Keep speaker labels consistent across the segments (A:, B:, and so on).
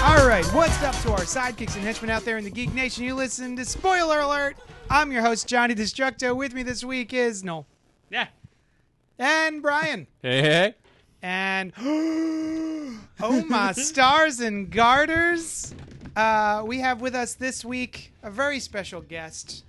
A: All right, what's up to our sidekicks and henchmen out there in the Geek Nation? You listen to Spoiler Alert. I'm your host, Johnny Destructo. With me this week is Noel
B: Yeah.
A: and Brian.
B: Hey, hey, hey.
A: And oh my stars and garters! Uh, we have with us this week a very special guest,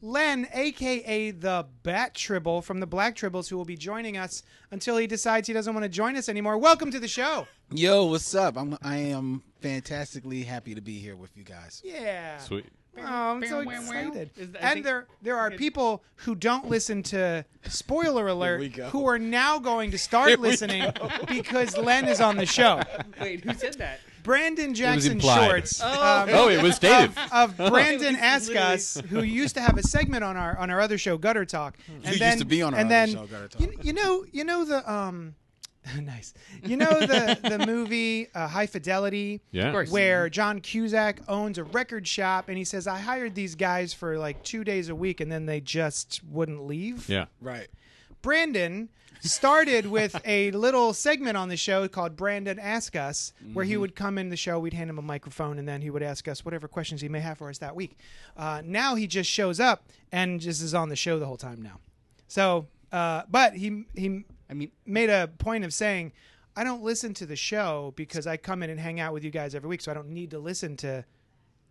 A: Len, aka the Bat Tribble from the Black Tribbles, who will be joining us until he decides he doesn't want to join us anymore. Welcome to the show.
C: Yo, what's up? I'm I am fantastically happy to be here with you guys.
A: Yeah.
B: Sweet.
A: Oh, I'm so excited.
B: Is that- I
A: And
B: think-
A: there there are people who don't listen to spoiler
C: we
A: alert
C: go.
A: who are now going to start listening because Len is on the show.
B: Wait, who said that?
A: Brandon Jackson
B: implied.
A: Shorts um,
B: Oh, it was stated.
A: of Brandon
B: It was literally-
A: Askus, who used to have a segment on our on our other show, Gutter Talk. And
C: used to be on our
A: and
C: other
A: then,
C: show, Gutter Talk.
A: You, you know, you know the um, nice. You know the the movie uh, High Fidelity.
B: Yeah. Of course. Mm-hmm.
A: Where John Cusack owns a record shop, and he says, "I hired these guys for like two days a week, and then they just wouldn't leave."
B: Yeah.
C: Right.
A: Brandon started with a little segment on the show called Brandon Ask Us, where
C: Mm-hmm.
A: he would come in the show, we'd hand him a microphone, and then he would ask us whatever questions he may have for us that week. Uh, now he just shows up and just is on the show the whole time now. So, uh, but he he
C: I mean,
A: made a point of saying, I don't listen to the show because I come in and hang out with you guys every week, so I don't need to listen to.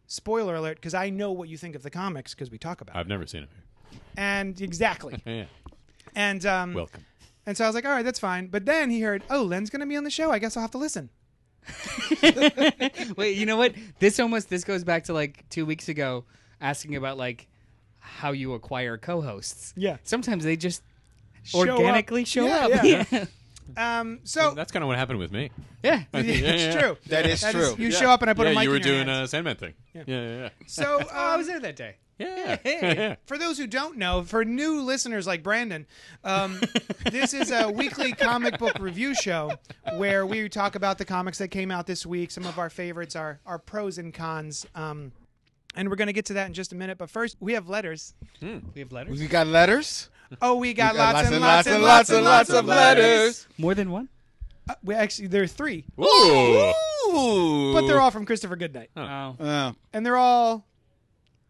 A: Spoiler alert, because I know what you think of the comics because we talk about it.
B: I've never seen it.
A: And exactly.
B: Yeah.
A: And um,
B: Welcome.
A: and so I was like, all right, that's fine. But then he heard, oh, Len's going to be on the show. I guess I'll have to listen.
D: Wait, you know what? This almost this goes back to like two weeks ago asking about like how you acquire co-hosts.
A: Yeah.
D: Sometimes they just
A: up.
D: organically show
A: Yeah,
D: up.
A: yeah.
D: Yeah,
A: Um, so
B: That's kind of what happened with me.
D: yeah.
B: yeah,
A: it's
B: yeah.
A: true.
C: that is
A: That
C: true.
A: is- you show up and I put
B: yeah,
A: a mic
B: you were
A: in your
B: doing
A: hands.
B: a Sandman thing. Yeah, yeah,
A: So um,
D: Oh, I was there that day.
B: yeah. Yeah. yeah.
A: for those who don't know, for new listeners like Brandon, um, this is a weekly comic book review show where we talk about the comics that came out this week. Some of our favorites are our pros and cons. Um, and we're going to get to that in just a minute. But first, we have letters.
D: We have letters.
C: We got letters.
A: Oh, we got,
C: We got
A: lots, and lots and lots and lots of letters.
D: More than one?
A: Uh, we actually, there are three,
B: Ooh.
C: Ooh.
A: but they're all from Christopher Goodnight.
D: Oh.
C: Uh,
A: and they're all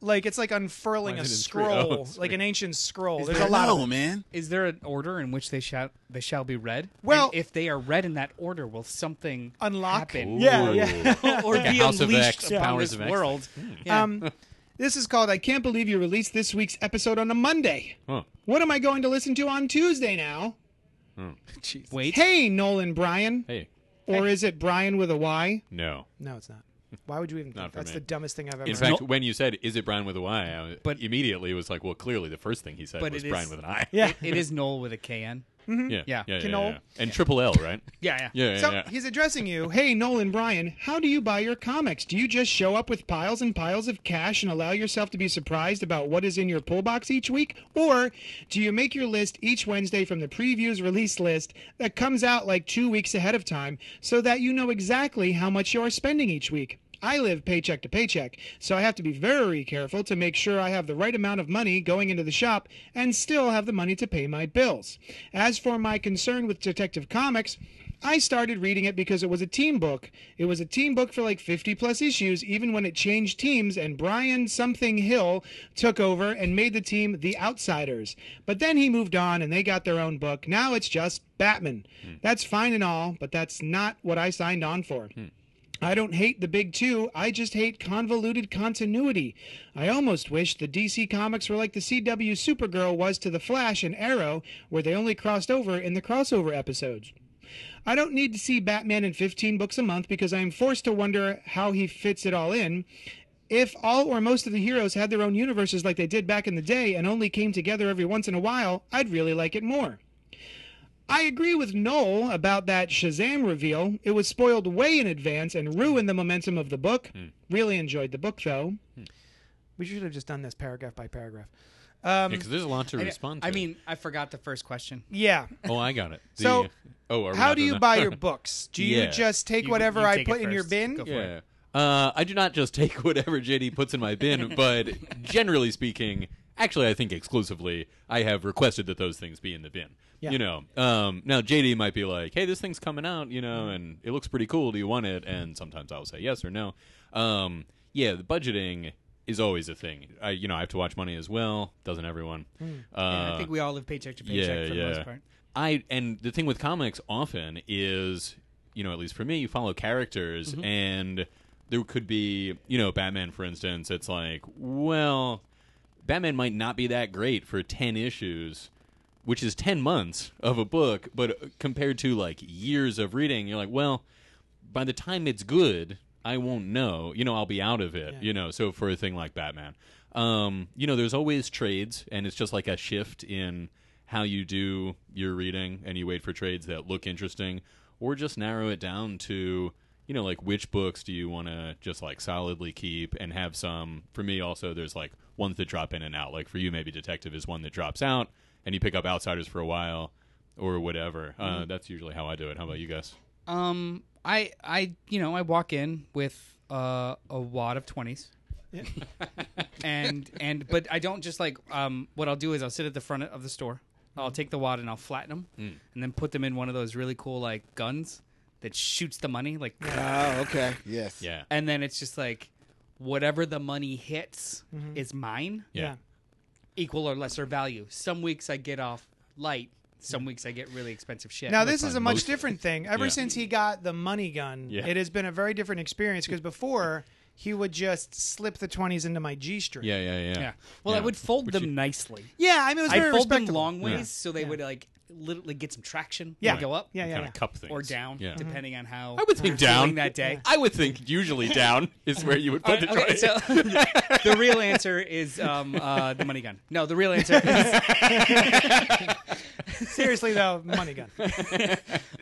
A: like it's like unfurling
B: Why
A: a
B: is it in three?
A: scroll,
B: Oh, it's
A: like
B: three.
A: an ancient scroll.
C: is
A: There's
C: there-
A: a lot
C: no,
A: of them.
C: Uh, man.
D: Is there an order in which they shall they shall be read?
A: Well-
D: And if they are read in that order, will something
A: Unlock?
D: happen?
A: Yeah,
B: Ooh.
A: yeah.
D: or be
B: House of
D: unleashed
B: X,
D: upon
B: Powers
D: this
B: of X. Hmm.
D: world? Yeah.
A: Um, this is called "I Can't Believe You Released This Week's Episode on a Monday."
B: Huh.
A: What am I going to listen to on Tuesday now?
D: Wait.
A: Hey, Nolan Bryan,
B: Hey.
A: or is it Bryan with a Y?
B: No.
A: No, it's not. Why would you even? think
B: for
A: That's
B: me.
A: the dumbest thing I've ever.
B: In
A: heard.
B: fact, when you said, "Is it Brian with a Y?" I was-
D: But-
B: immediately was like, "Well, clearly the first thing he said
D: But
B: was
D: it is-
B: Brian with an I."
A: yeah.
D: It is Noel with a KN.
B: yeah, yeah,
D: Yeah.
B: yeah, yeah,
A: Canol.
B: yeah. And triple L, right?
D: Yeah, yeah.
B: Yeah, yeah,
A: So
B: yeah.
A: he's addressing you. Hey, Nolan Bryan, how do you buy your comics? Do you just show up with piles and piles of cash and allow yourself to be surprised about what is in your pull box each week? Or do you make your list each Wednesday from the previews release list that comes out like two weeks ahead of time so that you know exactly how much you are spending each week? I live paycheck to paycheck, so I have to be very careful to make sure I have the right amount of money going into the shop and still have the money to pay my bills. As for my concern with Detective Comics, I started reading it because it was a team book. It was a team book for like 50 plus issues, even when it changed teams and Brian something Hill took over and made the team the Outsiders. But then he moved on and they got their own book. Now it's just Batman. That's fine and all, but that's not what I signed on for. I don't hate the big two. I just hate convoluted continuity. I almost wish the DC comics were like the CW Supergirl was to The Flash and Arrow, where they only crossed over in the crossover episodes. I don't need to see Batman in 15 books a month because I am forced to wonder how he fits it all in. If all or most of the heroes had their own universes like they did back in the day and only came together every once in a while, I'd really like it more.
E: I agree with Noel about that Shazam reveal. It was spoiled way in advance and ruined the momentum of the book.
B: Hmm.
E: Really enjoyed the book, though.
A: We should have just done this paragraph by paragraph. Um,
B: because there's a lot to respond to.
D: I mean, I forgot the first question.
A: yeah.
B: oh, I got it. The-
A: So,
B: oh, are we
A: How
B: not
A: do
B: doing
A: you
B: that?
A: buy your books? Do you
B: Yeah.
A: just take
D: You-
A: whatever
D: you
A: I
D: take
A: put
D: it
A: in your
D: first.
A: bin?
D: Go for
B: Yeah. Uh, I do not just take whatever JD puts in my bin, but generally speaking, actually, I think exclusively, I have requested that those things be in the bin.
A: Yeah.
B: You know, um, now JD might be like, "Hey, this thing's coming out," you
D: Mm-hmm.
B: know, and it looks pretty cool. Do you want it? And sometimes I'll say yes or no. Um, yeah, the budgeting is always a thing. I, you know, I have to watch money as well. Doesn't everyone?
D: And
B: Uh,
D: Hmm. I think we all live paycheck to paycheck for the most part.
B: I and the thing with comics often is, you know, at least for me, you follow characters
D: Mm-hmm.
B: and there could be, you know, Batman for instance, it's like, well, Batman might not be that great for 10 issues, which is 10 months of a book, but compared to like years of reading, you're like, well, by the time it's good, I won't know. You know, I'll be out of it. You know, so for a thing like Batman, um, you know, there's always trades, and it's just like a shift in how you do your reading, and you wait for trades that look interesting, or just narrow it down to you know like which books do you want to just like solidly keep and have some for me also there's like ones that drop in and out like for you maybe detective is one that drops out and you pick up outsiders for a while or whatever uh, that's usually how i do it how about you guys
D: Um, I, I, you know, I walk in with uh, a wad of twenties, and and but I don't just like um. What I'll do is I'll sit at the front of the store. I'll take the wad and I'll flatten them,
B: Mm.
D: and then put them in one of those really cool like guns that shoots the money. Like,
C: Oh, okay. Yes.
B: yeah
D: and then it's just like whatever the money hits
A: Mm-hmm.
D: is mine,
B: yeah
D: equal or lesser value. Some weeks I get off light. Some weeks I get really expensive shit.
A: Now this is a
B: fine.
A: much
B: Most-
A: different thing. Ever
B: Yeah.
A: since he got the money gun,
B: Yeah.
A: it has been a very different experience because before he would just slip the twenties into my G string.
B: Yeah, yeah, yeah.
D: yeah. Well, I
B: Yeah.
D: would fold them nicely.
A: Yeah, I mean it was
D: I
A: very
D: fold them
A: respectable.
D: long ways
B: Yeah.
D: so they would like literally get some traction.
A: Yeah.
D: They go up
A: Yeah, yeah,
B: Kind
A: yeah.
B: of cup things
D: or down,
B: Yeah.
D: depending on how
B: I would think down
D: that day.
B: I would think usually down is where you would put the tray.
D: Okay, so the real answer is um, uh, the money gun. No, the real answer is
A: Seriously though, money gun.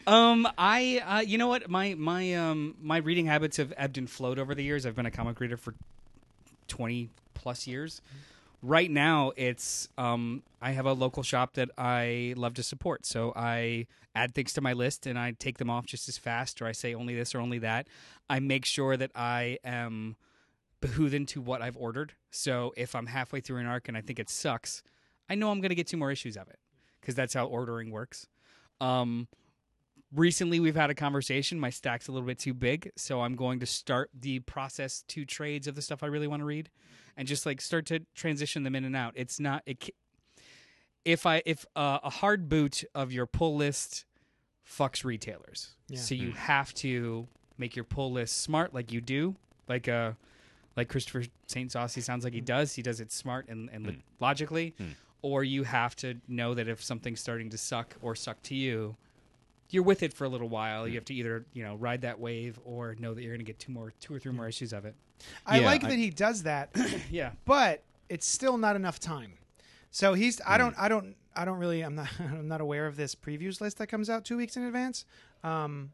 D: um, I. Uh, you know what? My my um, my reading habits have ebbed and flowed over the years. I've been a comic reader for twenty plus years. Right now, it's um, I have a local shop that I love to support, so I add things to my list and I take them off just as fast, or I say only this or only that. I make sure that I am behoothen to what I've ordered. So if I'm halfway through an arc and I think it sucks, I know I'm going to get two more issues of it because that's how ordering works. Um, recently, we've had a conversation. My stack's a little bit too big, so I'm going to start the process to trades of the stuff I really want to read, and just like start to transition them in and out. It's not it. ca- If I if uh, a hard boot of your pull list fucks retailers, so you have to make your pull list smart, like you do, like uh like Christopher Saint Saucy sounds like he does. He does it smart and, and lo- logically. Or you have to know that if something's starting to suck or suck to you, you're with it for a little while. You have to either you know ride that wave or know that you're going to get two more, two or three more issues of it.
A: I
B: Yeah,
A: like
B: I-
A: that he does that.
D: Yeah,
A: but it's still not enough time. So he's
B: Hmm.
A: I don't I don't I don't really I'm not I'm not aware of this previews list that comes out two weeks in advance. Um,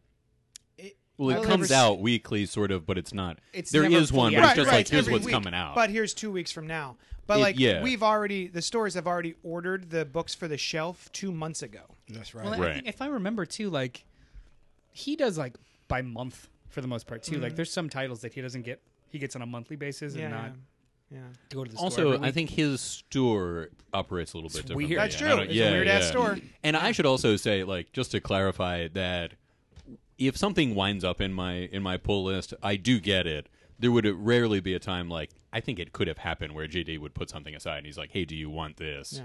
B: well,
A: I
B: it
A: would
B: comes
A: never s-
B: out weekly, sort of, but it's not.
D: It's
B: there
D: never
B: is one,
D: fully
B: but
D: out.
B: it's just
D: Right,
B: like here's
A: every
B: what's
A: week,
B: coming out.
A: But here's two weeks from now. But
B: It-
A: like
B: yeah.
A: we've already the stores have already ordered the books for the shelf two months ago.
C: That's right.
D: well, I
B: Right.
D: think if I remember too, like he does like by month for the most part too. Like there's some titles that he doesn't get. He gets on a monthly basis
A: Yeah,
D: and not
A: yeah. yeah.
D: go to the store every
B: also, I
D: week.
B: think his store operates a little bit differently.
D: weird.
A: That's
B: and I
A: true.
B: don't-
A: It's a weird-ass store.
B: And I should also say, like, just to clarify that if something winds up in my in my pull list, I do get it. There would rarely be a time like I think it could have happened where JD would put something aside and he's like, "Hey, do you want this?"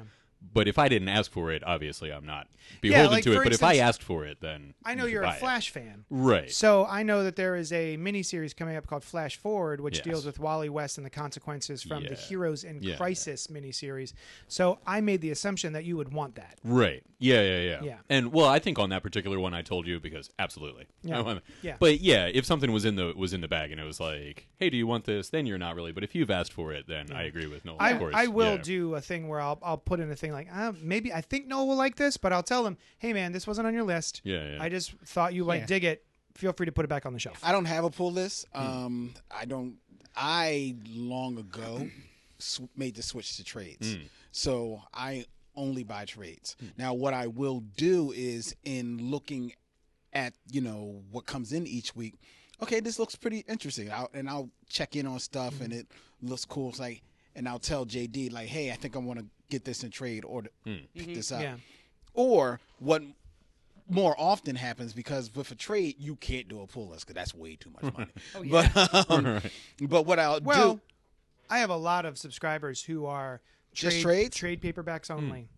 B: But if I didn't ask for it, obviously I'm not beholden
A: like,
B: to it.
A: for
B: But if I
A: instance-
B: asked for it, then
A: I know
B: you should
A: you're a
B: buy it.
A: Flash fan.
B: right?
A: So I know that there is a miniseries coming up called Flash Forward, which
B: Yes.
A: deals with Wally West and the consequences from the
B: Yeah.
A: Heroes in
B: Yeah.
A: Crisis miniseries. So I made the assumption that you would want that.
B: Right. Yeah, yeah, yeah.
A: Yeah.
B: And well, I think on that particular one I told you because absolutely.
A: Yeah.
B: I want-
A: Yeah.
B: But yeah, if something was in the was in the bag and it was like, "Hey, do you want this?" then you're not really, but if you've asked for it, then I agree with Noel,
A: I,
B: of course.
A: I will
B: Yeah.
A: do a thing where I'll I'll put in a thing like, ah, maybe I think Noah will like this, but I'll tell him, hey man, this wasn't on your list.
B: Yeah, yeah.
A: I just thought you might
D: Yeah.
A: dig it. Feel free to put it back on the shelf.
C: I don't have a pull list. Um, I don't. I long ago sw- made the switch to trades, so I only buy trades. Now, what I will do is in looking at you know what comes in each week. Okay, this looks pretty interesting, I'll, and I'll check in on stuff, and it looks cool. It's like, and I'll tell JD like, hey, I think I want to get this in trade or to pick this up,
A: Mm-hmm. Yeah.
C: or what more often happens because with a trade you can't do a pull list because that's way too much money. But um, but what I'll
A: Oh, Well,
C: do
A: I have a lot of subscribers who are
C: Just
A: trade
C: trades?
A: trade paperbacks
D: Hmm.
A: only.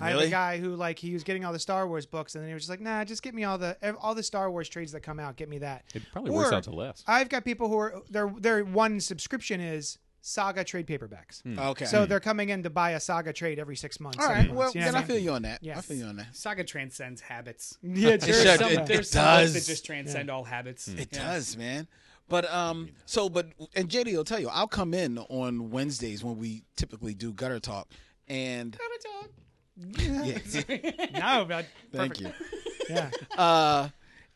A: I have a
C: Really?
A: guy who like he was getting all the Star Wars books, and then he was just like, "Nah, just get me all the ev- all the Star Wars trades that come out. Get me that."
B: It probably works out to less.
A: I've got people who are their their one subscription is Saga trade paperbacks,
D: Hmm.
C: okay.
A: so they're coming in to buy a Saga trade every six months.
C: Hmm. all
A: seven
C: right,
A: months,
C: well
A: you know
C: then
A: what
C: I
A: mean?
C: feel you on that. I
A: Yes.
C: feel you on that.
D: Saga transcends habits.
A: Yeah, it's
C: It
A: very
C: should-
D: Some-
A: similar.
C: it-
D: there's some books
C: does.
D: that just transcend all habits.
C: It does, man. But um, so but and JD will tell you, I'll come in on Wednesdays when we typically do gutter talk, and
A: no, but
C: thank
A: perfect.
C: you.
A: Yeah,
C: uh,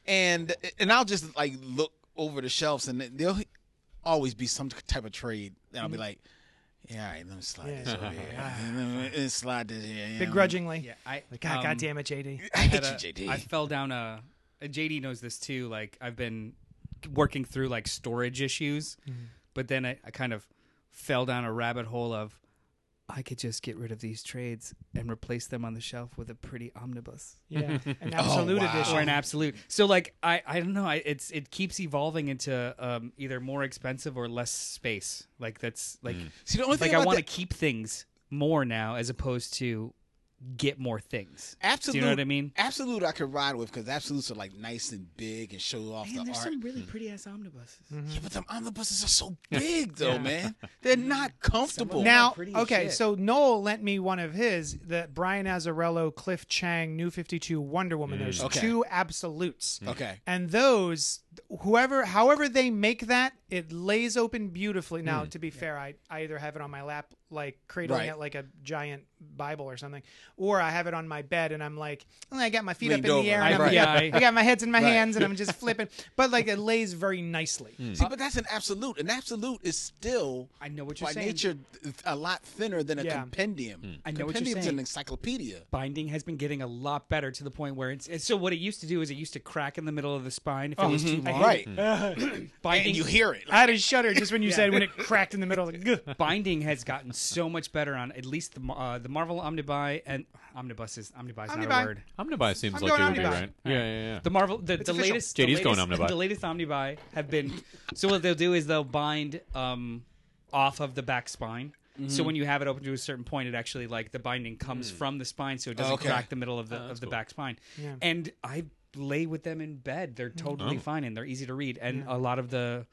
C: and and I'll just like look over the shelves, and there'll always be some type of trade, and
D: Mm.
C: I'll be like, "Yeah, all right, let me slide this over here, let me slide this here." you know.
A: begrudgingly.
D: Yeah, I.
A: Like, God,
D: um,
A: God damn it, JD.
C: I
D: I
C: hate
D: had
C: you,
D: a-
C: JD.
D: I fell down a, a. JD knows this too. Like I've been working through like storage issues, but then I, I kind of fell down a rabbit hole of I could just get rid of these trades and replace them on the shelf with a pretty omnibus
A: Yeah,
D: Oh,
A: an absolute
C: wow.
A: edition.
D: or an absolute. So like I I don't know. I, it's it keeps evolving into um, either more expensive or less space. Like that's like
C: See, the only thing
D: like I
C: about
D: want to
C: that-
D: keep things more now as opposed to get more things.
C: Absolute,
D: Do you know what I mean?
C: Absolute, I could ride with because absolutes are like nice and big and show off the art.
D: really pretty ass omnibuses.
C: Yeah, but
D: Mm-hmm.
C: them omnibuses are so big though, man. They're not comfortable.
A: Now,
D: pretty as
A: okay,
D: shit.
A: so Noel lent me one of his, the Brian Azzarello, Cliff Chang, New 52, Wonder Woman. There's
C: Mm, Okay. Mm.
A: two absolutes.
D: Mm-hmm.
C: okay,
A: And those, whoever, however they make that, it lays open beautifully. Now, to be fair, I, I either have it on my lap, like
C: Mm.
A: cradling
C: Right.
A: it like a giant Bible or something, or I have it on my bed and I'm like, oh, I got my feet
C: Leaned
A: up in
C: over.
A: the air,
C: I-
A: and I'm,
D: yeah, I-
A: I got my heads in my
C: Right.
A: hands, and I'm just flipping. But like, it lays very nicely.
D: Mm-hmm.
C: see, but that's an absolute. An absolute is still
D: I know what you're
C: by
D: saying.
C: nature th- a lot thinner than a
A: Yeah.
B: Hmm.
C: compendium.
D: I know what you're
C: Compendium's
D: saying.
C: an encyclopedia.
D: Binding has been getting a lot better to the point where it's, it's so what it used to do is it used to crack in the middle of the spine if it was too
C: Mm-hmm.
D: long.
C: Right.
B: Hmm.
D: Binding
C: And you hear it.
A: I had a shudder just when you said when it cracked in the middle. Like, "Gah."
D: binding has gotten so much better on at least the Mar- uh, the Marvel Omnibuy and omnibuses. Omnibuy is not
A: Omnibuy.
D: a word.
B: Omnibuy seems
A: I'm
B: like
A: going
B: it would be
A: Omnibuy.
B: right. Yeah, yeah, yeah.
D: The Marvel, the, the
A: official.
D: latest, the
B: JD's
D: latest,
B: going Omnibuy.
D: The latest Omnibuy have been. So what they'll do is they'll bind um, off of the back spine. So when you have it open to a certain point, it actually like the binding comes from the spine, so it doesn't
C: Okay.
D: crack the middle of the of the back spine. And I lay with them in bed; they're totally fine and they're easy to read. And a lot of the,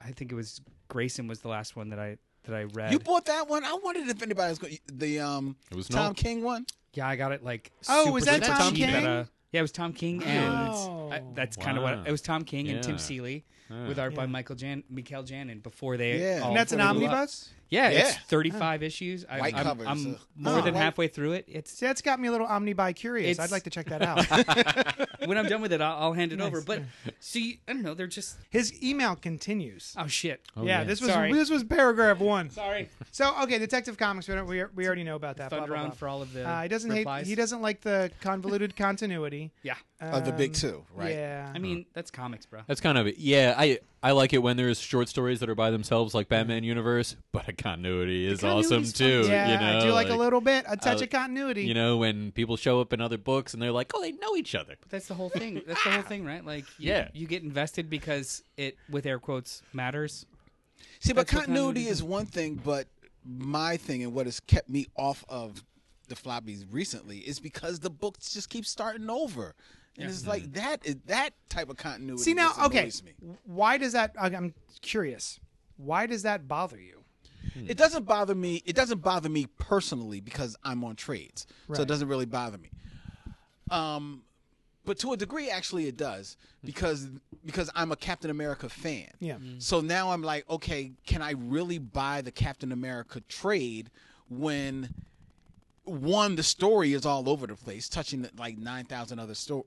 D: I think it was Grayson was the last one that I that I read.
C: You bought that one? I wondered if anybody was going the um
B: It was
C: Tom
B: Noel.
C: King one.
D: Yeah, I got it like.
A: Oh,
D: super
A: was that
D: super
A: Tom
D: cheap
A: King? Oh.
D: at a- yeah, it was Tom King, and I, that's kind of
B: Wow.
D: what it was. Tom King and
B: Yeah.
D: Tim Seeley with art by Michael Jan, Michael Janin before they.
C: Yeah.
D: all
A: and that's an
D: blew up.
A: omnibus.
D: Yeah, it's
C: Yeah.
D: thirty-five issues. I,
C: White
D: I'm,
C: covers,
D: I'm
C: uh,
D: more
C: oh, white-
D: than halfway through it. It's
A: See, that's got me a little omnibuy curious.
D: It's-
A: I'd like to check that out.
D: when I'm done with it, I'll, I'll hand it over. But see, I don't know. They're just
A: His email continues.
D: oh shit.
A: yeah, this was
D: Sorry.
A: this was paragraph one.
D: Sorry,
A: So okay, Detective Comics. We, don't, we, we already know about that. blah,
D: thunder
A: blah,
D: on
A: blah.
D: for all of the.
A: Uh, he doesn't
D: replies.
A: hate. He doesn't like the convoluted continuity.
D: Yeah,
C: Of the big
A: Um,
C: two, right?
A: Yeah.
D: I mean that's comics, bro.
B: That's kind of it. Yeah, I I like it when there's short stories that are by themselves, like Batman Universe. But a continuity is awesome
D: continuity's
B: too.
A: yeah,
B: you know,
A: I do like, a little bit, a touch
B: I-
A: of continuity.
B: You know, when people show up in other books and they're like, oh, they know each other.
D: That's the whole thing. That's the whole thing, right? Like, you,
B: Yeah.
D: you get invested because it, with air quotes, matters.
C: See, but
D: That's what continuity
C: continuity is one thing, but my thing and what has kept me off of the floppies recently is because the books just keep starting over. And it's
B: Hmm.
C: like that is that type of continuity.
A: See now,
C: just
A: okay,
C: annoys me.
A: why does that? I- I'm curious. Why does that bother you? Hmm.
C: It doesn't bother me. It doesn't bother me personally because I'm on trades, so
A: Right.
C: it doesn't really bother me. Um, but to a degree, actually, it does because because I'm a Captain America fan.
A: Hmm. Yeah. Mm.
C: So now I'm like, okay, can I really buy the Captain America trade when? one, the story is all over the place, touching like nine thousand other stories.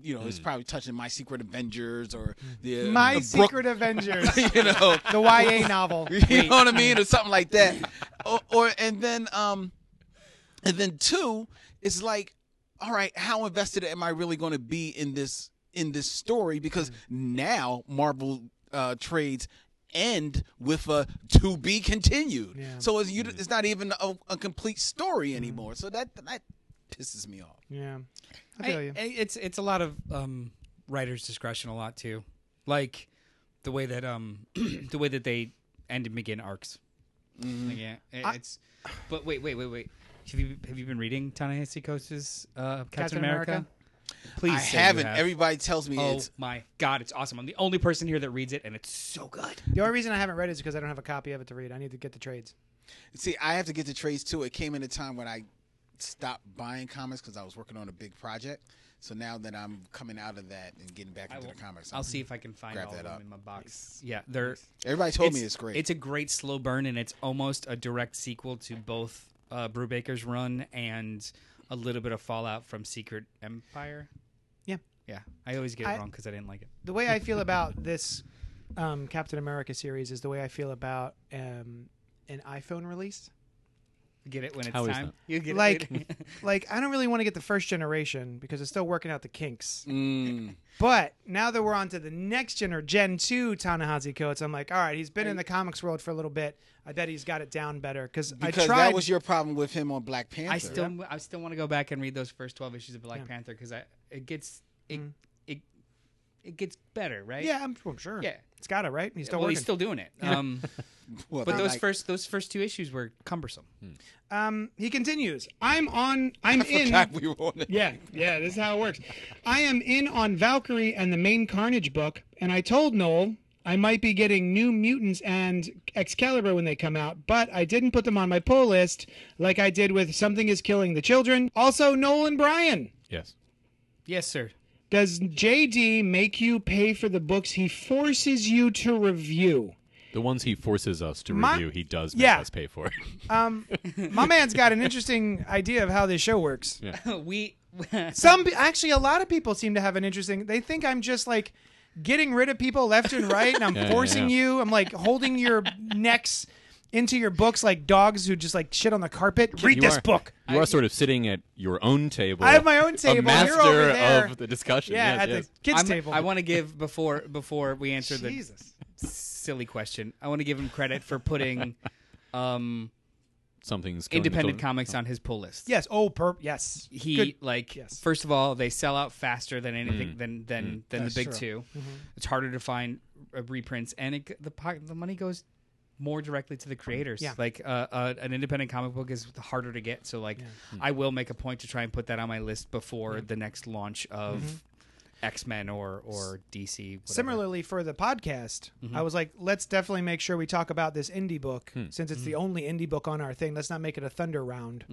C: You know, it's probably touching my Secret Avengers or the
A: Hmm. My
C: the Brook-
A: Secret Avengers,
C: you know,
A: the YA novel.
C: you know what I mean, or something like that. Or, or and then um, and then two, it's like, all right, how invested am I really going to be in this in this story?
D: Mm.
C: Because now Marvel uh, trades end with a to be continued.
A: Yeah.
C: So it's, you,
D: Mm.
C: it's not even a, a complete story anymore. So that that pisses me off.
A: Yeah, I
D: I-
A: feel you.
D: I- it's it's a lot of um, writers' discretion, a lot too, like the way that um the way that they end and begin arcs.
C: Mm-hmm.
D: Like, yeah, it-
A: I-
D: it's. But wait, wait, wait, wait. Have you have you been reading Ta-Nehisi Coates' uh, Captain,
A: Captain
D: America?
A: America?
D: Please,
C: I
D: say you
C: haven't.
D: have.
C: Everybody tells me
D: Oh
C: it's
D: my god, it's awesome! I'm the only person here that reads it, and it's so good.
A: The only reason I haven't read it is because I don't have a copy of it to read. I need to get the trades.
C: See, I have to get the trades too. It came in a time when I stopped buying comics because I was working on a big project. So now that I'm coming out of that and getting back into the comics,
D: I'll see if I can find
C: Grab
D: all
C: that
D: of them
C: up.
D: in my box. Yeah, they're
C: Everybody told me it's great.
D: It's a great slow burn, and it's almost a direct sequel to both uh, Brubaker's run and a little bit of fallout from Secret Empire.
A: Yeah.
D: Yeah, I always get it
A: I-
D: wrong because I didn't like it.
A: the way I feel about this um, Captain America series is the way I feel about um, an iPhone release.
D: Get it when it's
B: How is
D: time.
B: that?
D: You get
A: Like-
D: it. later.
A: Like, I don't really want to get the first generation because it's still working out the kinks.
C: Mm.
A: But now that we're on to the next gen or Gen 2 Ta-Nehisi Coates, I'm like, all right, he's been in the comics world for a little bit. I bet he's got it down better because I
C: because
A: tried.
C: that was your problem with him on Black Panther.
D: I still, I still want to go back and read those first twelve issues of Black Panther because I it gets it, it it gets better, right?
A: Mm-hmm. yeah, I'm, I'm sure.
D: Yeah.
A: It's got it, right? He's still
D: well,
A: working.
D: he's still doing it. Um,
C: Well,
D: but
C: they're
D: those
C: like-
D: first those first two issues were cumbersome.
B: Hmm.
A: um, he continues.
E: I'm on. I'm in.
C: God, we were on it.
E: Yeah, yeah, this is how it works. I am in on Valkyrie and the main Carnage book, and I told Noel I might be getting New Mutants and Excalibur when they come out, but I didn't put them on my pull list like I did with Something is Killing the Children. Also, Noel and Brian.
B: Yes.
D: Yes, sir.
E: Does JD make you pay for the books he forces you to review?
B: The ones he forces us to
A: My-
B: review, he does make
A: Yeah.
B: us pay for.
A: Um, my man's got an interesting idea of how this show works.
D: we
A: Some actually, a lot of people seem to have an interesting. They think I'm just like getting rid of people left and right, and I'm
B: Yeah, yeah,
A: forcing
B: yeah.
A: you. I'm like holding your necks into your books like dogs who just like shit on the carpet. Read
B: You
A: this
B: are-
A: book.
B: You are sort of sitting at your own table.
A: I have my own table.
B: A
A: You're
B: master
A: over there.
B: of the discussion.
A: Yeah,
B: yes,
A: at
B: yes.
A: the kids
D: I'm-
A: table.
D: I want to give before before we answer
A: Jesus.
D: the silly question. I want to give him credit for putting um,
B: something's killing the
D: independent
B: children.
D: comics on his pull list.
A: Yes. Oh, perp. Yes.
D: He
A: Good.
D: like
A: Yes.
D: first of all they sell out faster than anything than than than
A: That's
D: the big
A: true. Mm-hmm.
D: 2 It's harder to find uh, reprints, and it, g- the po- the money goes more directly to the creators.
A: Yeah.
D: Like uh, uh, an independent comic book is harder to get, so like I will make a point to try and put that on my list before the next launch of X Men or or DC. Whatever.
A: Mm-hmm. Similarly, for the podcast,
D: Mm-hmm.
A: I was like, let's definitely make sure we talk about this indie book
D: Hmm.
A: since
B: Mm-hmm.
A: it's the only indie book on our thing. Let's not make it a thunder round.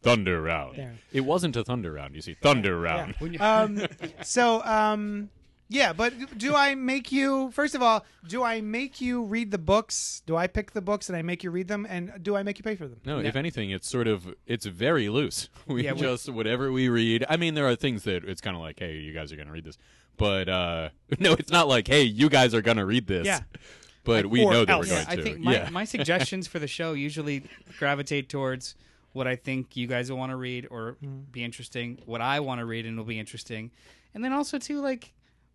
B: Thunder round.
A: There.
B: It wasn't a thunder round. You see, thunder round.
D: Uh,
A: um, so um, yeah but do i make you first of all do i make you read the books do i pick the books and i make you read them and do i make you pay for them
B: No, if anything, it's sort of it's very loose. We
D: Yeah, we-
B: just whatever we read. I mean, there are things that it's kind of like, hey, you guys are gonna read this, but uh no, it's not like, hey, you guys are gonna read this.
A: Yeah.
B: But we
A: or
B: know that
A: else.
B: we're
D: Yeah,
B: going to.
D: I think my,
B: yeah.
D: my suggestions for the show usually gravitate towards what I think you guys will want to read or
A: Hmm.
D: be interesting, what I want to read and will be interesting, and then also too like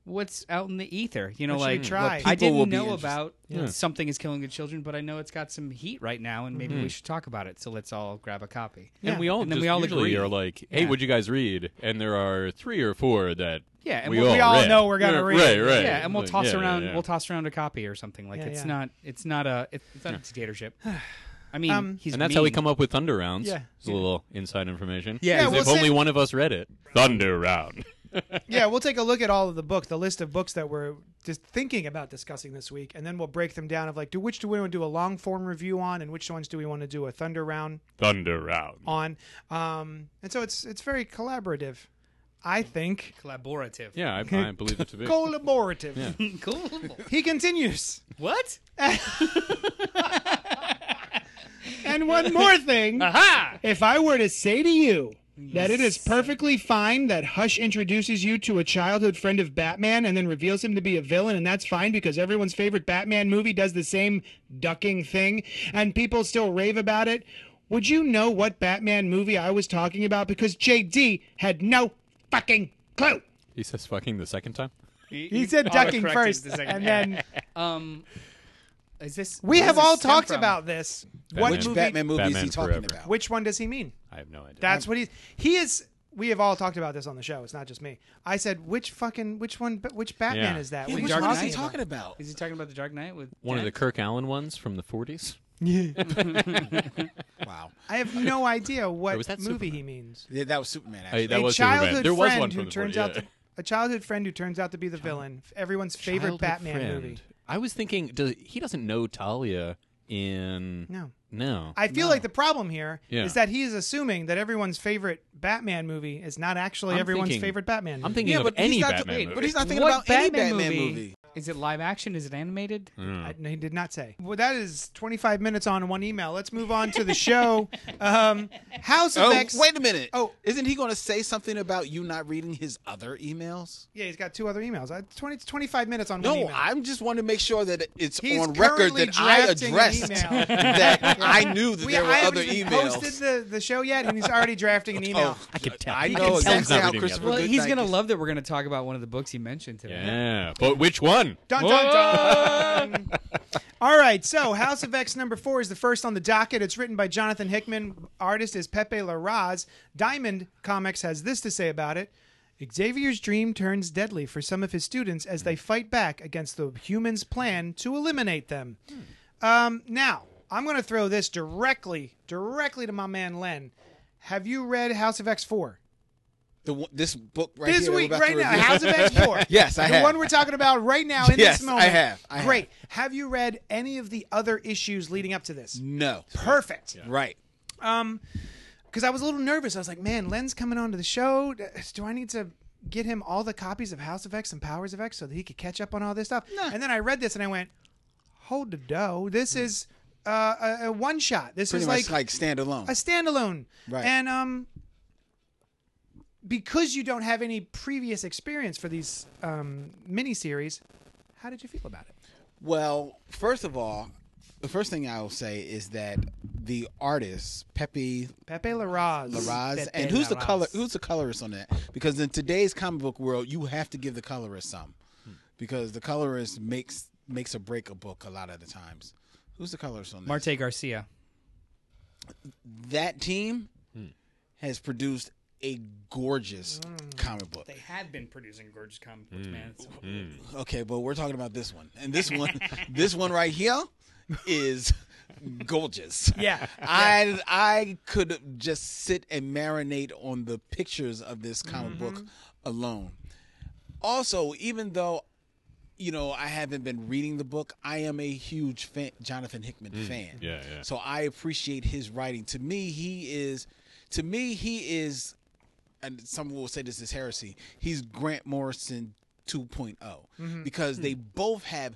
D: what's out in the ether. You know,
A: What you
D: like
A: try.
D: I
C: What people will
D: didn't
C: be
D: know
C: interest-
D: about something is killing the children, but I know it's got some heat right now, and
B: Hmm.
D: maybe we should talk about it. So let's all grab a copy.
A: Yeah.
B: And we all
D: And then
B: just
D: we all
B: usually
D: agree.
B: are like, hey,
D: Yeah.
B: what'd you guys read? And there are three or four that
D: Yeah, and
B: we,
D: we'll-
B: all
A: we all
B: read.
A: know we're gonna
B: Yeah,
A: read.
B: Right, right.
D: Yeah, and we'll
B: Like,
D: toss
B: yeah,
D: around
B: yeah.
D: we'll toss around a copy or something. Like
A: Yeah,
D: it's
A: yeah.
D: not it's not a it's not a dictatorship. I mean,
A: Um,
D: he's
B: and that's how we
D: mean.
B: come up with thunder rounds.
A: Yeah.
B: it's a little inside information.
D: Yeah,
B: As
A: we'll
B: if only
A: send-
B: one of us read it. Thunder round.
A: yeah we'll take a look at all of the books the list of books that we're just thinking about discussing this week and then we'll break them down of like do which do we want to do a long form review on and which ones do we want to do a thunder round
B: Thunder round.
A: on um, and so it's it's very collaborative i think
D: collaborative.
B: Yeah, I, I believe it to be.
A: collaborative
D: cool.
A: he continues
D: what?
E: And one more thing.
D: Aha!
E: If I were to say to you that it is perfectly fine that Hush introduces you to a childhood friend of Batman and then reveals him to be a villain, and that's fine because everyone's favorite Batman movie does the same ducking thing, and people still rave about it, would you know what Batman movie I was talking about? Because JD had no fucking clue.
B: He says fucking the second time.
A: He said ducking first, and then
D: um, is this?
A: we
D: where
A: have
D: does this
A: all
D: stem
A: talked
D: from?
A: about this.
B: Batman.
A: What
B: Which
A: movie?
C: Batman movie is he
B: Batman
C: talking
B: Forever.
C: about?
A: Which one does he mean?
B: I have no idea.
A: That's what he he is. We have all talked about this on the show. It's not just me. I said, which fucking which one? Which Batman
B: Yeah.
A: is that?
C: Yeah,
A: What are
C: which
A: you
C: one is
A: talking
C: he talking
A: about?
C: about?
D: Is he talking about the Dark Knight with
B: one of the
D: Jack?
B: Kirk Allen ones from the 40s.
C: Wow,
A: I have no idea what
B: was that
A: movie
B: Superman?
A: he means.
C: yeah, that was Superman.
B: Hey,
C: Actually.
B: that
A: a
B: was Superman.
A: childhood
B: There was
A: friend
B: one from
A: who
B: the
A: turns
B: 40s,
A: out
B: yeah.
A: to, a childhood friend who turns out to be the villain. Everyone's favorite
B: Childhood
A: Batman
B: friend.
A: movie.
B: I was thinking, does, he doesn't know Talia in
A: No.
B: no.
A: I feel like the problem here is
B: Yeah.
A: that he is assuming that everyone's favorite Batman movie is not actually
B: I'm
A: everyone's
B: thinking-
A: favorite Batman.
B: I'm
A: movie.
B: thinking
C: Yeah,
B: of
C: but he's
B: any
C: not-
B: Batman
C: wait,
B: movie.
C: but he's not thinking
D: What
C: about any Batman movie.
D: Is it live action? Is it animated?
B: Mm.
A: I- no, he did not say. Well, that is 25 minutes on one email. Let's move on to the show. Um, House of
C: Oh,
A: X.
C: wait a minute.
A: Oh.
C: isn't he going to say something about you not reading his other emails?
A: Yeah, he's got two other emails. I, 20, 25 minutes on one
C: No,
A: email.
C: I'm just wanting to make sure that it's
A: He's
C: on record
A: currently
C: that I
A: drafting an
C: addressed
A: email.
C: that I knew that
A: we,
C: there were
A: I haven't
C: other
A: even
C: emails. Oh.
A: posted the, the show yet, and he's already drafting an email.
C: I
B: could tell.
C: I
B: He
C: know
B: could tell he's
C: exactly
B: not
C: how
B: reading the
C: Christopher
B: other
D: Well,
C: Goodnight
D: he's gonna
C: is-
D: love that we're gonna talk about one of the books he mentioned today.
B: yeah, but which one?
A: Dun, dun, dun. All right, so House of X number four is the first on the docket. It's written by Jonathan Hickman. Artist is Pepe Larraz. Diamond Comics has this to say about it. Xavier's dream turns deadly for some of his students as they fight back against the humans' plan to eliminate them. Um, now, I'm going to throw this directly, directly to my man Len. Have you read House of X four?
C: the one- this book right
A: this
C: here that we're
A: week,
C: about
A: right
C: to
A: now,
C: review.
A: House of X Four.
C: Yes, I
A: the
C: have.
A: one we're talking about right now in
C: Yes,
A: this
C: I
A: moment.
C: have. I have.
A: Great. Have you read any of the other issues leading up to this?
C: no,
A: Perfect.
C: right.
A: Because I was a little nervous. I was like, man, Len's coming on to the show. Do I need to get him all the copies of House of X and Powers of X so that he could catch up on all this stuff? And then I read this and I went, hold the dough. This is uh, a, a one shot. This
C: Hmm. Pretty much
A: is
C: like standalone.
A: a standalone.
C: Right.
A: And um because you don't have any previous experience for these um miniseries, how did you feel about it?
C: Well, first of all, the first thing I will say is that the artist Pepe
A: Pepe Larraz.
C: Larraz,
A: Pepe
C: and who's the
A: Larraz.
C: color? Who's the colorist on that? Because in today's comic book world, you have to give the colorist some,
A: Hmm.
C: because the colorist makes makes or break a book a lot of the times. Who's the colorist on that?
D: Marte Garcia.
C: that team
A: Hmm.
C: has produced a gorgeous comic book.
D: They have been producing gorgeous comic
B: Mm.
D: books, man.
C: Okay, but we're talking about this one, and this one, this one right here, is gorgeous.
A: Yeah.
C: I I could just sit and marinate on the pictures of this comic
B: Mm-hmm.
C: book alone. Also, even though you know I haven't been reading the book, I am a huge fan, Jonathan Hickman fan.
B: Mm, yeah, yeah.
C: So I appreciate his writing. To me, he is, to me, he is, and some will say this is heresy. He's Grant Morrison 2.0 because they both have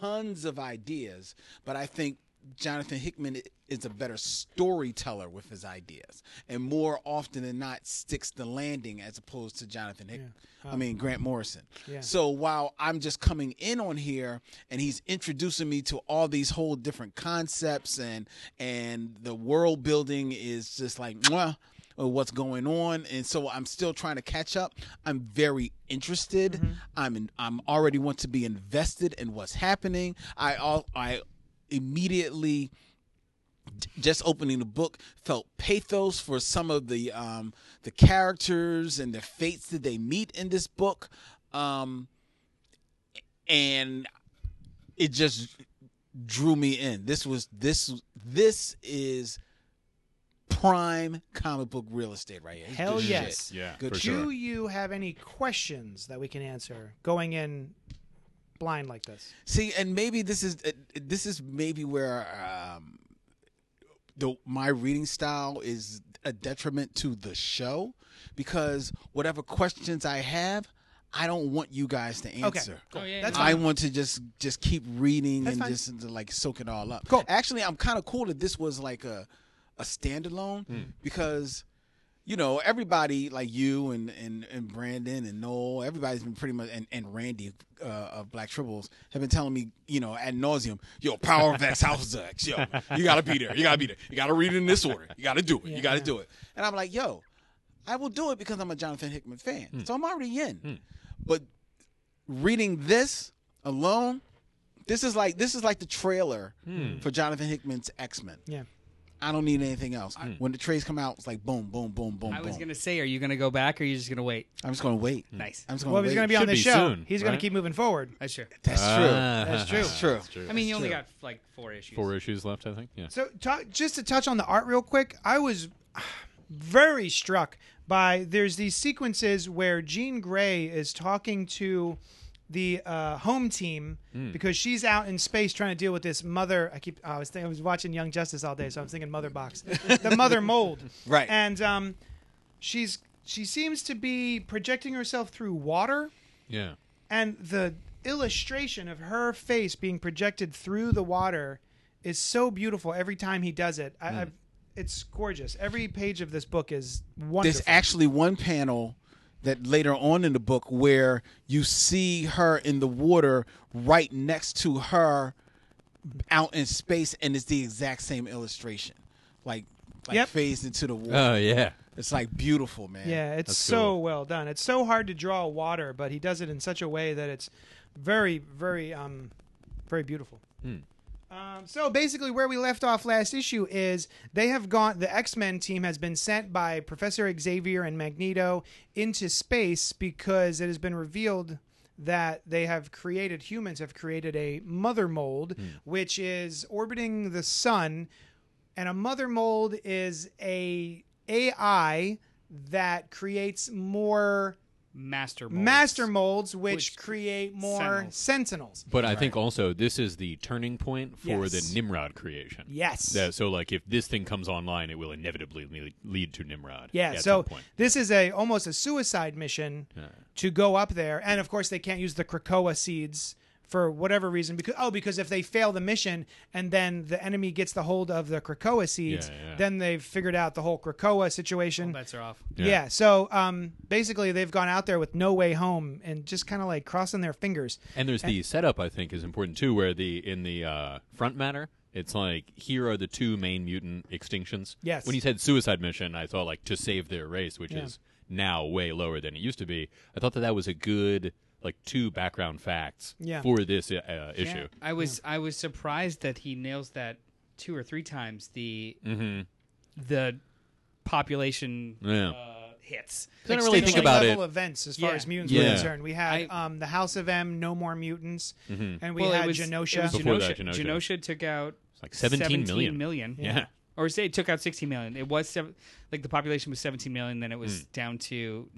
C: tons of ideas, but I think Jonathan Hickman i- is a better storyteller with his ideas, and more often than not sticks the landing as opposed to Jonathan Hickman. I mean Grant Morrison. So while I'm just coming in on here, and he's introducing me to all these whole different concepts, and and the world building is just like, mwah, or what's going on and so i'm still trying to catch up i'm very interested i'm in, i'm already want to be invested in what's happening i all i immediately j- just opening the book felt pathos for some of the um the characters and the fates that they meet in this book um and it just drew me in this was this this is prime comic book real estate right here It's
A: Hell
C: good
A: yes.
C: shit.
B: Yeah,
C: good
B: for
C: shit.
A: Do you have any questions that we can answer going in blind like this?
C: See, and maybe this is uh, this is maybe where um, the my reading style is a detriment to the show because whatever questions I have, I don't want you guys to answer.
A: cool.
D: Oh, yeah,
A: That's
D: yeah.
C: I
A: fine.
C: want to just just keep reading
A: That's
C: and
A: fine.
C: just to, like soak it all up.
A: Cool.
C: Actually, I'm kind of cool that this was like a a standalone because you know everybody like you and and and Brandon and Noel, everybody's been pretty much and and Randy uh, of Black Tribbles have been telling me you know ad nauseum, yo, Power of X, House of X, yo, you gotta be there, you gotta be there, you gotta read it in this order, you gotta do it, you gotta do it, and I'm like, yo. I will do it because I'm a Jonathan Hickman fan. So I'm already in. But reading this alone, this is like this is like the trailer for Jonathan Hickman's X Men.
A: Yeah.
C: I don't need anything else. When the trays come out, it's like boom, boom, boom, boom,
D: I was
C: boom.
D: gonna say, are you gonna go back or are you just gonna wait?
C: I'm just gonna wait.
B: Mm.
D: Nice.
C: I'm just gonna
A: Well, if
C: wait.
A: he's going to be on
B: Should
A: this
B: be
A: show.
B: soon,
A: he's going
B: right?
A: to keep moving forward.
D: That's true.
C: That's true.
A: That's true.
C: That's true.
D: I mean, you only got like four issues.
B: Four issues left, I think. Yeah.
A: So, ta just to touch on the art real quick, I was very struck by there's these sequences where Jean Grey is talking to the uh, home team because she's out in space trying to deal with this mother. I keep I was thinking, I was watching Young Justice all day, so I was thinking Mother Box, the mother mold,
C: Right.
A: And um, she's she seems to be projecting herself through water
B: Yeah.
A: and the illustration of her face being projected through the water is so beautiful every time he does it. I, I've, it's gorgeous. Every page of this book is wonderful.
C: There's actually one panel that later on in the book where you see her in the water right next to her out in space, and it's the exact same illustration, like like
A: Yep.
C: phased into the water.
B: Oh yeah.
C: it's like beautiful, man.
A: yeah, it's so
B: cool.
A: well done. It's so hard to draw water, but he does it in such a way that it's very, very, um, very beautiful. Um, so basically, where we left off last issue is they have gone. The X Men team has been sent by Professor Xavier and Magneto into space because it has been revealed that they have created humans have created a mother mold, which is orbiting the sun, and a mother mold is a AI that creates more
D: master molds.
A: master molds, which,
D: Which
A: create more sentinels.
D: sentinels.
B: But I think also this is the turning point for
A: Yes.
B: the Nimrod creation.
A: Yes.
B: That- so like if this thing comes online, it will inevitably le- lead to Nimrod.
A: Yeah,
B: at
A: so
B: some point.
A: this is a almost a suicide mission to go up there, and of course they can't use the Krakoa seeds for whatever reason because oh because if they fail the mission and then the enemy gets the hold of the Krakoa seeds,
B: Yeah, yeah.
A: then they've figured out the whole Krakoa situation.
D: Bets are off.
A: yeah. so um, basically they've gone out there with no way home and just kind of like crossing their fingers.
B: And there's the setup I think is important too, where the in the uh, front matter, it's like here are the two main mutant extinctions.
A: Yes.
B: When you said suicide mission, I thought like to save their race, which is now way lower than it used to be. I thought that that was a good like two background facts
A: Yeah.
B: for this uh, issue.
D: Yeah. I was I was surprised that he nails that two or three times the the population
B: Mm-hmm. Yeah.
D: uh, hits.
B: I didn't really think
A: Extinction
B: about it.
A: level events as far
D: Yeah.
A: as mutants were
B: Yeah.
A: concerned. We had
D: I-
A: um, the House of M, No More Mutants, and we
D: Well,
A: had
D: it was,
A: Genosha.
D: It was
B: Before
D: Genosha.
B: that, Genosha.
D: Genosha. took out
B: like 17 million.
D: million.
B: Yeah.
D: Or say it took out 16 million. It was seven, like the population was 17 million, then it was
B: Mm.
D: down to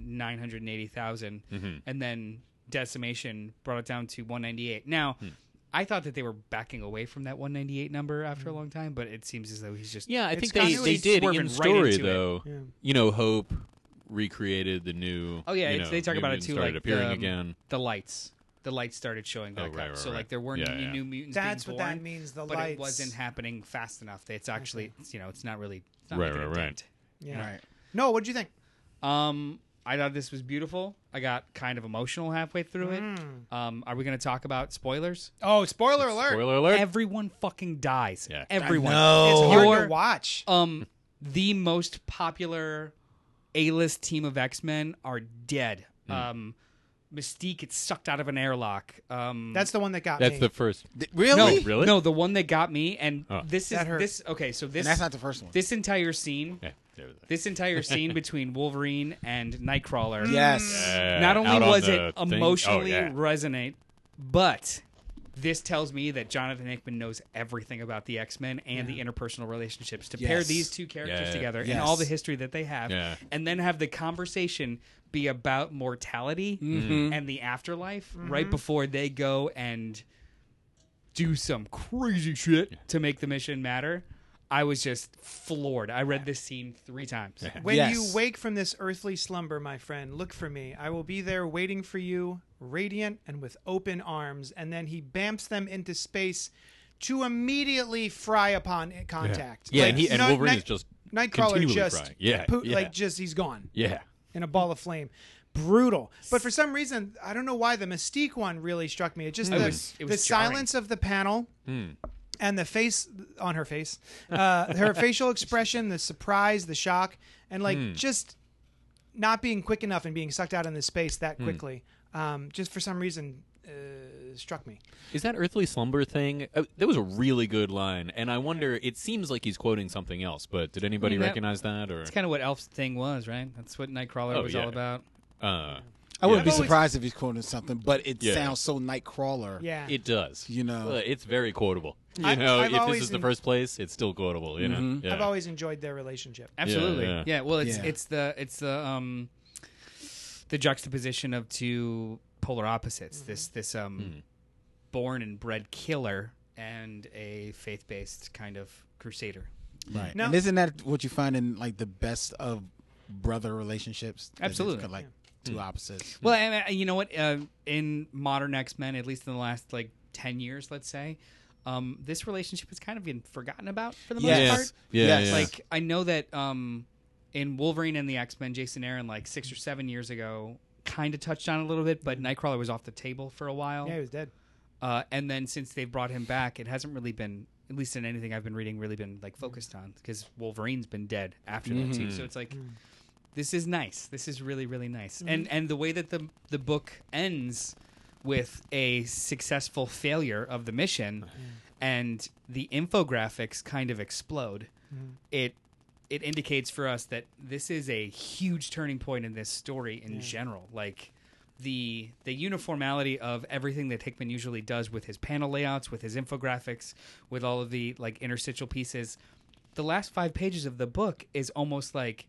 D: 980,000.
B: Mm-hmm.
D: And then decimation brought it down to 198. Now,
B: Mm.
D: I thought that they were backing away from that 198 number after a long time, but it seems as though he's just.
B: Yeah, I think
A: kinda
B: they,
A: really
B: they did
D: swerving
B: in
D: right
B: story
D: into it.
B: though.
A: Yeah.
B: You know, Hope recreated the new.
D: Oh, yeah.
B: you
D: it's,
B: know,
D: they talk
B: New
D: about it
B: Mutants
D: too.
B: Started
D: Like um,
B: appearing
D: the,
B: again.
D: the lights. The lights started showing back
B: Oh, right,
D: up.
B: right,
D: so,
B: right.
D: like, there weren't
B: Yeah,
D: any
B: yeah.
D: new mutants.
A: That's
D: being
A: what that
D: born.
A: means. The
D: but
A: lights.
D: it wasn't happening fast enough. It's actually, it's, you know, it's not really it's not
B: Right,
D: making a
B: right, right.
D: dent.
A: Yeah.
C: Right.
A: No, what do you think?
D: Um, I thought this was beautiful. I got kind of emotional halfway through
A: Mm.
D: it. Um, are we going to talk about spoilers?
A: Oh, spoiler alert!
B: Spoiler alert.
D: Everyone fucking dies.
B: Yeah.
D: Everyone.
A: It's
C: No.
A: hard
D: Your-
A: to watch.
D: Um, the most popular A-list team of X-Men are dead.
B: Hmm.
D: Um, Mystique gets sucked out of an airlock. Um,
A: That's the one that got
B: That's
A: me.
B: the first.
D: no,
C: Really?
B: really?
D: no, the one that got me. And this is
A: That hurt.
D: this. Okay, so this
C: And that's not the first one.
D: this entire scene.
B: Yeah, there was a-
D: This entire scene between Wolverine and Nightcrawler.
C: Yes.
B: Uh,
D: not only
B: out on
D: was
B: the
D: it
B: thing- oh,
D: emotionally
B: yeah.
D: resonate, but this tells me that Jonathan Hickman knows everything about the X Men and the interpersonal relationships to pair
C: Yes.
D: these two characters
B: Yeah.
D: together and all
C: Yes.
D: the history that they have,
B: Yeah.
D: and then have the conversation be about mortality
C: Mm-hmm.
D: and the afterlife right before they go and do some crazy shit to make the mission matter. I was just floored. I read this scene three times.
A: When
C: Yes.
A: you wake from this earthly slumber, my friend, look for me. I will be there waiting for you, radiant and with open arms. And then he bamps them into space to immediately fry upon i- contact.
B: Yeah, and he- and
A: Night-
B: Wolverine
A: Night-
B: is just
A: Nightcrawler
B: continually
A: just
B: frying. Yeah,
A: poo-
B: yeah.
A: like just he's gone
B: Yeah.
A: in a ball of flame. Brutal, but for some reason I don't know why the Mystique one really struck me. It just the,
D: was- it was
A: the
D: jarring. Hmm.
A: silence of the panel and the face on her face, uh, her facial expression, the surprise, the shock, and like
D: Hmm.
A: just not being quick enough and being sucked out in this space
D: Hmm.
A: that quickly. Um, just for some reason, uh, struck me.
B: Is that earthly slumber thing? Uh, that was a really good line, and I wonder. It seems like he's quoting something else, but did anybody
D: Mm, that-
B: recognize that? Or
D: That's kind of what Elf's thing was, right? That's what Nightcrawler
B: Oh,
D: was
B: yeah.
D: all about.
B: uh,
C: I wouldn't
B: yeah.
C: be
A: always-
C: surprised if he's quoting something, but it
B: Yeah.
C: sounds so Nightcrawler.
A: Yeah,
B: It does.
C: You know.
B: Uh, it's very quotable. You
A: I-
B: know,
A: I've
B: if this
A: always
B: is the
A: en-
B: first place, it's still quotable. You know,
C: Mm-hmm.
D: uh,
B: yeah.
A: I've always enjoyed their relationship.
D: Absolutely.
B: yeah.
D: Yeah. well, it's
C: Yeah.
D: it's the it's the um the juxtaposition of two polar opposites.
C: Mm-hmm.
D: This this um
B: Hmm.
D: born and bred killer and a faith based kind of crusader.
C: Right.
A: Now-
C: and isn't that what you find in like the best of brother relationships? That it's
D: Absolutely.
C: got, like two opposites.
D: Well, and uh, you know what? Uh, in modern X Men, at least in the last like ten years, let's say, um, this relationship has kind of been forgotten about for the most
C: Yes.
D: part.
B: Yeah,
C: Yes.
B: yeah.
D: Like I know that um, in Wolverine and the X Men, Jason Aaron, like six or seven years ago, kind of touched on it a little bit, but Nightcrawler was off the table for a while.
A: Yeah, he was dead.
D: Uh, and then since they've brought him back, it hasn't really been, at least in anything I've been reading, really been like focused on because Wolverine's been dead after that too. So it's like. This is nice. This is really, really nice. And and the way that the the book ends with a successful failure of the mission, and the infographics kind of explode. It it indicates for us that this is a huge turning point in this story in general. Like the the uniformality of everything that Hickman usually does with his panel layouts, with his infographics, with all of the like interstitial pieces. The last five pages of the book is almost like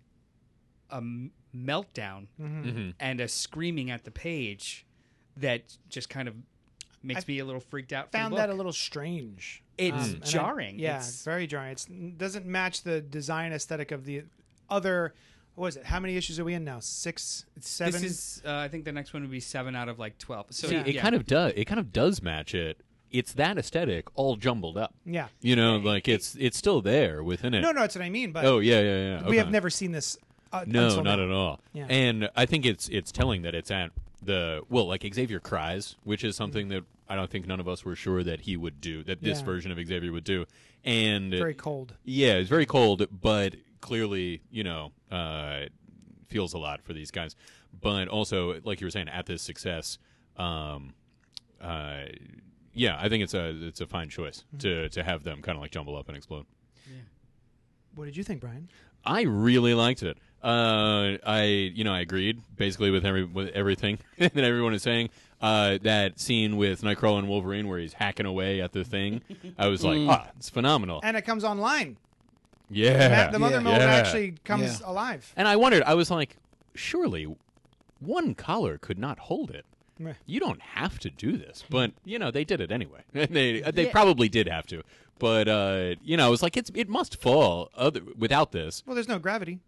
D: a m- meltdown
B: Mm-hmm.
D: and a screaming at the page that just kind of makes me a little freaked out. for the
A: Found
D: book.
A: that a little strange. Um,
D: it's
A: And I-
D: jarring.
A: yeah,
D: It's-
A: very jarring. It doesn't match the design aesthetic of the other. What is it? How many issues are we in now? Six, seven.
D: This is, uh, I think, the next one would be seven out of like twelve. So
B: See,
D: yeah.
B: it kind of does. It kind of does match it. It's that aesthetic all jumbled up.
A: Yeah.
B: You know, like it's it's still there within it.
A: no, no, it's what I mean. But
B: Oh yeah, yeah, yeah.
A: we have
B: okay.
A: never seen this. Uh,
B: No,
A: until
B: not
A: now.
B: at all.
A: Yeah.
B: And I think it's it's telling that it's at the well, like Xavier cries, which is something that I don't think none of us were sure that he would do, that this
A: Mm. Yeah.
B: version of Xavier would do. And
A: Very cold.
B: yeah, it's very cold, but clearly, you know, uh, feels a lot for these guys. But also, like you were saying, at this success, um, uh, yeah, I think it's a it's a fine choice to to have them kind of like jumble up and explode.
A: What did you think, Brian?
B: I really liked it. Uh, I you know I agreed basically with every with everything that everyone is saying. Uh, that scene with Nightcrawler and Wolverine where he's hacking away at the thing, I was like, ah, it's phenomenal.
A: And it comes online.
B: yeah,
A: Matt, the mother
C: Yeah.
A: mold
B: Yeah.
A: actually comes
C: Yeah.
A: alive.
B: And I wondered, I was like, surely one collar could not hold it.
A: Meh. Hmm.
B: You don't have to do this, but you know they did it anyway. they they probably did have to, but uh, you know I was like, it's it must fall other, without this.
A: Well, there's no gravity.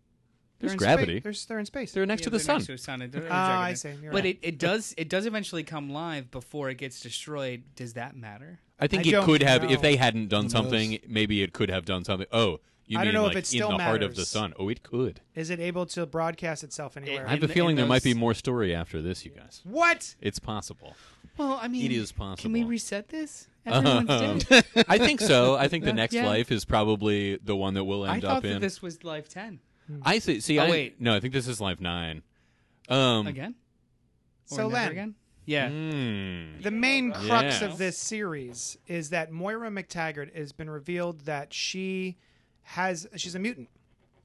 B: There's
A: They're in
B: gravity.
A: Space. They're, s- they're in space.
B: They're next
D: Yeah,
B: to the
D: they're
B: sun.
D: next to a sun. It- it-
A: Ah, I
D: it-
A: see. You're
D: But
A: right.
D: it, it does it does eventually come live before it gets destroyed. Does that matter?
B: I think
A: I
B: it
A: don't
B: could have
A: know.
B: if they hadn't done something. Maybe it could have done something. Oh, you
A: I
B: mean
A: don't know if
B: like
A: it still
B: in the heart of the
A: matters.
B: sun? Oh, it could.
A: Is it able to broadcast itself anywhere?
B: I have
D: In
B: a
D: the-
B: feeling
D: in
B: there might be
D: those-
B: more story after this, you guys.
A: what?
B: It's possible.
D: Well, I mean,
B: is
D: Can we
B: possible.
D: reset this? Everyone's dead.
B: I think so. I think the next
D: Yeah.
B: life is probably the one that we'll
D: I
B: end
D: thought
B: up
D: that
B: in.
D: this was life ten
B: I see. See,
D: Oh,
B: I
D: wait.
B: no. I think this is life nine. Um,
D: again.
A: So
D: Or never
A: Len,
D: again.
B: Mm.
D: Yeah.
B: hmm.
A: The main crux
B: Yeah.
A: of this series is that Moira McTaggart has been revealed that she has she's a mutant.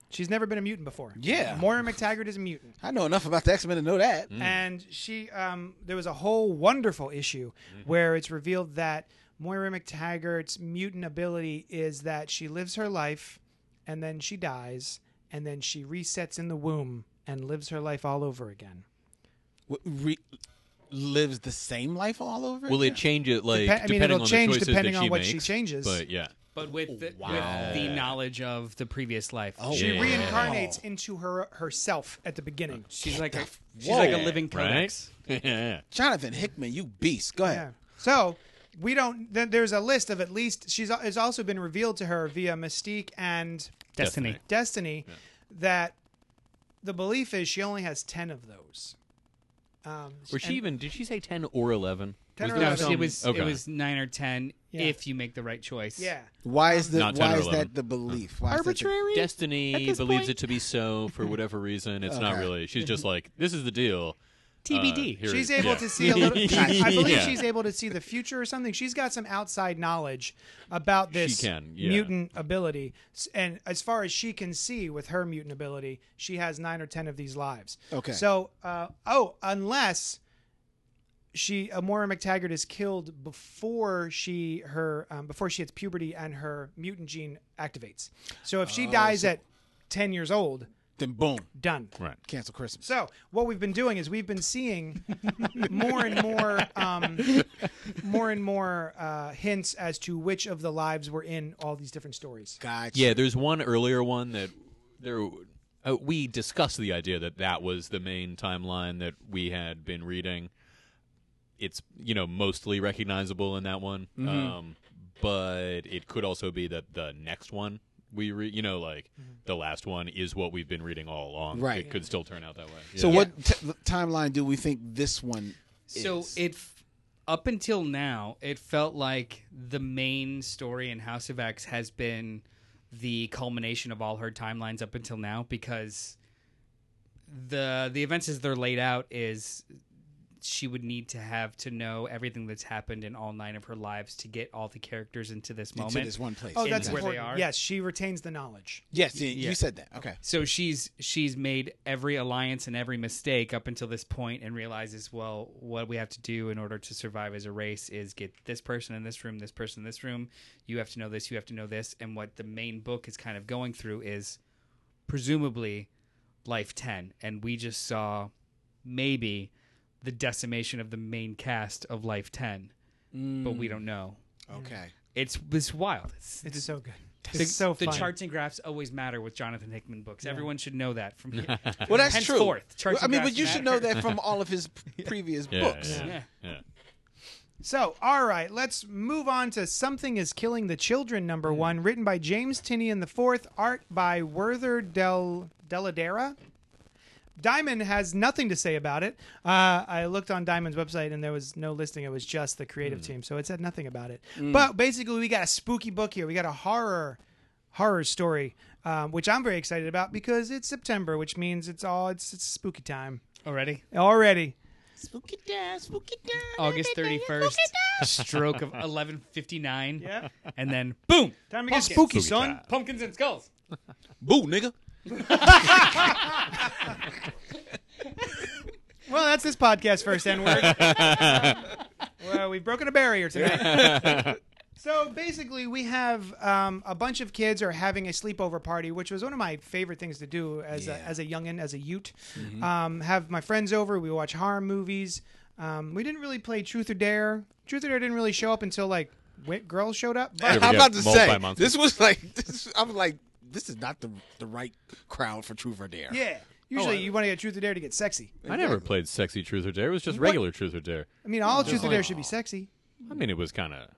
A: She's never been a mutant before.
C: Yeah.
A: Moira McTaggart is a mutant.
C: I know enough about the X Men to know that.
A: Mm.
B: Mm.
A: And she um there was a whole wonderful issue
B: Mm-hmm.
A: where it's revealed that Moira McTaggart's mutant ability is that she lives her life and then she dies and then she resets in the womb and lives her life all over again.
C: What, re- lives the same life all over.
B: Will
C: again?
B: it change it? Like
A: Depe- I mean,
B: depending
A: it'll
B: on
A: change
B: the choices
A: depending
B: that
A: on
B: she
A: what
B: makes,
A: she changes.
B: But yeah,
D: but with the,
C: Wow.
D: with the knowledge of the previous life.
C: Oh,
A: She
B: Yeah.
A: reincarnates into her herself at the beginning.
D: she's like a, she's
C: Whoa.
D: like a living codex.
B: right? yeah.
C: Jonathan Hickman, you beast. Go
A: Yeah.
C: ahead.
A: So we don't. Then there's a list of at least she's. It's also been revealed to her via Mystique and
D: Destiny.
B: Destiny.
A: Destiny that the belief is she only has ten of those. Um,
B: Or she
A: and-
B: even did she say ten or eleven?
A: 10 or
B: there
D: No,
A: Eleven.
D: it was
B: Okay.
D: it was nine or ten
A: Yeah. Uh,
D: if you make the right choice.
A: Yeah.
C: Why is the
B: Not 10
C: why
B: or
C: is
B: 11.
C: that the belief? Why is that the-
B: Destiny
D: this
B: believes
D: point?
B: it to be so for whatever reason. It's not
C: Okay.
B: really. She's just like this is the deal.
D: TBD.
B: Uh, here
A: She's
B: it-
A: able
B: yeah.
A: to see a little. she- I believe
B: Yeah.
A: she's able to see the future or something. She's got some outside knowledge about this
B: can, yeah.
A: mutant ability, S- and as far as she can see with her mutant ability, she has nine or ten of these lives.
C: Okay.
A: So, uh, oh, unless she, Amora McTaggart is killed before she her um, before she hits puberty and her mutant gene activates. So if
B: Oh,
A: she dies at ten years old,
C: Then boom,
A: done.
B: right.
C: cancel Christmas.
A: So what we've been doing is we've been seeing more and more, um, more and more uh, hints as to which of the lives were in all these different stories.
C: Gotcha.
B: Yeah, there's one earlier one that there uh, we discussed the idea that that was the main timeline that we had been reading. It's you know mostly recognizable in that one, um, but it could also be that the next one we read, you know, like the last one is what we've been reading all along.
C: Right.
B: it could still turn out that way.
C: So
B: Yeah.
C: what t- timeline do we think this one is?
D: So it f- up until now, it felt like the main story in House of X has been the culmination of all her timelines up until now because the the events as they're laid out is she would need to have to know everything that's happened in all nine of her lives to get all the characters into this moment.
C: into this one place.
A: Oh, that's
D: where they
A: important.
D: are?
A: Yes, she retains the knowledge.
C: yes, you-
D: yeah.
C: you said that. Okay.
D: So she's she's made every alliance and every mistake up until this point and realizes, well, what we have to do in order to survive as a race is get this person in this room, this person in this room. You have to know this, you have to know this, and what the main book is kind of going through is presumably life 10 and we just saw maybe the decimation of the main cast of life 10, but we don't know.
A: Mm.
C: Okay.
D: It's it's wild. It's
A: It's so good. It's
D: the,
A: so
D: the
A: fun.
D: charts and graphs always matter with Jonathan Hickman books. Everyone should know that from here.
C: Well, that's true.
D: Henceforth, charts
C: I
D: and
C: mean,
D: graphs
C: but you should know
D: matter.
C: that from all of his p- previous
B: Yeah,
C: books.
B: yeah,
D: Yeah.
B: yeah.
A: So, all right, let's move on to Something is Killing the Children, number one, written by James Tinney in the fourth, art by Werther Del Deladera. Diamond has nothing to say about it. Uh, I looked on Diamond's website and there was no listing. It was just the creative team, so it said nothing about it. But basically, we got a spooky book here. We got a horror horror story, um, which I'm very excited about because it's September, which means it's all it's, it's spooky time
D: already.
A: already.
D: August thirty first, stroke of eleven fifty nine.
A: Yeah.
D: and then boom,
A: Time to get
D: Pumpkins.
A: spooky, son.
D: pumpkins and skulls.
B: Boo, nigga.
A: Well, that's this podcast first N word. well, we've broken a barrier tonight. so basically, we have um, a bunch of kids are having a sleepover party, which was one of my favorite things to do as a,
C: Yeah.
A: as a youngin, as a Ute. Um, have my friends over. We watch horror movies. Um, we didn't really play Truth or Dare. Truth or Dare didn't really show up until like Wit girls showed up. But
B: we
C: I'm
B: go.
C: about to
B: Multi
C: say
B: monster.
C: this was like this, I'm like this is not the the right crowd for True or Dare.
A: yeah, usually you want to get Truth or Dare to get sexy.
B: I never played sexy truth or dare. It was just regular truth or dare.
A: I mean, all Truth or Dare should be sexy.
B: I mean, it was kind of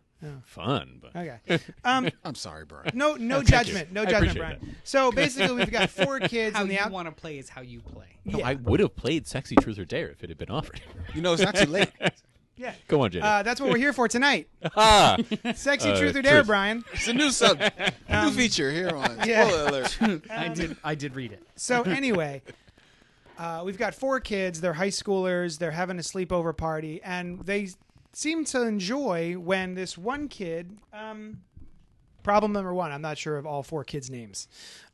B: fun, but
A: Okay. Um,
C: I'm sorry, Brian.
A: no, no judgment. No
B: I
A: judgment,
B: appreciate
A: Brian.
B: that.
A: So basically, we've got four kids
D: How
A: on the
D: you
A: out.
D: want to play is how you play.
B: No, I would have played Sexy Truth or Dare if it had been offered.
C: You know it's not too late.
A: Yeah.
B: Go on, Jenny.
A: Uh, that's what we're here for tonight.
B: ah,
A: Sexy
B: Uh,
A: truth or dare,
B: truth.
A: Brian.
C: It's a new sub, new feature here on
A: Um, yeah.
C: Spoiler Alert.
D: I did. I did read it.
A: So anyway, uh, we've got four kids. They're high schoolers. They're having a sleepover party, and they seem to enjoy when this one kid. Um, problem number one. I'm not sure of all four kids' names,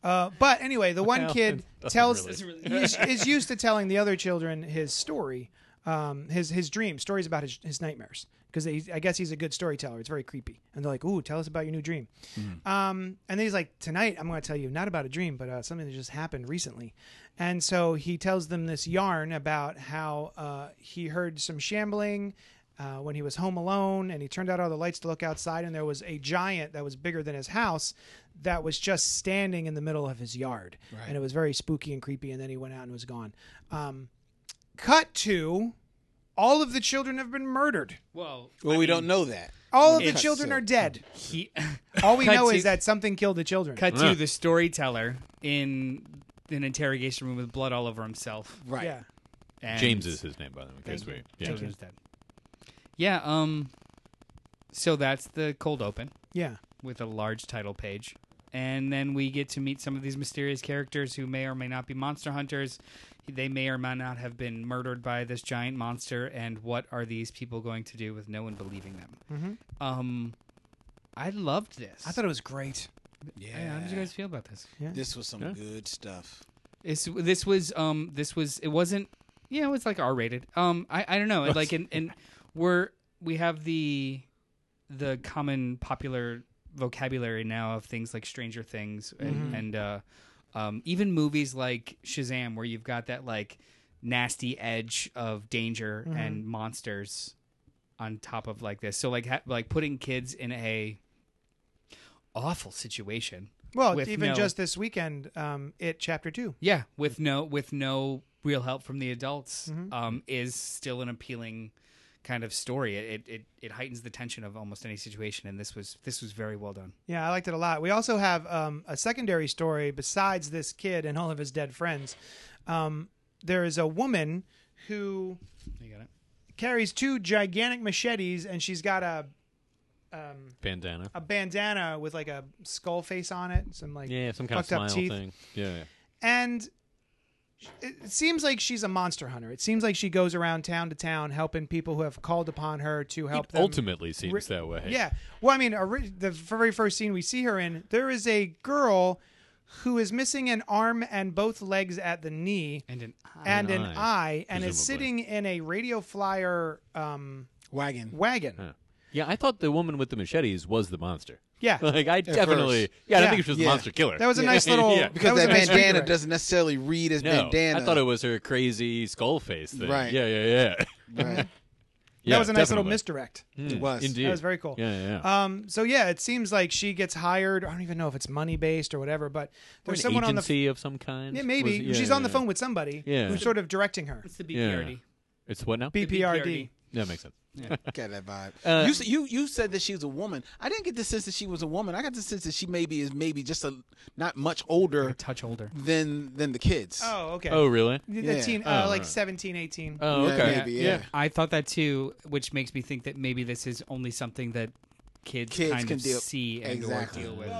A: uh, but anyway, the one
B: Well,
A: kid
B: it doesn't
A: tells
D: really-
A: is, is used to telling the other children his story, um, his his dream stories about his his nightmares. Because I guess he's a good storyteller. It's very creepy, and they're like, "Ooh, tell us about your new dream."
B: Mm-hmm.
A: Um, and then he's like, "Tonight, I'm going to tell you not about a dream, but uh, something that just happened recently." And so he tells them this yarn about how uh, he heard some shambling uh, when he was home alone and he turned out all the lights to look outside and there was a giant that was bigger than his house that was just standing in the middle of his yard and it was very spooky and creepy and then he went out and was gone um, cut to all of the children have been murdered
D: Well,
C: Well, we don't know that.
A: all of the
D: It's-
A: children are dead
D: he
A: all we
D: Cut
A: know
D: to-
A: is that something killed the children
D: cut
B: Yeah.
D: to the storyteller in an interrogation room with blood all over himself.
C: Right.
A: yeah
D: And
B: James is his name, by the way. in case we- yeah.
D: Children's dead. Yeah. Um. So that's the cold open
A: yeah
D: with a large title page, and then we get to meet some of these mysterious characters who may or may not be monster hunters. They may or may not have been murdered by this giant monster, and what are these people going to do with no one believing them? Um, I loved this.
A: i thought it was great
C: Yeah.
D: Yeah, how did you guys feel about this?
C: This was some good stuff.
D: This this was um this was it wasn't yeah it was like R rated um I I don't know and like and and we're we have the the common popular vocabulary now of things like Stranger Things and
A: Mm-hmm.
D: and uh, um even movies like Shazam where you've got that like nasty edge of danger
A: Mm-hmm.
D: and monsters on top of like this so like ha- like putting kids in a awful situation
A: well
D: with
A: even
D: no-
A: just this weekend um, it chapter two
D: yeah, with no with no real help from the adults, um, is still an appealing kind of story. It, it it it heightens the tension of almost any situation, and this was this was very well done.
A: Yeah, I liked it a lot. We also have um, a secondary story besides this kid and all of his dead friends. Um, there is a woman who
D: You got it.
A: carries two gigantic machetes, and she's got a
B: Bandana.
A: a bandana with like a skull face on it, some like
B: Yeah, some kind of
A: fucked up
B: smile
A: teeth.
B: thing. Yeah, yeah.
A: and it seems like she's a monster hunter. It seems like she goes around town to town helping people who have called upon her to help
B: It
A: them.
B: ultimately seems that way.
A: Yeah. Well, I mean, ori- the very first scene we see her in, there is a girl who is missing an arm and both legs at the knee
D: And an
A: and an
B: eye,
A: eye, and is sitting
B: presumably.
A: in a radio flyer um,
C: Wagon.
A: wagon.
B: Yeah, I thought the woman with the machetes was the monster.
A: Yeah.
B: Like I definitely Yeah, I
A: Yeah.
B: think it was the
C: Yeah.
B: monster killer.
A: That was a nice little.
B: Yeah.
C: Because
A: was
C: that,
A: a nice
C: bandana
A: redirect.
C: doesn't necessarily read as
B: no,
C: bandana.
B: I thought it was her crazy skull face thing.
C: Right.
B: Yeah, yeah, yeah.
C: Right.
B: Yeah,
A: that was a nice
B: definitely. Hmm.
A: little misdirect.
C: It was.
B: Indeed.
A: That was very cool.
B: Yeah, yeah. yeah.
A: Um, so yeah, it seems like she gets hired. I don't even know if it's money based or whatever, but
B: Or
A: there's
B: an
A: someone on the
B: agency of some kind.
A: yeah, maybe
B: Was- yeah,
A: she's on the
B: yeah.
A: phone with somebody
B: Yeah.
A: who's sort of directing her.
D: It's the
B: BPRD. It's what now?
A: BPRD.
B: That makes sense.
C: Got that vibe. you, s- you you said that she was a woman. I didn't get the sense that she was a woman. I got the sense that she maybe is maybe just a not much older
D: Touch older.
C: than than the kids.
A: Oh, okay.
B: Oh, really?
A: The
C: Yeah.
A: teen, uh,
B: Oh,
A: like
B: right.
A: 17, 18.
B: Oh,
C: Yeah,
B: okay.
C: maybe, yeah.
D: I thought that too, which makes me think that maybe this is only something that kids,
C: Kids
D: kind
C: can
D: of
C: deal-
D: see and
C: Exactly.
D: or deal with.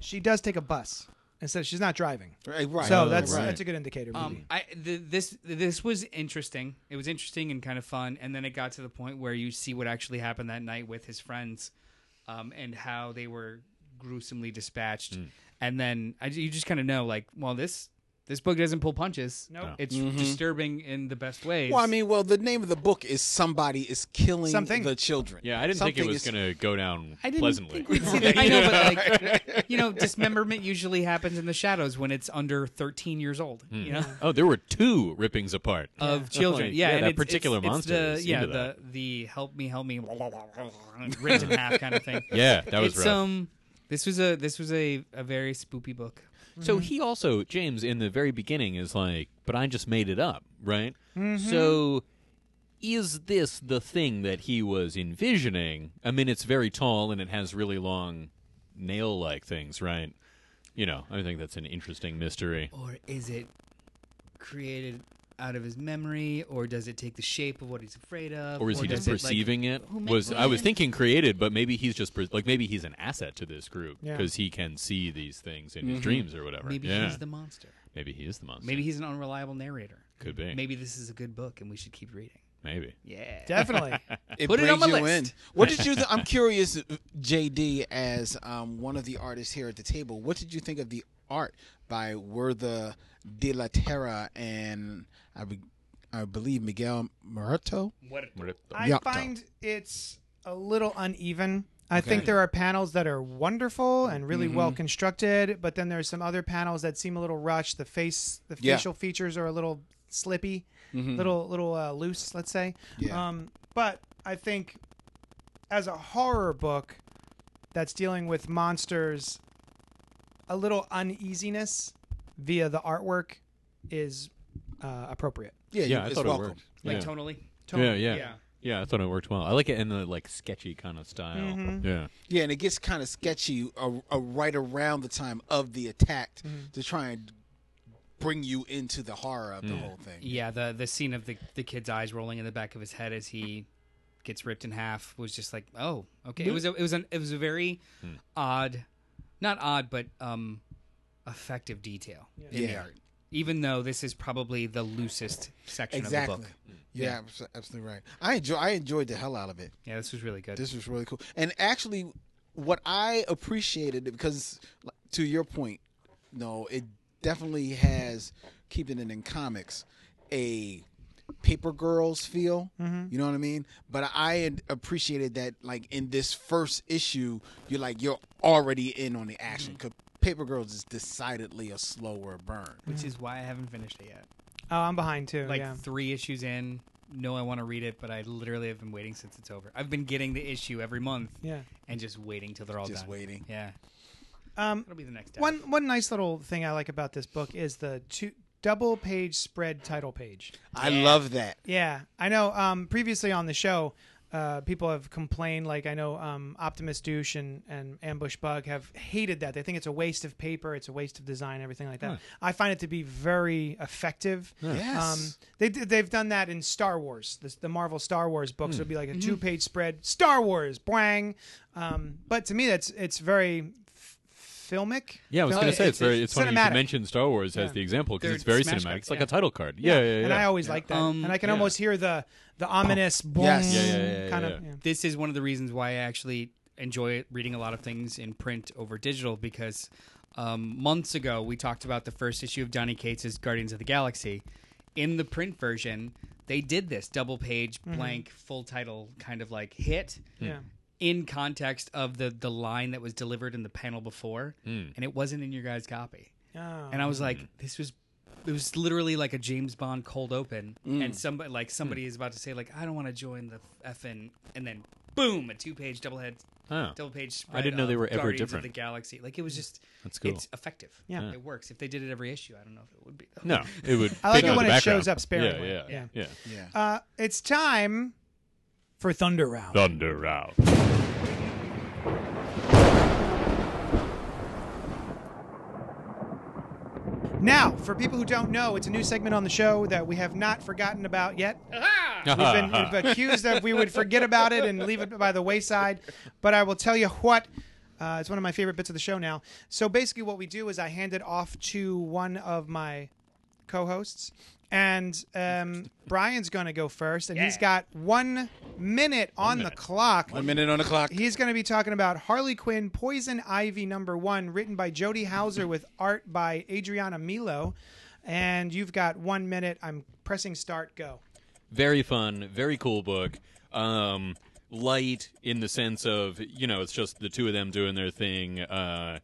A: She does take a bus, and so she's not driving.
C: Right, right.
A: So that's
C: right.
A: that's a good indicator. maybe.
D: Um, I th- this this was interesting. It was interesting and kind of fun, and then it got to the point where you see what actually happened that night with his friends, um, and how they were gruesomely dispatched. And then I, you just kind of know, like, well, this this book doesn't pull punches.
A: No. No.
D: it's disturbing in the best ways.
C: Well, I mean, well, the name of the book is "Somebody Is Killing
A: Something.
C: the Children."
B: Yeah, I didn't think it
C: Something
B: was
C: is-
B: going to go down
D: I didn't
B: pleasantly.
D: think we'd see that. I know, but like, you know, dismemberment usually happens in the shadows when it's under thirteen years old. You
C: Hmm.
D: know.
B: Oh, there were two rippings apart.
D: of children.
B: Like,
D: yeah,
B: yeah,
D: and
B: that
D: it's-
B: particular
D: it's- it's
B: monster
D: the-
B: is
D: yeah,
B: into
D: the the help me, help me, ripped in half kind of thing.
B: Yeah, that was
D: it's,
B: rough.
D: Um, this was a this was a, a very spoopy book.
B: um, So he also James in the very beginning is like, but I just made it up, right?
C: Mm-hmm.
B: So is this the thing that he was envisioning? I mean, it's very tall and it has really long nail-like things, right? You know, I think that's an interesting mystery.
D: Or is it created out of his memory, or does it take the shape of what he's afraid of,
B: Or is he just
D: does it, like-
B: perceiving it?
D: who makes
B: Was
D: the
B: I was
D: decision?
B: thinking created, but maybe he's just per- like maybe he's an asset to this group
A: Yeah.
B: because he can see these things in his dreams or whatever.
D: Mm-hmm. maybe
B: yeah.
D: he's the monster.
B: maybe he is the monster.
D: Maybe he's an unreliable narrator.
B: could be.
D: Maybe this is a good book, and we should keep reading.
B: maybe.
D: Yeah.
A: Definitely.
C: It
D: Put it
C: brings
D: on my
C: you
D: list.
C: in. What did you? Th- I'm curious, JD, as um, one of the artists here at the table, what did you think of the art by Wertha de la Terra and I, be- I believe Miguel Muerto?
A: I
C: Yuck,
A: find it's a little uneven. I think there are panels that are wonderful and really
C: Mm-hmm.
A: well constructed, but then there's some other panels that seem a little rushed. The face, the
C: Yeah. Mm-hmm.
A: facial features are a little slippy, little little uh, loose, let's say.
C: Yeah.
A: Um, but I think as a horror book that's dealing with monsters, a little uneasiness via the artwork is uh, appropriate.
C: Yeah,
B: yeah, I
C: it's
B: thought
C: welcome.
B: it worked.
D: like
B: yeah.
D: tonally.
B: yeah, yeah,
D: yeah.
B: yeah, I thought it worked well. I like it in the like sketchy kind of style. Yeah,
C: Yeah, and it gets kind of sketchy uh, uh, right around the time of the attack
D: Mm-hmm.
C: to try and bring you into the horror of the
B: Mm.
C: whole thing.
D: Yeah, the the scene of the the kid's eyes rolling in the back of his head as he gets ripped in half was just like, oh, okay. It was a, it was an it was a very odd, not odd, but um, effective detail in the
C: Yeah.
D: art. Even though this is probably the loosest section
C: Exactly.
D: of the book.
C: Yeah, abso- absolutely right. I enjoy. I enjoyed the hell out of it.
D: Yeah, this was really good.
C: This was really cool. And actually, what I appreciated because, like, to your point, no, it definitely has keeping it in comics a paper girls feel. You know what I mean? But I had appreciated that, like in this first issue, you're like you're already in on the action. 'cause Paper Girls is decidedly a slower burn.
D: which is why I haven't finished it yet.
A: Oh, I'm behind too.
D: Like
A: yeah.
D: three issues in. No, I want to read it, but I literally have been waiting since it's over. I've been getting the issue every month
A: Yeah.
D: and just waiting till they're all
C: Just
D: done.
C: waiting.
D: Yeah.
A: Um,
D: That'll be the next
A: one one nice little thing I like about this book is the two double page spread title page.
C: I love that.
A: Yeah, I know. Um, previously on the show, uh, people have complained. Like I know um, Optimus Douche and, and Ambush Bug have hated that. They think it's a waste of paper, it's a waste of design, everything like that. I find it to be very effective.
C: Yes.
A: Um, they d- they've done that in Star Wars. The, the Marvel Star Wars
B: Hmm.
A: books would be
B: Mm-hmm.
A: like a two page spread. Star Wars, bwang. Um, but to me, that's it's very f- filmic.
B: yeah. I was
A: Fil-
B: gonna say it's very. It's funny you should
A: cinematic.
B: mention Star Wars as the example because
D: They're
B: it's very
D: smash
B: cinematic.
D: cuts,
B: It's like
D: yeah.
B: a title card. Yeah, yeah, yeah.
A: And I always like that.
D: Um,
A: and I can
B: yeah.
A: almost hear the the ominous boom
C: Yes. Yeah,
B: yeah, yeah, yeah,
A: kind
B: yeah.
A: of. yeah.
D: this is one of the reasons why I actually enjoy reading a lot of things in print over digital because um, months ago we talked about the first issue of Donny Cates' Guardians of the Galaxy. In the print version, they did this double page blank full title kind of like hit
A: Yeah.
D: in context of the the line that was delivered in the panel before, and it wasn't in your guys' copy.
A: Oh.
D: And I was like, this was it was literally like a James Bond cold open,
B: Mm.
D: and somebody like somebody is about to say like, I don't want to join the effing, and then boom, a two page double head
B: Huh.
D: double page spread.
B: I didn't know
D: of
B: they were ever
D: Guardians
B: different.
D: Of the Galaxy, like it was just
B: That's cool.
D: It's effective.
A: Yeah.
D: it works. If they did it every issue, I don't know if it would be. though.
B: No, it would.
A: I like
B: fade
A: it
B: into
A: when
B: the
A: it shows
B: background.
A: up sparingly.
B: Yeah, yeah, yeah.
C: Yeah.
A: Uh, it's time for Thunder Round.
B: Thunder round.
A: Now, for people who don't know, it's a new segment on the show that we have not forgotten about yet. We've been we've been accused that we would forget about it and leave it by the wayside. But I will tell you what. Uh, it's one of my favorite bits of the show now. So basically, what we do is I hand it off to one of my co-hosts, and um, Brian's going to go first, and he's got one minute on the clock.
C: One minute on the clock.
A: He's going to be talking about Harley Quinn Poison Ivy number one, written by Jody Hauser with art by Adriana Milo. And you've got one minute. I'm pressing start, go.
B: very fun, very cool book. Um, light in the sense of you know it's just the two of them doing their thing, uh,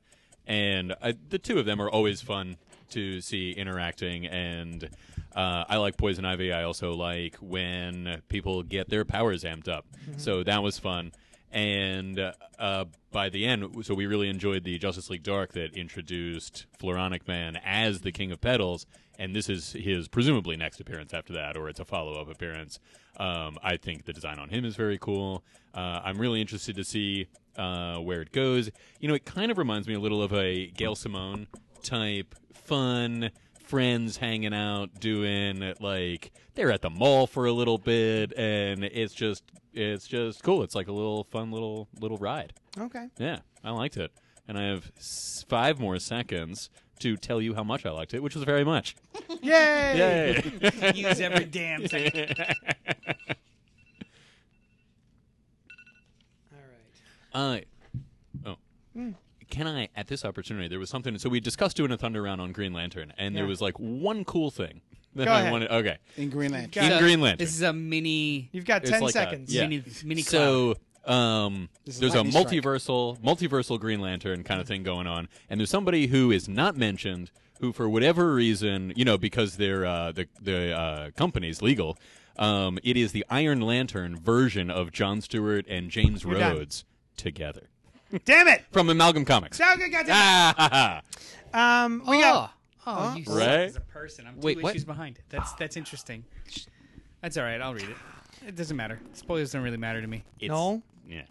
B: and I, the two of them are always fun to see interacting. And uh, I like Poison Ivy. I also like when people get their powers amped up. So that was fun. And uh, by the end, so we really enjoyed the Justice League Dark that introduced Floronic Man as the King of Petals, and this is his presumably next appearance after that, or it's a follow up appearance. Um, I think the design on him is very cool. Uh, I'm really interested to see uh, where it goes. You know, it kind of reminds me a little of a Gail Simone type fun friends hanging out doing like they're at the mall for a little bit and it's just it's just cool it's like a little fun little little ride
A: Okay.
B: yeah i liked it and i have s- five more seconds to tell you how much i liked it which was very much
A: Yay!
B: yay
D: use every damn second.
A: All right.
B: Uh, oh.
A: Hmm.
B: Can I, at this opportunity, there was something. So we discussed doing a Thunder Round on Green Lantern, and there
A: Yeah.
B: was like one cool thing that
A: Go
B: I
A: ahead.
B: wanted. Okay.
C: in Greenland.
A: Got
B: In
A: it.
B: Green Lantern.
D: This is a mini.
A: You've got
B: It's
A: 10
B: like a-
A: seconds.
B: yeah.
D: mini, mini cloud.
B: so um,
C: This is
B: there's a
C: lightning strike.
B: multiversal multiversal Green Lantern kind of thing going on, and there's somebody who is not mentioned who, for whatever reason, you know, because they're uh, the the uh, company's legal. Um, it is the Iron Lantern version of John Stewart and James
A: done.
B: Rhodes together
A: Damn it!
B: from Amalgam Comics.
A: So good, goddamn.
B: Ah, ha, ha.
A: Um, we
D: Oh,
A: got
D: oh, you
B: Right?
D: suck as a person. I'm two
F: Wait, what?
D: issues behind. That's that's interesting. That's all right. I'll read it. It doesn't matter. Spoilers don't really matter to me.
B: It's-
A: no.
B: Yeah.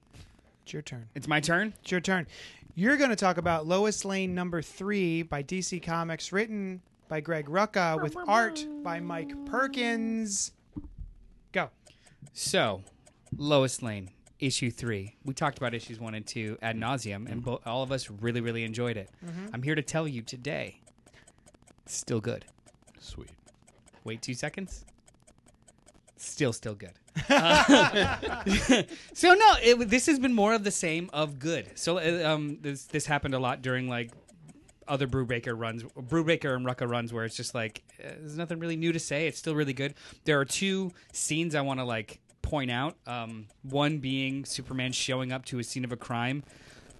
A: It's your turn.
D: It's my turn.
A: It's your turn. You're going to talk about Lois Lane number three by DC Comics, written by Greg Rucka with art by Mike Perkins. Go.
D: So, Lois Lane, issue three. We talked about issues one and two ad nauseum, and bo- all of us really, really enjoyed it.
F: Mm-hmm.
D: I'm here to tell you today, it's still good.
B: Sweet.
D: Wait two seconds. Still, still good. Uh, so no, it, this has been more of the same of good. So uh, um, this this happened a lot during like other Brewbaker runs, Brewbaker and Rucka runs, where it's just like uh, there's nothing really new to say. It's still really good. There are two scenes I want to like point out. Um, one being Superman showing up to a scene of a crime,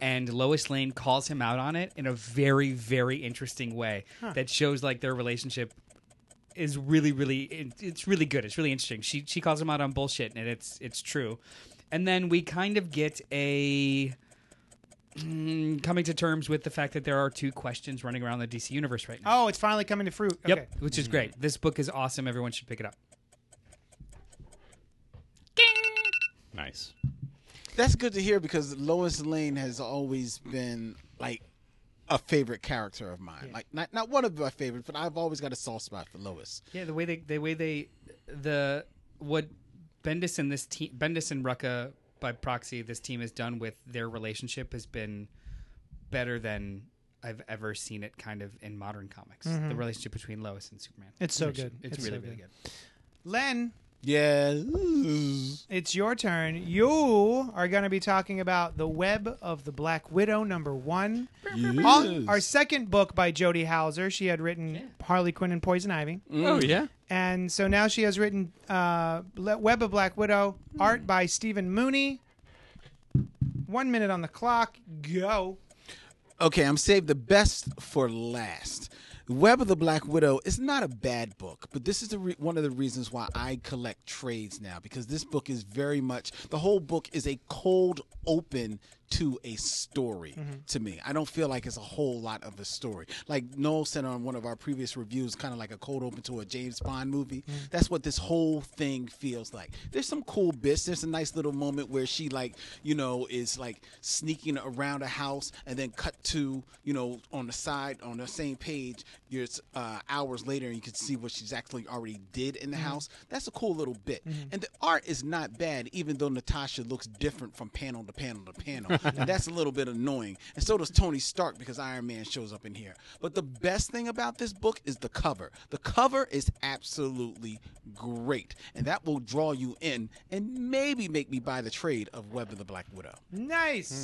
D: and Lois Lane calls him out on it in a very, very interesting way that shows like their relationship is really really it, it's really good it's really interesting she she calls him out on bullshit and it's it's true and then we kind of get a mm, coming to terms with the fact that there are two questions running around the dc universe right now
A: Oh, it's finally coming to fruit. Okay. Mm-hmm.
D: yep which is great this book is awesome everyone should pick it up
B: Nice.
C: That's good to hear because Lois Lane has always been like a favorite character of mine. Like not not one of my favorites, but I've always got a soft spot for Lois.
D: yeah the way they the way they the what bendis and this team bendis and rucka by proxy this team has done with their relationship has been better than I've ever seen it kind of in modern comics. The relationship between Lois and Superman.
A: Mm-hmm. It's so good. It's
D: It's, really,
A: so
D: really good.
A: Len,
C: Yeah.
A: it's your turn. You are going to be talking about The Web of the Black Widow, number one. All- our second book by Jody Hauser. She had written Harley Quinn and Poison Ivy.
B: Oh
D: Mm.
B: yeah.
A: And so now she has written uh, Le- Web of Black Widow, art by Stephen Mooney. One minute on the clock. Go.
C: Okay, I'm saved the best for last. Web of the Black Widow is not a bad book, but this is the re- one of the reasons why I collect trades now because this book is very much the whole book is a cold open to a story to me. I don't feel like it's a whole lot of a story. Like Noel said on one of our previous reviews, kind of like a cold open to a James Bond movie. That's what this whole thing feels like. There's some cool bits. There's a nice little moment where she like, you know, is like sneaking around a house and then cut to, you know, on the side on the same page, there's uh, hours later and you can see what she's actually already did in the house. That's a cool little bit. And the art is not bad, even though Natasha looks different from panel to panel to panel. and that's a little bit annoying. And so does Tony Stark because Iron Man shows up in here. But the best thing about this book is the cover. The cover is absolutely great. And that will draw you in and maybe make me buy the trade of Web of the Black Widow.
A: Nice.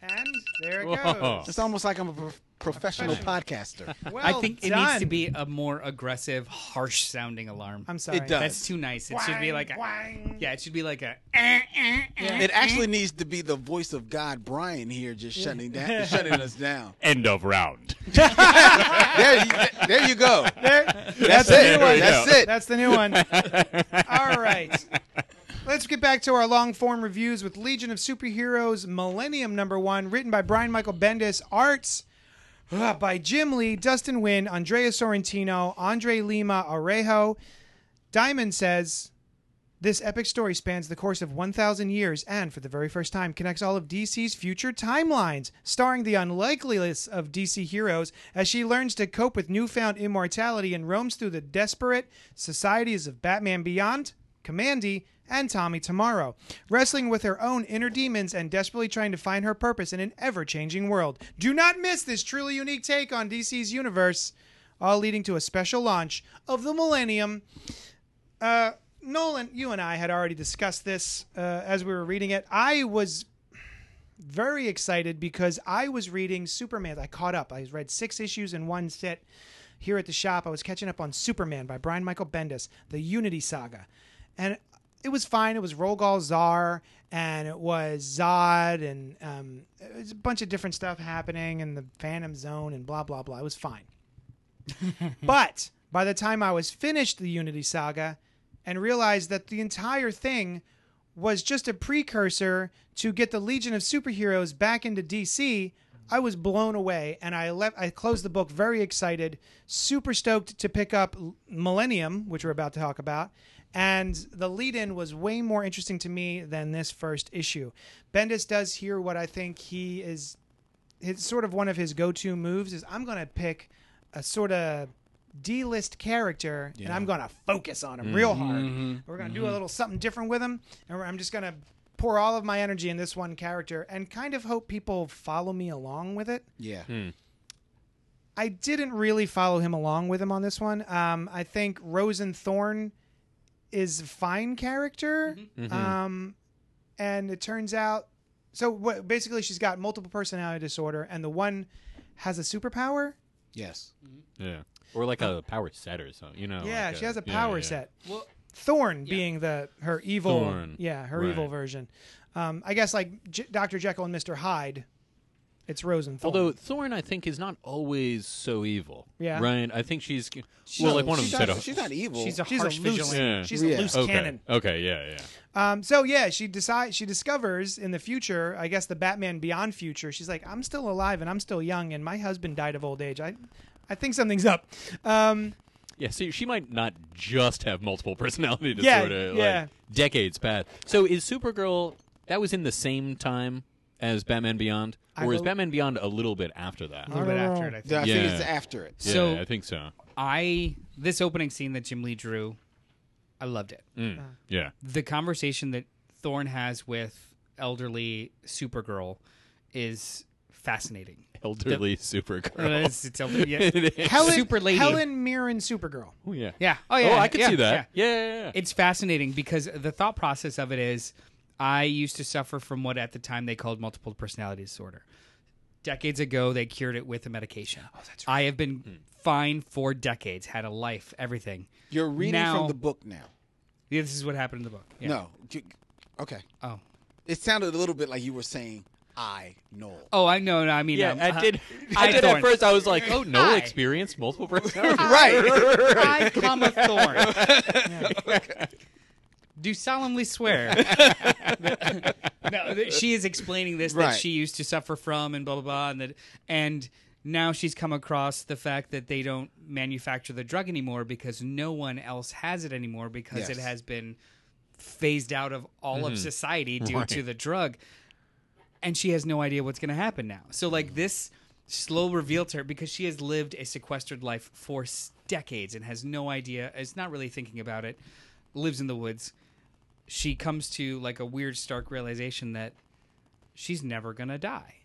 A: And there it
B: Whoa.
A: goes.
C: It's almost like I'm a prof- professional podcaster.
A: Well
D: I think it needs to
A: done.
D: be a more aggressive, harsh sounding alarm.
A: I'm sorry.
C: It does.
D: That's too nice. It should be like a
A: Wang.
D: yeah. It should be like a
C: It actually needs to be the voice of God, Brian here, just shutting down, shutting us down.
B: End of round.
C: There, you, there you go. That's,
A: the
C: it.
A: new one.
C: That's it.
A: That's the new one. All right. Let's get back to our long form reviews with Legion of Superheroes Millennium number one, written by Brian Michael Bendis, arts uh, by Jim Lee, Dustin Wynn, Andrea Sorrentino, Andre Lima Arejo. Diamond says this epic story spans the course of 1,000 years and, for the very first time, connects all of DC's future timelines, starring the unlikeliest of DC heroes as she learns to cope with newfound immortality and roams through the desperate societies of Batman Beyond, Commandy, and Tommy Tomorrow, wrestling with her own inner demons and desperately trying to find her purpose in an ever changing world. Do not miss this truly unique take on DC's universe, all leading to a special launch of the Millennium uh, Nolan, you and I had already discussed this uh, as we were reading it. I was very excited because I was reading Superman. I caught up. I read six issues in one sit here at the shop. I was catching up on Superman by Brian Michael Bendis, the Unity Saga, and it was fine. It was Rogal Zar and it was Zod and um, it was a bunch of different stuff happening and the Phantom Zone and blah blah blah. It was fine. But by the time I was finished the Unity Saga, and realized that the entire thing was just a precursor to get the Legion of Superheroes back into DC, I was blown away and I left I closed the book very excited, super stoked to pick up L- Millennium, which we're about to talk about. And the lead in was way more interesting to me than this first issue. Bendis does hear what I think he is his sort of one of his go-to moves is I'm going to pick a sort of D-list character and I'm going to focus on him real hard. We're going to do a little something different with him, and we're- I'm just going to pour all of my energy in this one character and kind of hope people follow me along with it.
C: Yeah.
A: I didn't really follow him along with him on this one. Um, I think Rosen Thorn is a fine character. Um, and it turns out, so what, basically, she's got multiple personality disorder, and the one has a superpower.
C: Yes.
B: Yeah. Or like a power set or something, you know.
A: yeah,
B: like
A: she has a
B: yeah,
A: power
B: yeah.
A: set.
D: Well,
A: Thorn being the her evil,
B: Thorn,
A: yeah, her
B: right.
A: evil version. Um, I guess like J- Doctor Jekyll and Mister Hyde. It's Rosen Thorn.
B: Although Thorn, I think, is not always so evil.
A: Yeah.
B: Right? I think she's. well, like one of them
C: she's
B: said. uh,
C: not,
B: a-
C: she's not evil.
D: she's a
A: she's
D: harsh
A: a loose,
D: vigilante.
B: Yeah.
A: she's a
C: Yeah.
A: loose
B: okay.
A: cannon.
B: Okay, yeah, yeah.
A: Um, so yeah, she decides she discovers in the future, I guess the Batman Beyond future. She's like, I'm still alive and I'm still young, and my husband died of old age. I, I think something's up. Um,
B: Yeah, see, she might not just have multiple personality
A: Yeah,
B: disorder.
A: yeah.
B: Like, decades past. So is Supergirl. That was in the same time as Batman Beyond? Or is
A: bel-
B: Batman Beyond a little bit after that?
A: a little bit after it, I think.
C: I think it's
B: Yeah.
C: after it.
B: Yeah,
D: Uh, So-
B: I think so.
D: I this opening scene that Jim Lee drew, I loved it.
B: Mm. Yeah.
D: The conversation that Thorne has with elderly Supergirl is fascinating.
B: Elderly Supergirl.
D: it's, it's elder, yeah.
A: Helen,
D: Super lady.
A: Helen Mirren, Supergirl.
B: Oh, yeah.
D: yeah. Oh
B: Oh,
D: yeah.
B: I could
D: yeah,
B: see that.
D: yeah.
B: Yeah, yeah, yeah.
D: It's fascinating because the thought process of it is I used to suffer from what at the time they called multiple personality disorder. Decades ago, they cured it with a medication. Oh, that's right. I have been fine for decades, had a life, everything.
C: You're reading
D: Now-
C: from the book now.
D: Yeah, this is what happened in the book. Yeah.
C: No. you- Okay.
D: Oh.
C: It sounded a little bit like you were saying, I know.
D: Oh, I know. No, I mean,
B: Yeah,
D: um,
B: I
D: uh,
B: did.
D: I
B: I did
D: thorn.
B: at first. I was like, "Oh, Noel
D: I.
B: experienced multiple personalities."
C: Right.
D: I, comma Thorn, do solemnly swear. no, that she is explaining this
C: Right.
D: that she used to suffer from, and blah blah blah, and that, and now she's come across the fact that they don't manufacture the drug anymore because no one else has it anymore because it
C: Yes.
D: has been phased out of all of society due to the drug. and she has no idea what's going to happen now. So like this slow reveal to her because she has lived a sequestered life for s- decades and has no idea, is not really thinking about it, lives in the woods. She comes to like a weird stark realization that she's never going to die.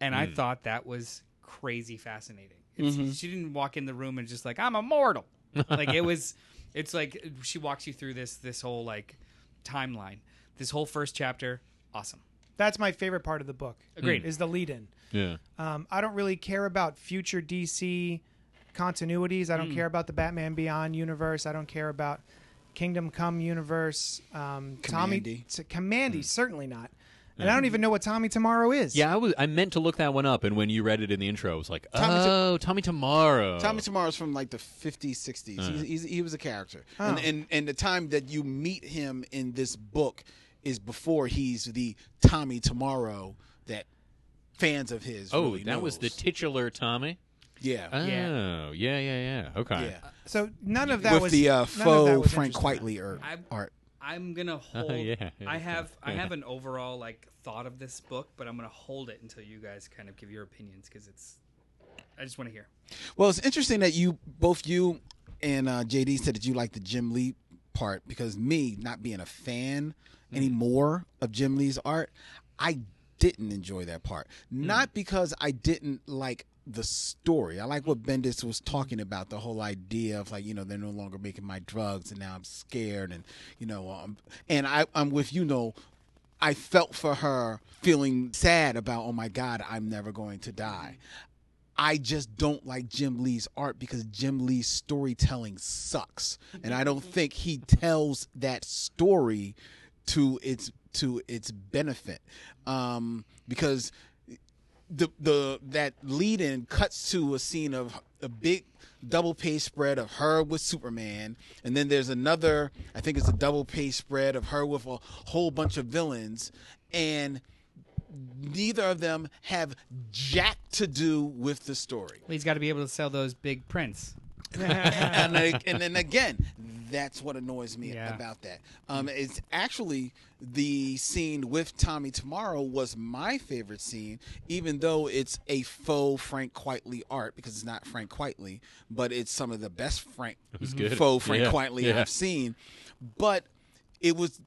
D: And
B: Mm.
D: I thought that was crazy fascinating. It's,
B: Mm-hmm.
D: She didn't walk in the room and just like I'm immortal. like it was it's like she walks you through this this whole like timeline. This whole first chapter, awesome.
A: That's my favorite part of the book.
D: Agreed.
A: Is the lead in.
B: yeah,
A: Um, I don't really care about future DC continuities. I
B: Hmm.
A: don't care about the Batman Beyond universe. I don't care about Kingdom Come universe. Um, Tommy
C: Commandy. Hmm.
A: T- Commandy, certainly not. And I don't even know what Tommy Tomorrow is.
B: yeah. I was. I meant to look that one up, and when you read it in the intro, I was like,
C: Tommy T-
B: "Oh, Tommy Tomorrow."
C: Tommy Tomorrow's from like the 50s, 60s. He's, he's, he was a character.
A: Oh.
C: And, and, and the time that you meet him in this book is before he's the Tommy Tomorrow that fans of his.
B: Oh,
C: really
B: that was the
C: knows.
B: titular Tommy.
C: yeah.
B: Oh,
D: Yeah.
B: yeah, yeah, yeah. Okay.
C: yeah.
A: So none of that
C: With
A: was
C: the
A: none
C: uh,
A: of that was
C: faux Frank
A: interesting.
C: Quitely art.
D: I-
C: art.
D: I'm gonna hold.
B: yeah, yeah,
D: I have I
B: yeah.
D: have an overall like thought of this book, but I'm gonna hold it until you guys kind of give your opinions because it's. I just want to hear.
C: Well, it's interesting that you both you and uh, JD said that you like the Jim Lee part because me not being a fan anymore of Jim Lee's art, I didn't enjoy that part. Not because I didn't like the story. I like what Bendis was talking about the whole idea of like you know they're no longer making my drugs and now I'm scared and you know um, and I I'm with you know I felt for her feeling sad about, oh my God, I'm never going to die. I just don't like Jim Lee's art because Jim Lee's storytelling sucks. And I don't think he tells that story to its to its benefit. Um, because the the that lead in cuts to a scene of a big double page spread of her with Superman, and then there's another. I think it's a double page spread of her with a whole bunch of villains, and neither of them have jack to do with the story.
D: Well, he's got to be able to sell those big prints.
C: and, I- and then again, that's what annoys me
D: Yeah.
C: about that. Um, it's actually the scene with Tommy Tomorrow was my favorite scene, even though it's a faux Frank Quitely art because it's not Frank Quitely, but it's some of the best Frank
B: good.
C: faux Frank
B: Yeah,
C: Quitely
B: yeah.
C: I've seen. But it was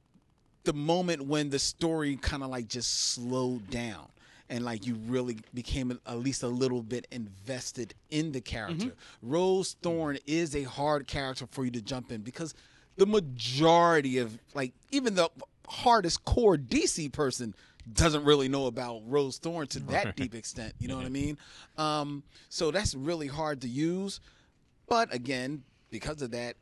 C: the moment when the story kind of like just slowed down and like you really became at least a little bit invested in the character. Rose Thorne is a hard character for you to jump in because the majority of like even the hardest core DC person doesn't really know about Rose Thorne to that deep extent, you know what I mean? Um so that's really hard to use, but again, because of that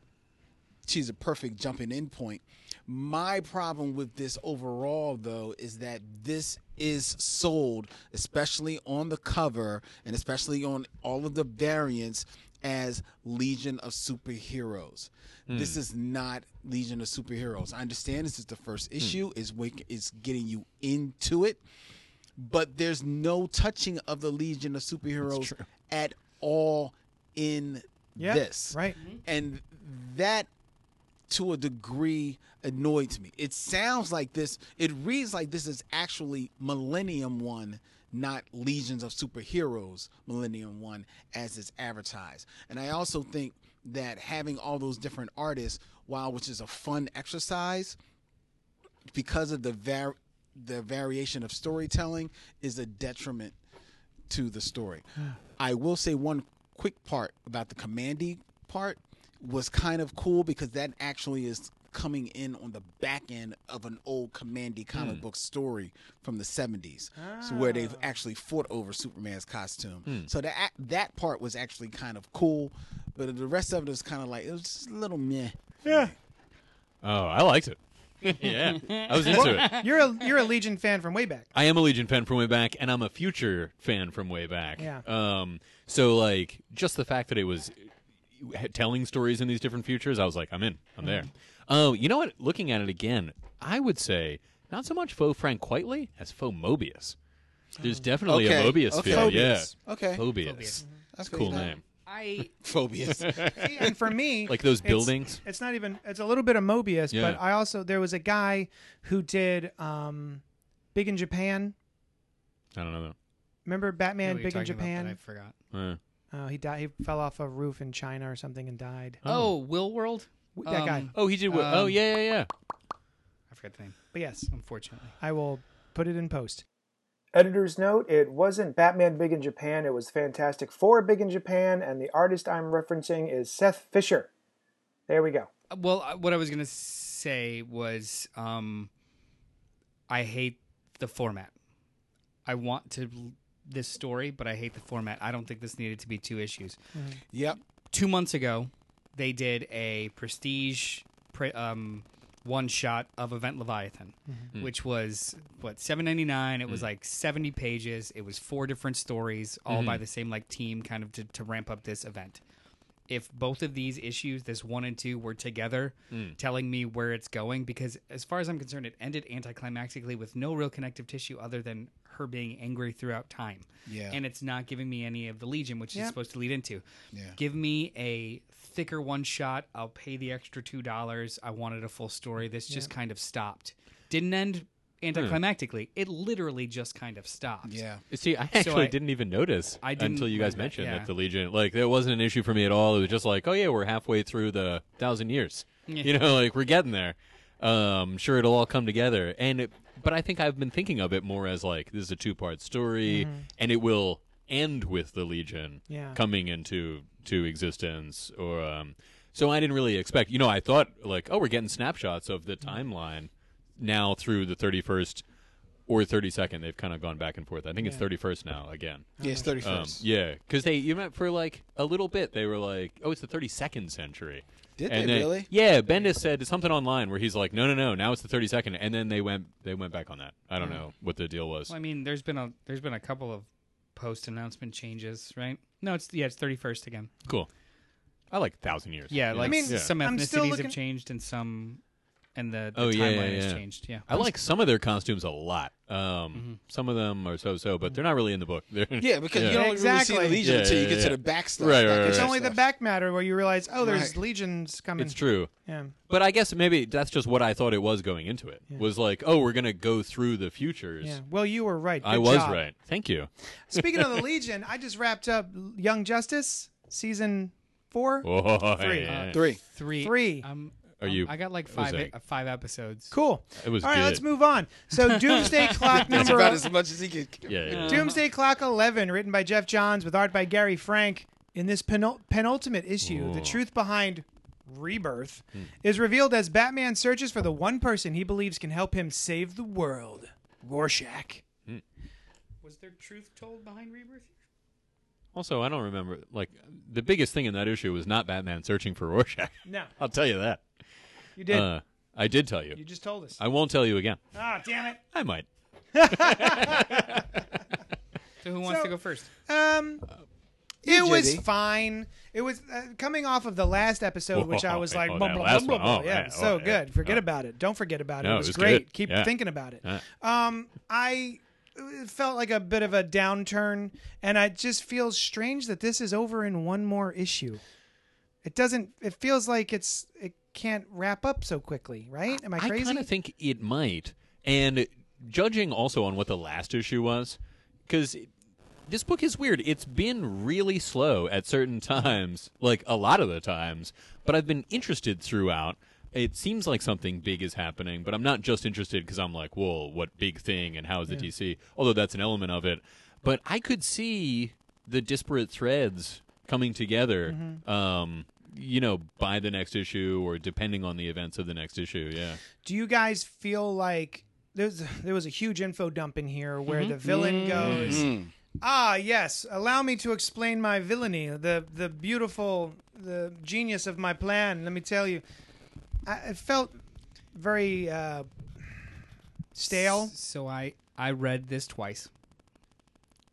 C: she's a perfect jumping in point. My problem with this overall, though, is that this is sold, especially on the cover and especially on all of the variants, as Legion of Superheroes. This is not Legion of Superheroes. I understand this is the first issue; is wake is getting you into it, but there's no touching of the Legion of Superheroes at all in
A: Yeah,
C: this
A: right.
B: Mm-hmm.
C: and that to a degree annoys me. It sounds like this, it reads like this is actually Millennium One, not Legions of Superheroes Millennium One as it's advertised. And I also think that having all those different artists, while which is a fun exercise, because of the var- the variation of storytelling is a detriment to the story. I will say one quick part about the commandy part was kind of cool because that actually is coming in on the back end of an old commandy comic
B: Hmm.
C: book story from the 70s so where
B: Ah.
C: they've actually fought over superman's costume
B: Hmm.
C: so that that part was actually kind of cool but the rest of it was kind of like it was just a little meh
B: Oh, I liked it. yeah, I was into it.
A: You're a you're a Legion fan from way back.
B: I am a Legion fan from way back, and I'm a future fan from way back.
A: Yeah.
B: Um. So like, just the fact that it was telling stories in these different futures, I was like, I'm in. I'm there. Oh, you know what? Looking at it again, I would say not so much faux Frank Quitely as faux Mobius. There's definitely
C: Okay,
B: a Oh, Mobius
C: okay.
B: feel.
C: Phobius.
B: Yeah.
C: Okay.
B: Phobius.
D: Phobius.
C: that's
B: Cool name.
D: I
C: phobias
A: and for me,
B: Like those
A: it's-
B: buildings?
A: It's, not even. It's a little bit of Mobius,
B: Yeah.
A: but I also there was a guy who did um, Big in Japan.
B: I don't know
A: Remember Batman
D: know what
A: Big
D: you're
A: in
D: talking about, but I
A: Japan?
D: forgot.
B: that. Uh,
A: Oh, he died. He fell off a roof in China or something and died.
D: Oh, Will World.
A: W- that guy.
D: Um,
B: oh, he did. What, oh,
D: Um,
B: yeah, yeah, yeah.
D: I forgot the name.
A: But yes,
D: Unfortunately,
A: I will put it in post. Editor's note it wasn't Batman Big in Japan, it was Fantastic Four Big in Japan, and the artist I'm referencing is Seth Fisher. There we go.
D: Uh, well, I- what I was gonna say was, um, I hate the format. I want to l- this story, but I hate the format. I don't think this needed to be two issues.
C: yep
D: two months ago, they did a prestige pre- um, one shot of Event Leviathan, which was what seven ninety nine. It was like seventy pages. It was four different stories, all by the same like team, kind of to, to ramp up this event. If both of these issues, this one and two, were together, telling me where it's going, because as far as I'm concerned, it ended anticlimactically with no real connective tissue other than her being angry throughout time.
C: Yeah.
D: And it's not giving me any of the Legion, which is supposed to lead into.
C: Yeah.
D: Give me a thicker one shot. I'll pay the extra two dollars. I wanted a full story. This just kind of stopped. Didn't end anticlimactically.
B: Hmm.
D: It literally just kind of stopped.
C: yeah
B: See, I actually
D: I-
B: didn't even notice
D: I didn't
B: until you guys
D: like that,
B: mentioned
D: yeah.
B: that the Legion, like, that wasn't an issue for me at all. It was just like, oh yeah, we're halfway through the thousand years. You know, like we're getting there. Um, sure, it'll all come together. And it, but I think I've been thinking of it more as like this is a two-part story, and it will end with the Legion
A: Yeah.
B: coming into to existence. Or um, so I didn't really expect. You know, I thought like, oh, we're getting snapshots of the timeline now through the thirty-first or 32nd. They've kind of gone back and forth. I think it's 31st now again.
C: yeah it's 31st
B: Um, yeah, because they you meant for like a little bit they were like, oh, it's the 32nd century.
C: Did
B: And
C: they
B: then-
C: really?
B: Yeah, Bendis said something online where he's like, no, no, no, now it's the 32nd, and then they went they went back on that. I don't know what the deal was.
D: Well, I mean, there's been a there's been a couple of post announcement changes, right? No, it's yeah, it's thirty first again.
B: Cool. I like thousand years.
D: Yeah,
B: you
D: like
B: know?
A: mean,
B: yeah.
D: some
A: I'm still
D: ethnicities
A: looking-
D: have changed and some and the, the
B: Oh,
D: timeline
B: yeah, yeah,
D: has
B: yeah.
D: changed. Yeah.
B: I like some of their costumes a lot. Um, Some of them are so-so, but they're not really in the book. They're-
C: Yeah, because you don't
A: Exactly.
C: really see the Legion
B: Yeah,
C: until you
B: yeah,
C: get
B: yeah.
C: to the back stuff.
B: Right, right,
C: back
B: right,
C: issue
B: right.
A: It's only the
C: stuff.
A: back matter where you realize, oh, there's
C: Right.
A: legions coming.
B: it's true.
A: Yeah.
B: But I guess maybe that's just what I thought it was going into it. Was like, oh, we're gonna go through the futures.
A: Yeah. Well, you were right.
B: I
A: Good
B: was
A: job.
B: right. Thank you.
A: Speaking of the Legion, I just wrapped up Young Justice season four.
B: Boy.
A: Three.
C: Three.
D: Three.
A: Three.
D: Um,
B: Are
D: um,
B: you-
D: I got like
B: what was
D: five
B: that?
D: uh, five episodes.
A: Cool.
B: It was
A: All right,
B: good.
A: let's move on. So Doomsday
C: That's
A: Clock number
C: about as much as he could.
B: Yeah. yeah.
A: Doomsday Clock 11, written by Jeff Johns with art by Gary Frank. In this penul- penultimate issue, the truth behind Rebirth
B: Hmm.
A: is revealed as Batman searches for the one person he believes can help him save the world Rorschach.
D: Was there truth told behind Rebirth?
B: Also, I don't remember. Like the biggest thing in that issue was not Batman searching for Rorschach.
A: No,
B: I'll tell you that.
A: you did.
B: Uh, I did tell you.
A: you just told us.
B: I won't tell you again.
A: ah, damn it.
B: I might.
D: So who wants
A: So-
D: to go first?
A: Um, it was
C: JD.
A: fine. It was uh, coming off of the last episode, which I was
B: Oh,
A: like,
B: that
A: blah, blah,
B: last
A: blah,
B: one.
A: blah,
B: Oh,
A: yeah,
B: yeah.
A: so
B: Oh, yeah.
A: good. Forget
B: No.
A: about it. Don't forget about it.
B: No,
A: it
B: it
A: was,
B: was
A: great.
B: good.
A: Keep
B: Yeah.
A: thinking about it.
B: Yeah.
A: Um, I it felt like a bit of a downturn, and I just feels strange that this is over in one more issue. It doesn't. It feels like it's it can't wrap up so quickly, right? Am I
B: I
A: crazy?
B: kind of think it might. And judging also on what the last issue was, because this book is weird. It's been really slow at certain times, like a lot of the times, but I've been interested throughout. It seems like something big is happening, but I'm not just interested because I'm like, whoa, what big thing and how is it DC? Although that's an element of it. But I could see the disparate threads coming together.
A: Mm-hmm.
B: Um, you know, by the next issue or depending on the events of the next issue, yeah.
A: do you guys feel like there's there was a huge info dump in here where the villain goes ah yes allow me to explain my villainy the the beautiful the genius of my plan let me tell you I, it felt very uh stale
D: So I I read this twice,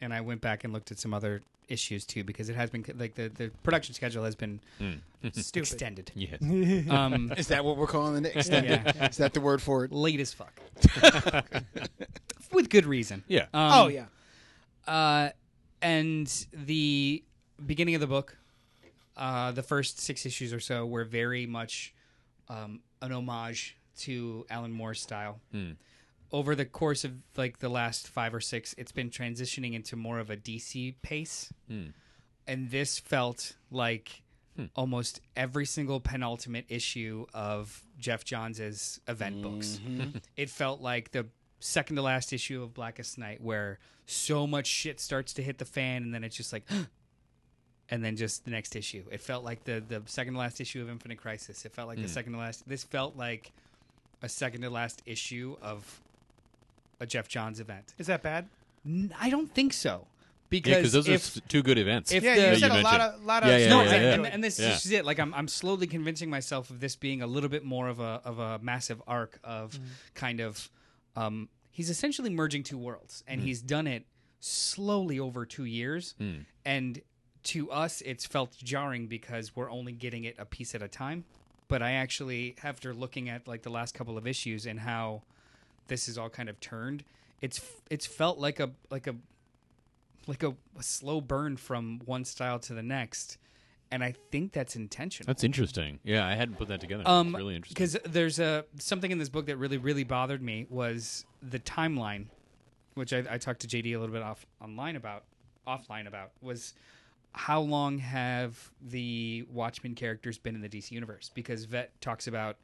D: and I went back and looked at some other issues too because it has been like the, the production schedule has been Hmm. extended.
B: Yes.
D: Um,
C: Is that what we're calling it? Extended? Is that the word for it?
D: late as fuck, with good reason.
B: Yeah.
D: Um,
A: oh yeah
D: Uh, and the beginning of the book, uh, the first six issues or so were very much um, an homage to Alan Moore's style. Over the course of like the last five or six, it's been transitioning into more of a DC pace, and this felt like almost every single penultimate issue of Jeff Johns's event books it felt like the second to last issue of Blackest Night, where so much shit starts to hit the fan, and then it's just like, and then just the next issue. It felt like the the second to last issue of Infinite Crisis. It felt like the second to last. This felt like a second to last issue of a Jeff Johns event.
A: is that bad
D: N- I don't think so
B: Yeah,
D: because
B: because those
D: if,
B: are s- two good events.
D: if
A: yeah
D: the-
A: you
D: Yeah,
A: said
B: you
A: a lot
B: mentioned.
A: of lot of
B: Yeah, yeah,
D: no,
B: yeah,
D: and-
B: yeah.
D: And, and this
B: Yeah.
D: is just it. Like I'm, I'm slowly convincing myself of this being a little bit more of a of a massive arc of kind of. Um, he's essentially merging two worlds,
B: Mm.
D: and he's done it slowly over two years.
B: Hmm.
D: And to us, it's felt jarring because we're only getting it a piece at a time. But I actually, after looking at like the last couple of issues and how this is all kind of turned, it's it's felt like a like a like a, a slow burn from one style to the next, and I think that's intentional.
B: That's interesting. Yeah, I hadn't put that together.
D: um,
B: That's really interesting.
D: because there's a something in this book that really really bothered me was the timeline, which I, I talked to JD a little bit off online about offline about was how long have the Watchmen characters been in the DC universe? Because Vet talks about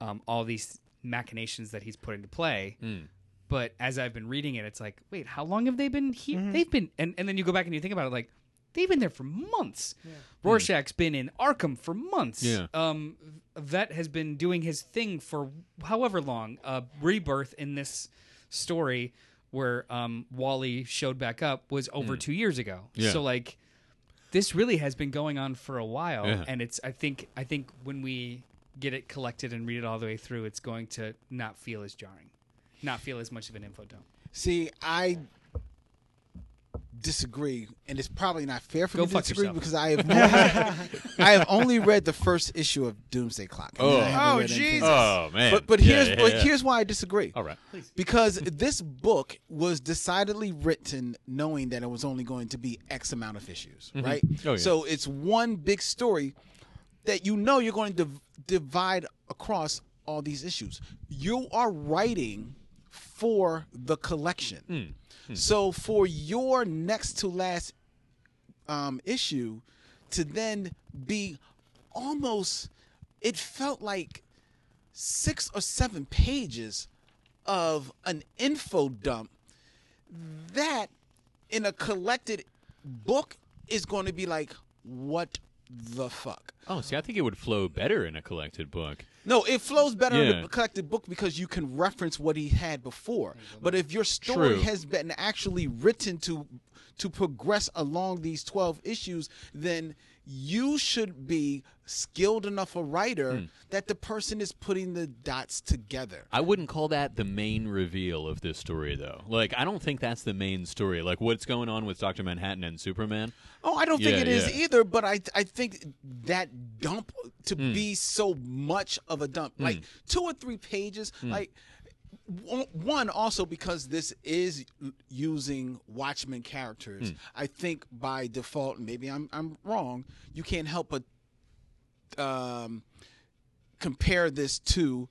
D: um, all these machinations that he's put into play.
B: Mm.
D: But as I've been reading it, it's like, wait, how long have they been here? They've been, and, and then you go back and you think about it, like, they've been there for months. Rorschach's been in Arkham for months.
B: Yeah.
D: Um, Vet has been doing his thing for however long. Uh, Rebirth in this story where um, Wally showed back up was over two years ago.
B: Mm. Yeah.
D: So, like, this really has been going on for a while
B: Yeah.
D: and it's i think i think when we get it collected and read it all the way through it's going to not feel as jarring not feel as much of an info dump
C: See, I disagree, and it's probably not fair for
D: Go
C: me to
D: fuck
C: disagree
D: yourself.
C: because I have only, I have only read the first issue of Doomsday Clock. I mean, I haven't
A: Oh,
C: read anything
A: Jesus.
C: else.
B: Oh man.
C: But but
B: Yeah,
C: here's
B: yeah,
C: but
B: yeah.
C: here's why I disagree.
B: All right.
C: Because this book was decidedly written knowing that it was only going to be X amount of issues, right?
B: Oh, yeah.
C: So it's one big story that you know you're going to div- divide across all these issues. You are writing for the collection.
B: Hmm.
C: So for your next to last um, issue to then be almost it felt like six or seven pages of an info dump that in a collected book is going to be like what the fuck
B: Oh, see, I think it would flow better in a collected book.
C: no it flows better in
B: Yeah.
C: a collected book because you can reference what he had before but if your story
B: True.
C: has been actually written to to progress along these 12 issues then you should be skilled enough a writer
B: Hmm.
C: that the person is putting the dots together
B: I wouldn't call that the main reveal of this story, though. Like, I don't think that's the main story. Like, what's going on with Doctor Manhattan and Superman?
C: Oh, I don't
B: Yeah,
C: think it is
B: yeah.
C: either, but I I think that dump to
B: Hmm.
C: be so much of a dump, like two or three pages,
B: Hmm.
C: like w- one also because this is using Watchmen characters.
B: Hmm.
C: I think by default, maybe I'm I'm wrong. You can't help but um, compare this to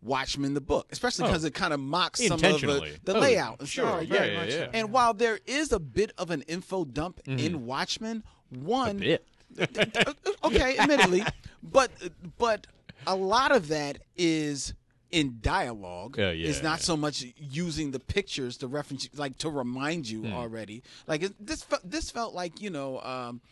C: Watchmen the book, especially because it kind of mocks some of the,
B: Oh. Intentionally.
C: the
B: Oh,
C: layout. and stuff
B: Sure,
C: like
B: yeah,
C: that.
B: yeah, yeah. Mm-hmm.
C: And while there is a bit of an info dump in Watchmen, one uh,
B: Bit.
C: okay, admittedly, but but a lot of that is in dialogue.
B: Yeah, yeah,
C: it's not
B: yeah.
C: so much using the pictures to reference, like to remind
B: Hmm.
C: you already. Like it, this, fe- this felt like you know. Um,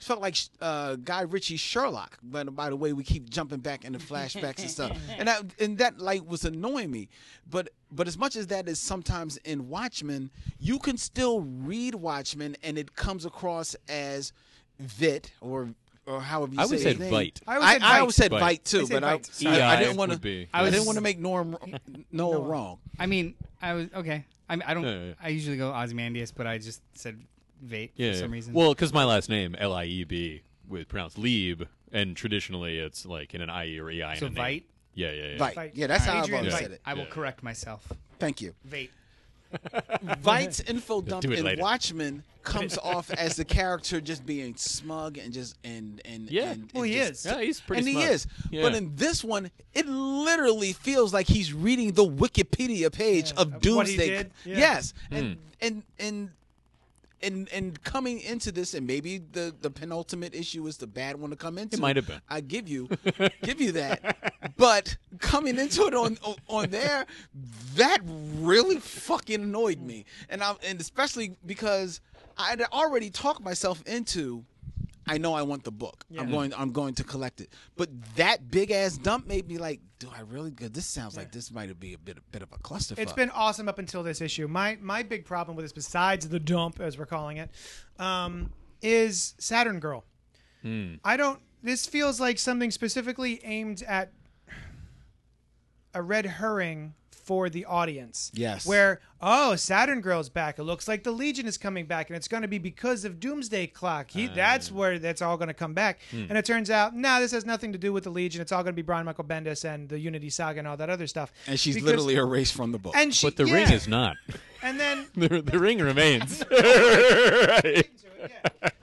C: Felt like uh, Guy Ritchie's Sherlock, but by the way, we keep jumping back into flashbacks and stuff, and that and that like was annoying me. But but as much as that is sometimes in Watchmen, you can still read Watchmen, and it comes across as vit or or however you
B: I
C: say
B: would
C: his
B: say
C: name.
B: bite.
A: I
C: I,
A: always
C: I,
A: said
C: always
A: bite.
C: said
B: Bite.
C: bite,
A: I
C: too,
A: said
C: but I,
A: bite.
C: I, I
B: Yeah,
C: didn't
B: it
C: want
B: would be.
C: to. I
B: I
C: didn't
D: was-
C: want to make Norm Noah wrong.
D: I mean, I was okay. I mean, I don't.
B: Yeah, yeah.
D: I usually go Ozymandias, but I just said Vate
B: Yeah.
D: for some
B: yeah.
D: reason.
B: Well, because my last name L I E B with pronounced Lieb, and traditionally it's like in an I E or E I. in
D: So
B: a name.
D: Vite?
B: Yeah, yeah, yeah.
C: Bite.
A: Bite.
C: Yeah, that's how
A: Adrian
C: I've always
A: Bite.
C: said it.
D: I will
B: Yeah.
D: correct myself.
C: Thank you.
D: Vate.
C: Vite's info dump
B: do it
C: in
B: later.
C: Watchmen comes off as the character just being smug and just and and
B: Yeah.
C: and,
D: Well,
C: and
D: he
C: just-
D: is.
B: Yeah, he's pretty
C: and
B: smart.
C: he is.
B: Yeah.
C: But in this one, it literally feels like he's reading the Wikipedia page of
A: of what he
C: Doomsday.
A: did? Yeah.
C: Yes,
B: Hmm.
C: and and and. And, and coming into this, and maybe the, the penultimate issue is the bad one to come into.
B: might have been.
C: I give you, give you that. But coming into it on on there, that really fucking annoyed me, and I and especially because I'd already talked myself into I know I want the book. I'm going. I'm going to collect it. But that big ass dump made me like, do I really? Cause this sounds like this might be a bit, a bit of a clusterfuck.
A: It's been awesome up until this issue. My my big problem with this, besides the dump as we're calling it, um, is Saturn Girl.
C: Hmm.
A: I don't. This feels like something specifically aimed at a red herring for the audience.
C: Yes.
A: Where oh Saturn Girl's back. It looks like the Legion is coming back, and it's going to be because of Doomsday Clock. He,
C: Ah.
A: that's where that's all going to come back.
C: Hmm.
A: And it turns out, no, this has nothing to do with the Legion. It's all going to be Brian Michael Bendis and the Unity Saga and all that other stuff.
C: and she's
A: Because-
C: literally erased from the book.
A: and she,
B: But the
A: yeah.
B: ring is not.
A: And then
B: the, the ring remains.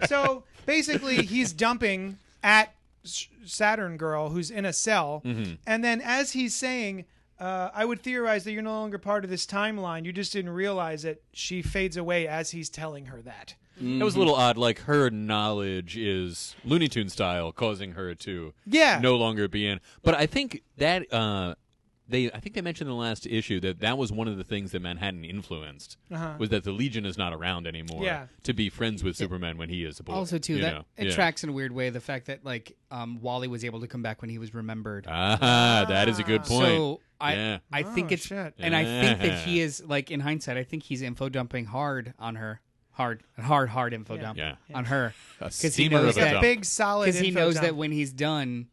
A: so basically, he's dumping at S- Saturn Girl, who's in a cell,
B: Mm-hmm.
A: and then as he's saying. Uh, I would theorize that you're no longer part of this timeline. You just didn't realize it. She fades away as he's telling her that.
B: That was a little odd. Like her knowledge is Looney Tune style, causing her to
A: Yeah.
B: no longer be in. But I think that uh, they I think they mentioned in the last issue that that was one of the things that Manhattan influenced was that the Legion is not around anymore.
A: Yeah.
B: to be friends with Superman when he is a boy.
D: Also, too,
B: you
D: that
B: know?
D: it
B: Yeah.
D: tracks in a weird way the fact that like um, Wally was able to come back when he was remembered.
B: Ah, that is a good point.
D: So I
B: Yeah.
D: I think
A: Oh,
D: it's
A: shit.
D: and I think that he
B: Yeah.
D: is like in hindsight, I think he's info dumping hard on her. Hard, hard, hard info dump
B: Yeah.
D: on her because he
B: steamer
D: knows
B: of a
D: that
B: dump.
A: Big solid.
D: because he
A: info
D: knows
A: dump.
D: that when he's done,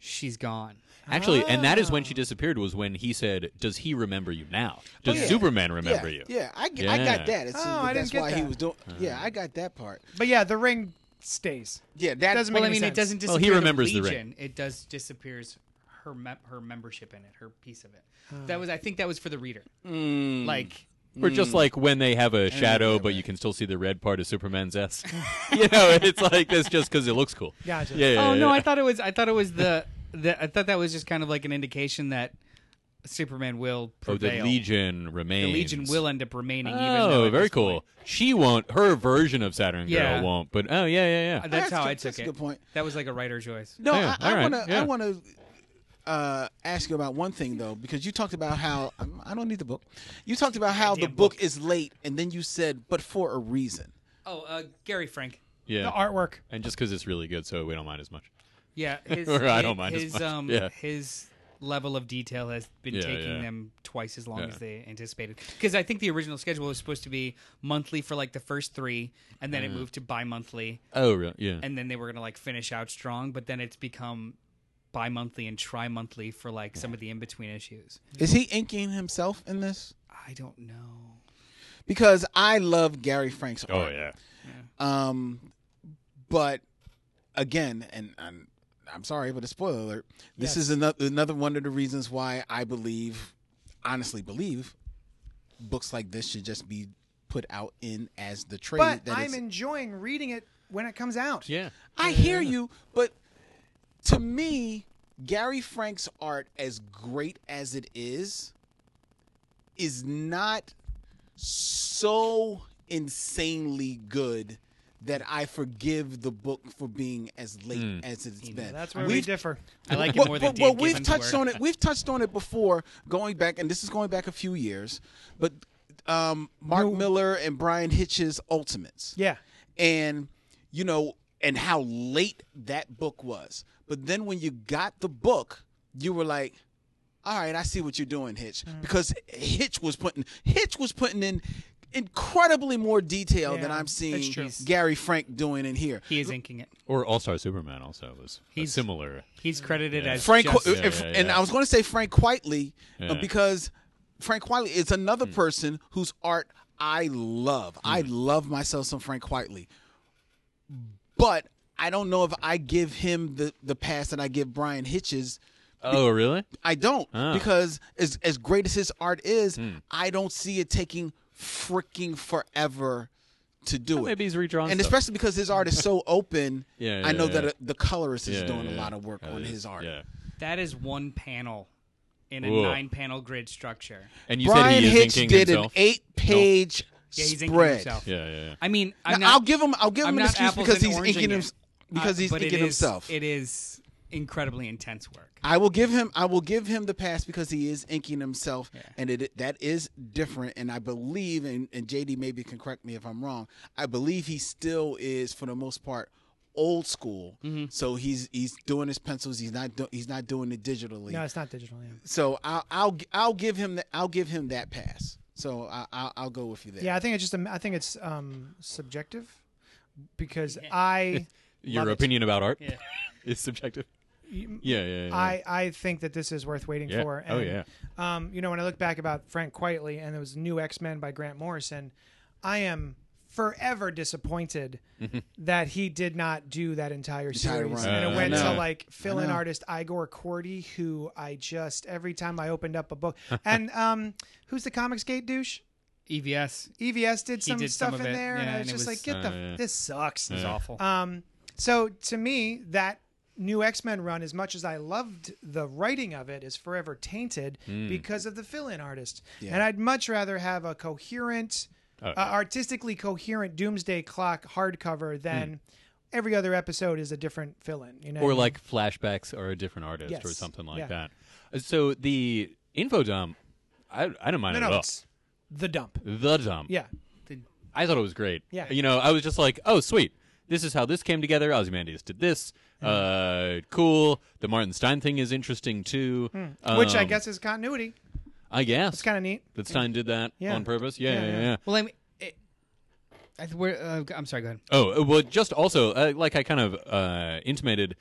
D: she's gone.
B: Actually, and that is when
D: Ah.
B: she disappeared. Was when he said, "Does he remember you now?
D: Oh,
B: Does Superman remember
C: yeah,
B: you?"
C: Yeah, I, g- I
B: Yeah. Uh-huh.
C: got that. It's,
A: Oh,
C: but
A: I didn't
C: that's
A: get
C: why he
A: that.
C: was doing. Yeah, I got that part.
A: But yeah, the ring stays.
C: Yeah, that
A: Doesn't
D: Well,
A: make
D: I
A: any
D: mean,
A: sense.
D: it doesn't
B: Well,
D: disappear.
B: he remembers the ring.
D: Legion. It does disappears her mem- her membership in it, her piece of it.
A: Hmm.
D: That was, I think, that was for the reader.
B: Hmm.
D: Like,
B: Or
D: Mm.
B: just like when they have a shadow, but you can still see the red part of Superman's S. you know, it's like that's just because it looks cool.
A: Gotcha.
B: Yeah, yeah,
D: oh no,
B: yeah.
D: I thought it was, I thought it was the, the, I thought that was just kind of like an indication that Superman will
B: Oh,
D: prevail.
B: the Legion remains.
D: The Legion will end up remaining. even though
B: Oh,
D: at
B: very
D: this
B: cool.
D: point-
B: She won't. Her version of Saturn Girl
D: Yeah.
B: won't. But oh yeah, yeah, yeah.
D: Uh, That's, how
C: good-
D: I took
C: that's a
D: it.
C: good point.
D: That was like a writer choice.
C: No,
B: Yeah,
C: I,
B: all
C: I
B: right,
C: wanna
B: yeah.
C: I wanna uh, ask you about one thing though, because you talked about how um, I don't need the book. You talked about how the book, is late, and then you said, but for a reason.
D: Oh, uh, Gary Frank.
B: yeah.
A: The artwork.
B: and just because it's really good, so we don't mind as much.
D: Yeah, his,
B: Or I don't
D: his-
B: mind as
D: his
B: much.
D: um
B: Yeah.
D: his level of detail has been
B: Yeah,
D: taking
B: yeah.
D: them twice as long
B: Yeah.
D: as they anticipated. Because I think the original schedule was supposed to be monthly for like the first three, and
B: Mm.
D: then it moved to bi-monthly,
B: Oh, really? Yeah.
D: and then they were gonna like finish out strong, but then it's become bi-monthly and tri-monthly for like some of the in-between issues.
C: Is he inking himself in this?
D: I don't know.
C: Because I love Gary Frank's
B: oh
C: art.
B: yeah.
C: Um, but again, and I'm, I'm sorry, but a spoiler alert. This is another another one of the reasons why I believe, honestly believe, books like this should just be put out in as the trade.
A: But
C: that
A: I'm
C: it's-
A: enjoying reading it when it comes out.
B: Yeah.
C: I hear you, but to me, Gary Frank's art, as great as it is, is not so insanely good that I forgive the book for being as late as it's been.
A: That's where we
C: We've-
A: differ.
D: I like it
C: well,
D: more than
C: well,
D: Dave
C: well, we've
D: Gibbons'
C: touched
D: work.
C: on it. We've touched on it before, going back, and this is going back a few years. But um, Mark Miller and Brian Hitch's Ultimates
A: Yeah.
C: and you know and how late that book was but then when you got the book you were like all right i see what you're doing hitch
A: Mm.
C: because hitch was putting hitch was putting in incredibly more detail than
A: Yeah,
C: i'm seeing
A: true.
C: gary frank doing in here
D: He is inking it.
B: Or All Star Superman also was a
D: He's-
B: similar.
D: He's credited as
C: frank
D: just-
C: Qui- if-
B: yeah,
C: and
B: yeah.
C: i was going to say frank quietly uh,
B: Yeah. Hmm.
C: because frank quietly is another person whose art i love i love myself some frank quietly but I don't know if I give him the the pass that I give Brian Hitches.
B: Oh, really?
C: I don't
B: Ah. Hmm.
C: because as as great as his art is, I don't see it taking freaking forever to do it.
B: Maybe he's redrawn.
C: and
B: stuff.
C: especially because his art is so open,
B: Yeah, yeah,
C: I know
B: yeah.
C: that uh the colorist is
B: Yeah,
C: doing
B: yeah,
C: a lot of work
B: yeah.
C: on
B: Yeah.
C: his art.
B: Yeah.
D: that is one panel in a
B: Whoa.
D: nine-panel grid structure.
B: And you said
C: Brian
B: he is
C: Hitch
B: inking
C: did
B: himself.
C: an eight-page
D: Yeah, he's inking
C: spread.
D: himself.
B: Yeah, yeah, yeah.
D: I mean, I'm
C: Now,
D: not,
C: I'll give him. I'll give
D: I'm
C: him an
D: not
C: excuse
D: apples
C: because
D: and
C: he's
D: oranging
C: inking
D: it.
C: him, because
D: Uh,
C: he's
D: but it
C: inking
D: is-
C: himself.
D: It is incredibly intense work.
C: I will give him. I will give him the pass because he is inking himself, and it that is different. And I believe, and, and JD maybe can correct me if I'm wrong. I believe he still is, for the most part, old school.
D: Mm-hmm.
C: So he's he's doing his pencils. He's not do, he's not doing it digitally.
A: No, it's not digital. Yeah.
C: So I'll I'll I'll give him the, I'll give him that pass. So I, I'll I'll go with you there.
A: Yeah, I think it's just a, I think it's um, subjective because I
B: Your
A: love it.
B: opinion about art is subjective. Yeah, yeah, yeah. yeah.
A: I I think that this is worth waiting
B: Yeah.
A: for. And,
B: Oh, yeah.
A: Um, you know, when I look back about Frank Quietly and it was New X Men by Grant Morrison, I am forever disappointed that he did not do that entire series
C: run.
A: and
B: Uh,
A: it went
B: I
A: to
B: know.
A: like fill in artist Igor Cordy who I just every time I opened up a book and um who's the comics gate douche
D: E EVS.
A: EVS did some
D: did
A: stuff
D: some of
A: in
D: it,
A: there, and
D: yeah,
A: I was
D: and it
A: just
D: was-
A: like, "Get
B: Oh,
A: the
B: yeah.
A: this sucks."
D: It's awful.
A: Um, so to me, that new X Men run, as much as I loved the writing of it, is forever tainted
B: Hmm.
A: because of the fill-in artist. And I'd much rather have a coherent,
B: Oh,
A: uh, artistically coherent Doomsday Clock hardcover
B: Hmm.
A: than every other episode is a different fill-in. You know,
B: or like flashbacks or a different artist or
A: Yes.
B: something like
A: Yeah.
B: that. Uh, So the info dump, I, I don't mind
A: no,
B: it at
A: no,
B: all.
A: it's the dump.
B: The dump.
A: Yeah,
B: I thought it was great.
A: Yeah.
B: You know, I was just like, oh, sweet. This is how this came together. Ozymandias did this.
A: Mm.
B: Uh, cool. The Martin Stein thing is interesting too.
A: Hmm. which I
B: Um,
A: guess is continuity.
B: I guess.
A: It's kind of neat.
B: that Stein did that
A: Yeah.
B: on purpose. Yeah, yeah, yeah. yeah.
D: Well, I mean, it, I th- we're, uh, I'm sorry. Go ahead.
B: Oh, uh, well, just also, uh, like I kind of uh, intimated,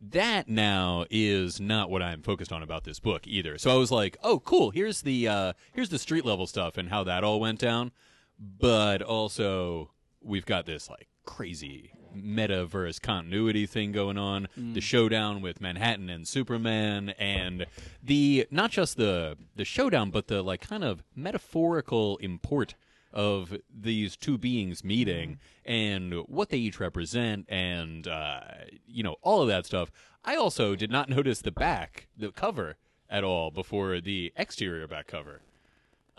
B: that now is not what I'm focused on about this book either. So I was like, oh, cool. Here's the uh, here's the street level stuff and how that all went down, but also we've got this like crazy metaverse continuity thing going on. The showdown with Manhattan and Superman, and the not just the the showdown, but the like kind of metaphorical import of these two beings meeting and what they each represent and uh, you know all of that stuff i also did not notice the back the cover at all before the exterior back cover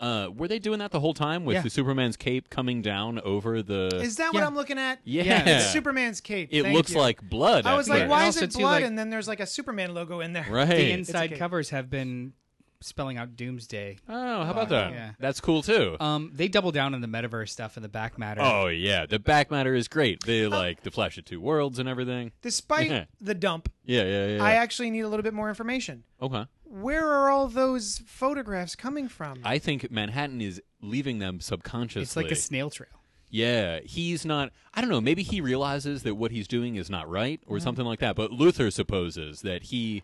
B: uh, were they doing that the whole time with
D: Yeah.
B: the superman's cape coming down over the
A: Is that what
D: Yeah.
A: I'm looking at?
B: yeah,
A: It's Superman's cape.
B: it
A: Thank
B: looks
A: you.
B: like blood
A: I
B: at
A: was like,
B: first.
A: why
D: And
A: is it
D: also, too,
A: blood?
D: like-
A: and then there's like a Superman logo in there.
B: right
D: the
A: It's
D: inside
A: okay.
D: covers have been spelling out Doomsday.
B: oh how about that
D: Yeah.
B: that's cool too
A: Uh,
D: Um, they double down on the metaverse stuff and the back matter.
B: oh yeah the back matter is great they
A: Uh,
B: like the flash of two worlds and everything Yeah.
A: Despite the dump,
B: yeah yeah yeah
A: I actually need a little bit more information.
B: okay
A: Where are all those photographs coming from?
B: I think Manhattan is leaving them subconsciously.
D: it's like a snail trail.
B: yeah, he's not. I don't know. Maybe he realizes that what he's doing is not right, or something like that. But Luther supposes that he,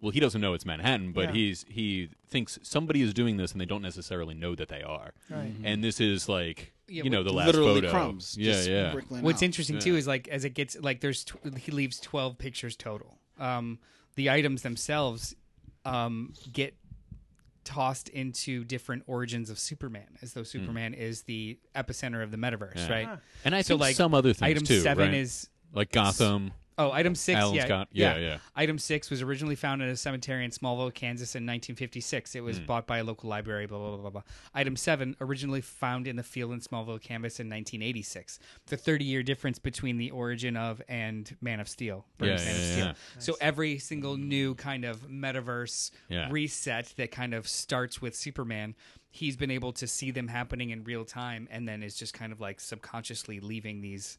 B: well, he doesn't know it's Manhattan, but
A: Yeah.
B: he's he thinks somebody is doing this, and they don't necessarily know that they are.
A: Right.
B: And this is like
D: Yeah,
B: you know the last
C: Literally
B: photo.
C: crumbs.
B: Yeah,
C: just
B: yeah.
C: Brickling
D: What's
C: out.
D: interesting too is like as it gets like there's tw- he leaves twelve pictures total. Um, the items themselves um, get tossed into different origins of Superman, as though Superman is the epicenter of the metaverse,
B: Hmm. Yeah.
D: right?
B: And I
D: So,
B: think
D: like,
B: some other things
D: item
B: too.
D: seven
B: right?
D: is
B: like Gotham.
D: Oh, item six.
B: Alan
D: yeah,
B: Scott. Yeah, yeah.
D: Item six was originally found in a cemetery in Smallville, Kansas, in 1956. It
B: Hmm.
D: was bought by a local library. Blah blah blah blah blah. Item seven, originally found in the field in Smallville, Kansas, in 1986. The 30-year difference between the origin of and Man of Steel. Burton's
B: Yeah,
D: Man of
B: yeah,
D: Steel.
B: yeah.
D: So every single new kind of metaverse
B: Yeah.
D: reset that kind of starts with Superman. He's been able to see them happening in real time, and then is just kind of like subconsciously leaving these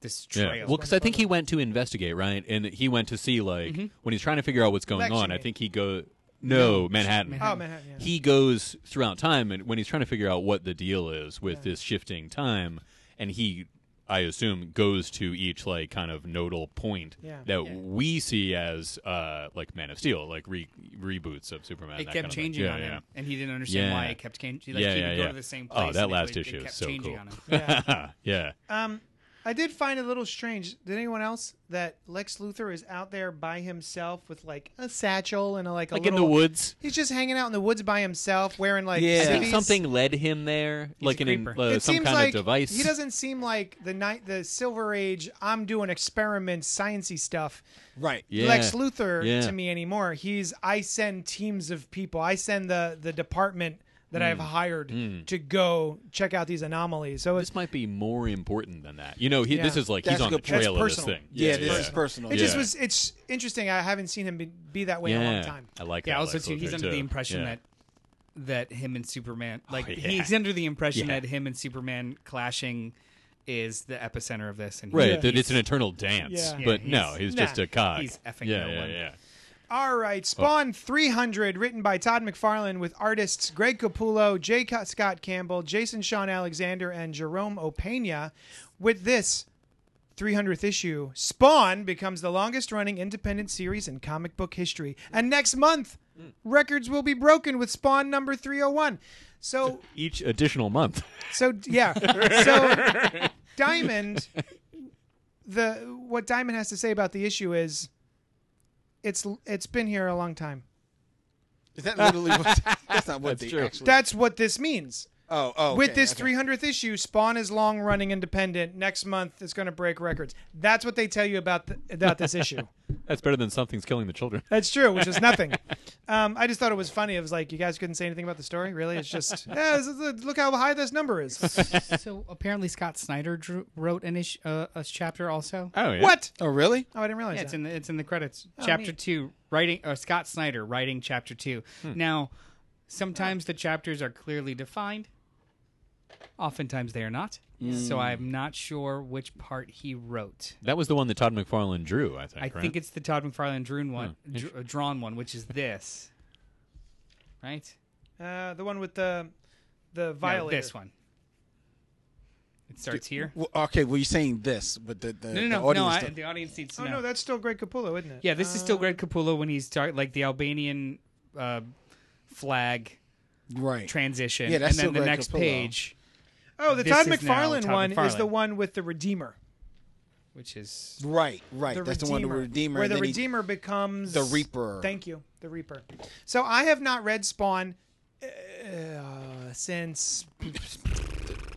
D: this trail.
B: Well, because I think he went to investigate, right? And he went to see, like,
D: Mm-hmm.
B: when he's trying to figure out what's going
A: Election
B: on. I
A: Eve.
B: think he go no Manhattan.
A: Oh, Manhattan, yeah.
B: He goes throughout time, and when he's trying to figure out what the deal is with this shifting time, and he, I assume, goes to each like kind of nodal point
A: Yeah.
B: that we see as uh like Man of Steel, like re- reboots of Superman.
D: it
B: that
D: kept
B: kind of thing.
D: changing
B: Yeah,
D: on
B: yeah.
D: him, and he didn't understand
B: Yeah.
D: why it kept changing. Like,
B: yeah,
D: he
B: yeah,
D: would
B: yeah.
D: go to the same place.
B: oh, that
D: and it
B: last
D: would- it
B: issue
D: kept
B: is so
D: changing
B: cool.
D: on him.
B: yeah.
A: Um, I did find it a little strange. Did anyone else that Lex Luthor is out there by himself with like a satchel and a, like a
B: Like in
A: little,
B: the woods.
A: He's just hanging out in the woods by himself, wearing like
B: I think
A: civvies.
B: something led him there, like
D: a
B: an,
D: creeper.
B: uh,
A: It
B: some
A: seems
B: kind
A: like
B: of device.
A: he doesn't seem like the night, the Silver Age. I'm doing experiments, sciency stuff.
C: right.
B: Yeah.
A: Lex Luthor
B: Yeah.
A: to me anymore. He's I send teams of people. I send the the department that I've
B: Mm.
A: hired to go check out these anomalies. So it's
B: This might be more important than that. You know, he, this
A: Yeah.
B: is like
C: That's
B: he's
C: a
B: on the
C: good point.
B: trail of
A: That's
B: this
A: personal.
B: thing.
C: Yeah, this is personal.
A: it
C: yeah.
A: just
B: Yeah.
A: was it's interesting. I haven't seen him be, be that way in a long time.
B: I like
D: Yeah,
B: that.
D: also
B: Lex
D: too, he's
B: Luthor,
D: under the
B: too.
D: impression
B: Yeah. Oh,
D: that that him and Superman, like
B: yeah.
D: he's under the impression
B: Yeah.
D: that him and Superman clashing is the epicenter of this, and he-
B: right
D: he's,
B: that it's an eternal dance.
A: Yeah.
B: But
D: Yeah,
B: no,
D: he's-
B: he's
A: nah,
B: just a cog.
D: he's effing
B: yeah,
D: no
B: yeah,
D: one.
B: yeah.
A: All right, Spawn 300, written by Todd McFarlane, with artists Greg Capullo, J. Co- Scott Campbell, Jason Sean Alexander, and Jerome Opeña. With this 300th issue, Spawn becomes the longest-running independent series in comic book history, and next month records will be broken with Spawn number 301. So,
B: Each additional month.
A: so yeah, so Diamond, the what Diamond has to say about the issue is, it's it's been here a long time.
C: Is that literally what? That's not what they
B: true.
C: actually.
A: That's what this means.
C: oh, oh.
A: With
C: okay,
A: this
C: okay.
A: 300th issue, Spawn is long running independent. Next month, it's going to break records. That's what they tell you about th- about this issue.
B: That's better than something's killing the children.
A: That's true, which is nothing. Um, I just thought it was funny. It was like you guys couldn't say anything about the story. Really, it's just yeah, this is- look how high this number is.
D: so apparently Scott Snyder drew, wrote an ish, uh, a chapter also.
B: Oh yeah.
A: What?
C: Oh, really?
A: Oh, I didn't realize
D: Yeah, it's
A: that.
D: in the it's in the credits. chapter
A: Oh, neat.
D: two, writing uh, Scott Snyder writing chapter two.
A: Hmm.
D: Now, sometimes the chapters are clearly defined. Oftentimes they are not. So I'm not sure which part he wrote.
B: That was the one that Todd McFarlane drew, I think.
D: I
B: right?
D: think it's the Todd McFarlane drawn one,
A: Hmm.
D: dr- uh, drawn one, which is this, right?
A: Uh, the one with the the
D: No,
A: violator.
D: this one. It starts here.
C: Well, okay, well you're saying this, but the the,
D: No,
C: the
D: no, no. no
C: audience.
D: I,
C: don't-
D: the audience needs to
A: Oh
D: know.
A: no, that's still Greg Capullo, isn't it?
D: yeah, this is still Greg Capullo when he's tar- like the Albanian uh, flag
C: right.
D: transition.
C: Yeah, that's
D: and then
C: still
D: the
C: Greg
D: next
C: Capullo.
D: page,
A: Oh, the
D: This
A: Todd
D: is now
A: McFarlane
D: Todd
A: one is
D: McFarlane.
A: the one with the Redeemer.
D: which is
C: Right, right.
A: The
C: That's
A: Redeemer,
C: the one, the Redeemer.
A: where
C: and
A: the
C: then he-
A: Redeemer becomes
C: The Reaper.
A: Thank you, the Reaper. So I have not read Spawn uh, since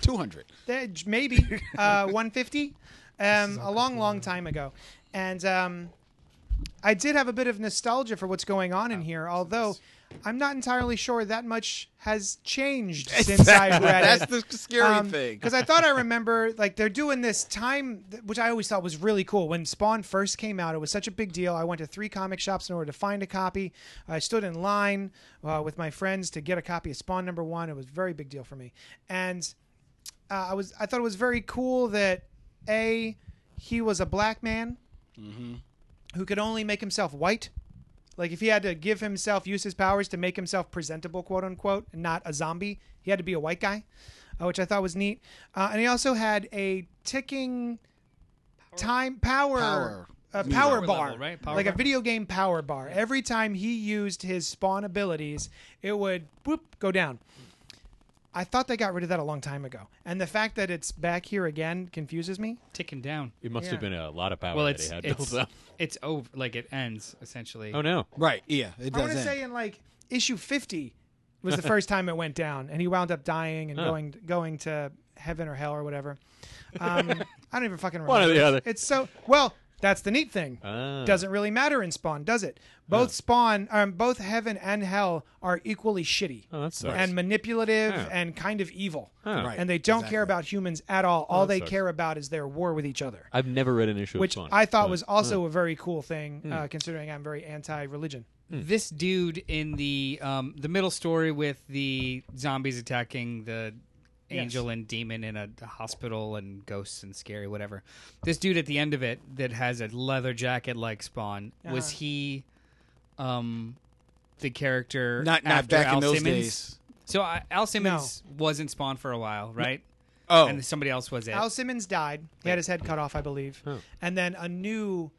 C: 200.
A: Eh, j- maybe uh, 150 um, a long long time ago and um, i did have a bit of nostalgia for what's going
C: Oh,
A: on in here although i'm not entirely sure that much has changed since i read
C: That's
A: it
C: the scary thing.
A: because Um, I thought I remember like they're doing this time, th- which I always thought was really cool. When Spawn first came out, it was such a big deal. I went to three comic shops in order to find a copy. I stood in line uh, with my friends to get a copy of Spawn number one. It was a very big deal for me, and uh, I was I thought it was very cool that a he was a black man
C: Mm-hmm.
A: who could only make himself white. Like if he had to give himself use his powers to make himself presentable, quote unquote, and not a zombie, he had to be a white guy, uh, which I thought was neat. Uh, and he also had a ticking time power.
C: Power.
A: A power
D: Power
A: bar,
D: level, right? Power
A: like a
D: bar.
A: video game power bar. Every time he used his spawn abilities, it would whoop go down. I thought they got rid of that a long time ago, and the fact that it's back here again confuses me.
D: ticking down.
B: It must
A: Yeah.
B: have been a lot of power
D: Well,
B: that
D: it's
B: he had
D: it's
B: built up.
D: it's over. Like it ends essentially.
B: Oh no!
C: Right, yeah. It
A: I
C: does
A: want to
C: end.
A: say in like issue 50 was the first time it went down, and he wound up dying and
B: Huh.
A: going going to heaven or hell or whatever. Um, I don't even fucking remember.
B: One or the other.
A: It's so well. That's the neat thing.
B: Ah.
A: Doesn't really matter in Spawn, does it? Both Spawn, um, both Heaven and Hell are equally shitty
B: Oh, that sucks.
A: and manipulative
B: Yeah.
A: and kind of evil.
B: Huh. Oh,
C: Right.
A: And they don't
C: exactly.
A: care about humans at all. All
B: that
A: they
B: sucks.
A: care about is their war with each other,
B: I've never read an issue
A: which
B: of Spawn,
A: I thought
B: but-
A: was also a very cool thing,
B: Hmm.
A: uh, considering I'm very anti-religion.
D: this dude in the um, the middle story with the zombies attacking the
A: Yes.
D: angel and demon in a, a hospital and ghosts and scary whatever. This dude at the end of it that has a leather jacket like Spawn was
A: Uh-huh.
D: he um the character
C: Not, not
D: after
C: back
D: Al
C: in those
D: Simmons?
C: days.
D: So uh, Al Simmons wasn't Spawn for a while, right?
C: Oh,
D: And somebody else was it.
A: Al Simmons died. He had his head cut off, I believe. And then a new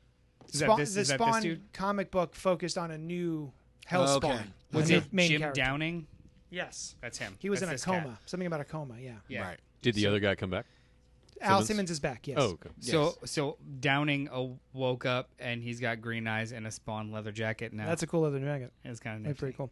D: Is that
A: Spawn,
D: this-
A: the
D: is that this
A: Spawn
D: dude?
A: comic book focused on a new Hell
C: Okay.
A: Spawn. a
D: was
A: new
D: it Jim Downing?
A: Yes.
D: That's him.
A: He was
D: That's
A: in a
D: this cat.
A: coma. Something about a coma, yeah.
D: Yeah.
C: right.
B: Did the other guy come back?
A: Al
B: Simmons?
A: Simmons is back, yes.
B: Oh, okay.
D: So so Downing uh, woke up and he's got green eyes and a spawn leather jacket now.
A: That's a cool other dragon.
D: it's kind of
A: That's pretty cool.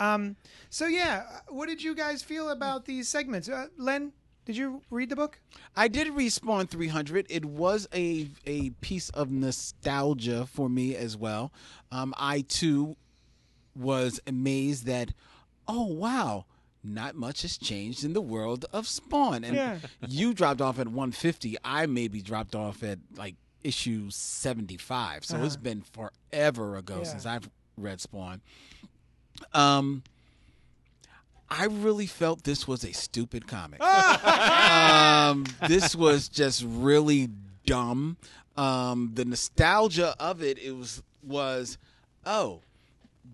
A: Um, so, yeah, uh, what did you guys feel about these segments? Uh, Len, did you read the book?
C: I did respawn 300. It was a a piece of nostalgia for me as well. Um, I too was amazed that, oh wow, not much has changed in the world of Spawn. And
A: Yeah.
C: you dropped off at 150. I maybe dropped off at like issue 75. So it's been forever ago
A: Uh-huh. Yeah.
C: since I've read Spawn. Um. I really felt this was a stupid comic
A: Oh,
C: um, this was just really dumb. Um, the nostalgia of it, it was was, oh,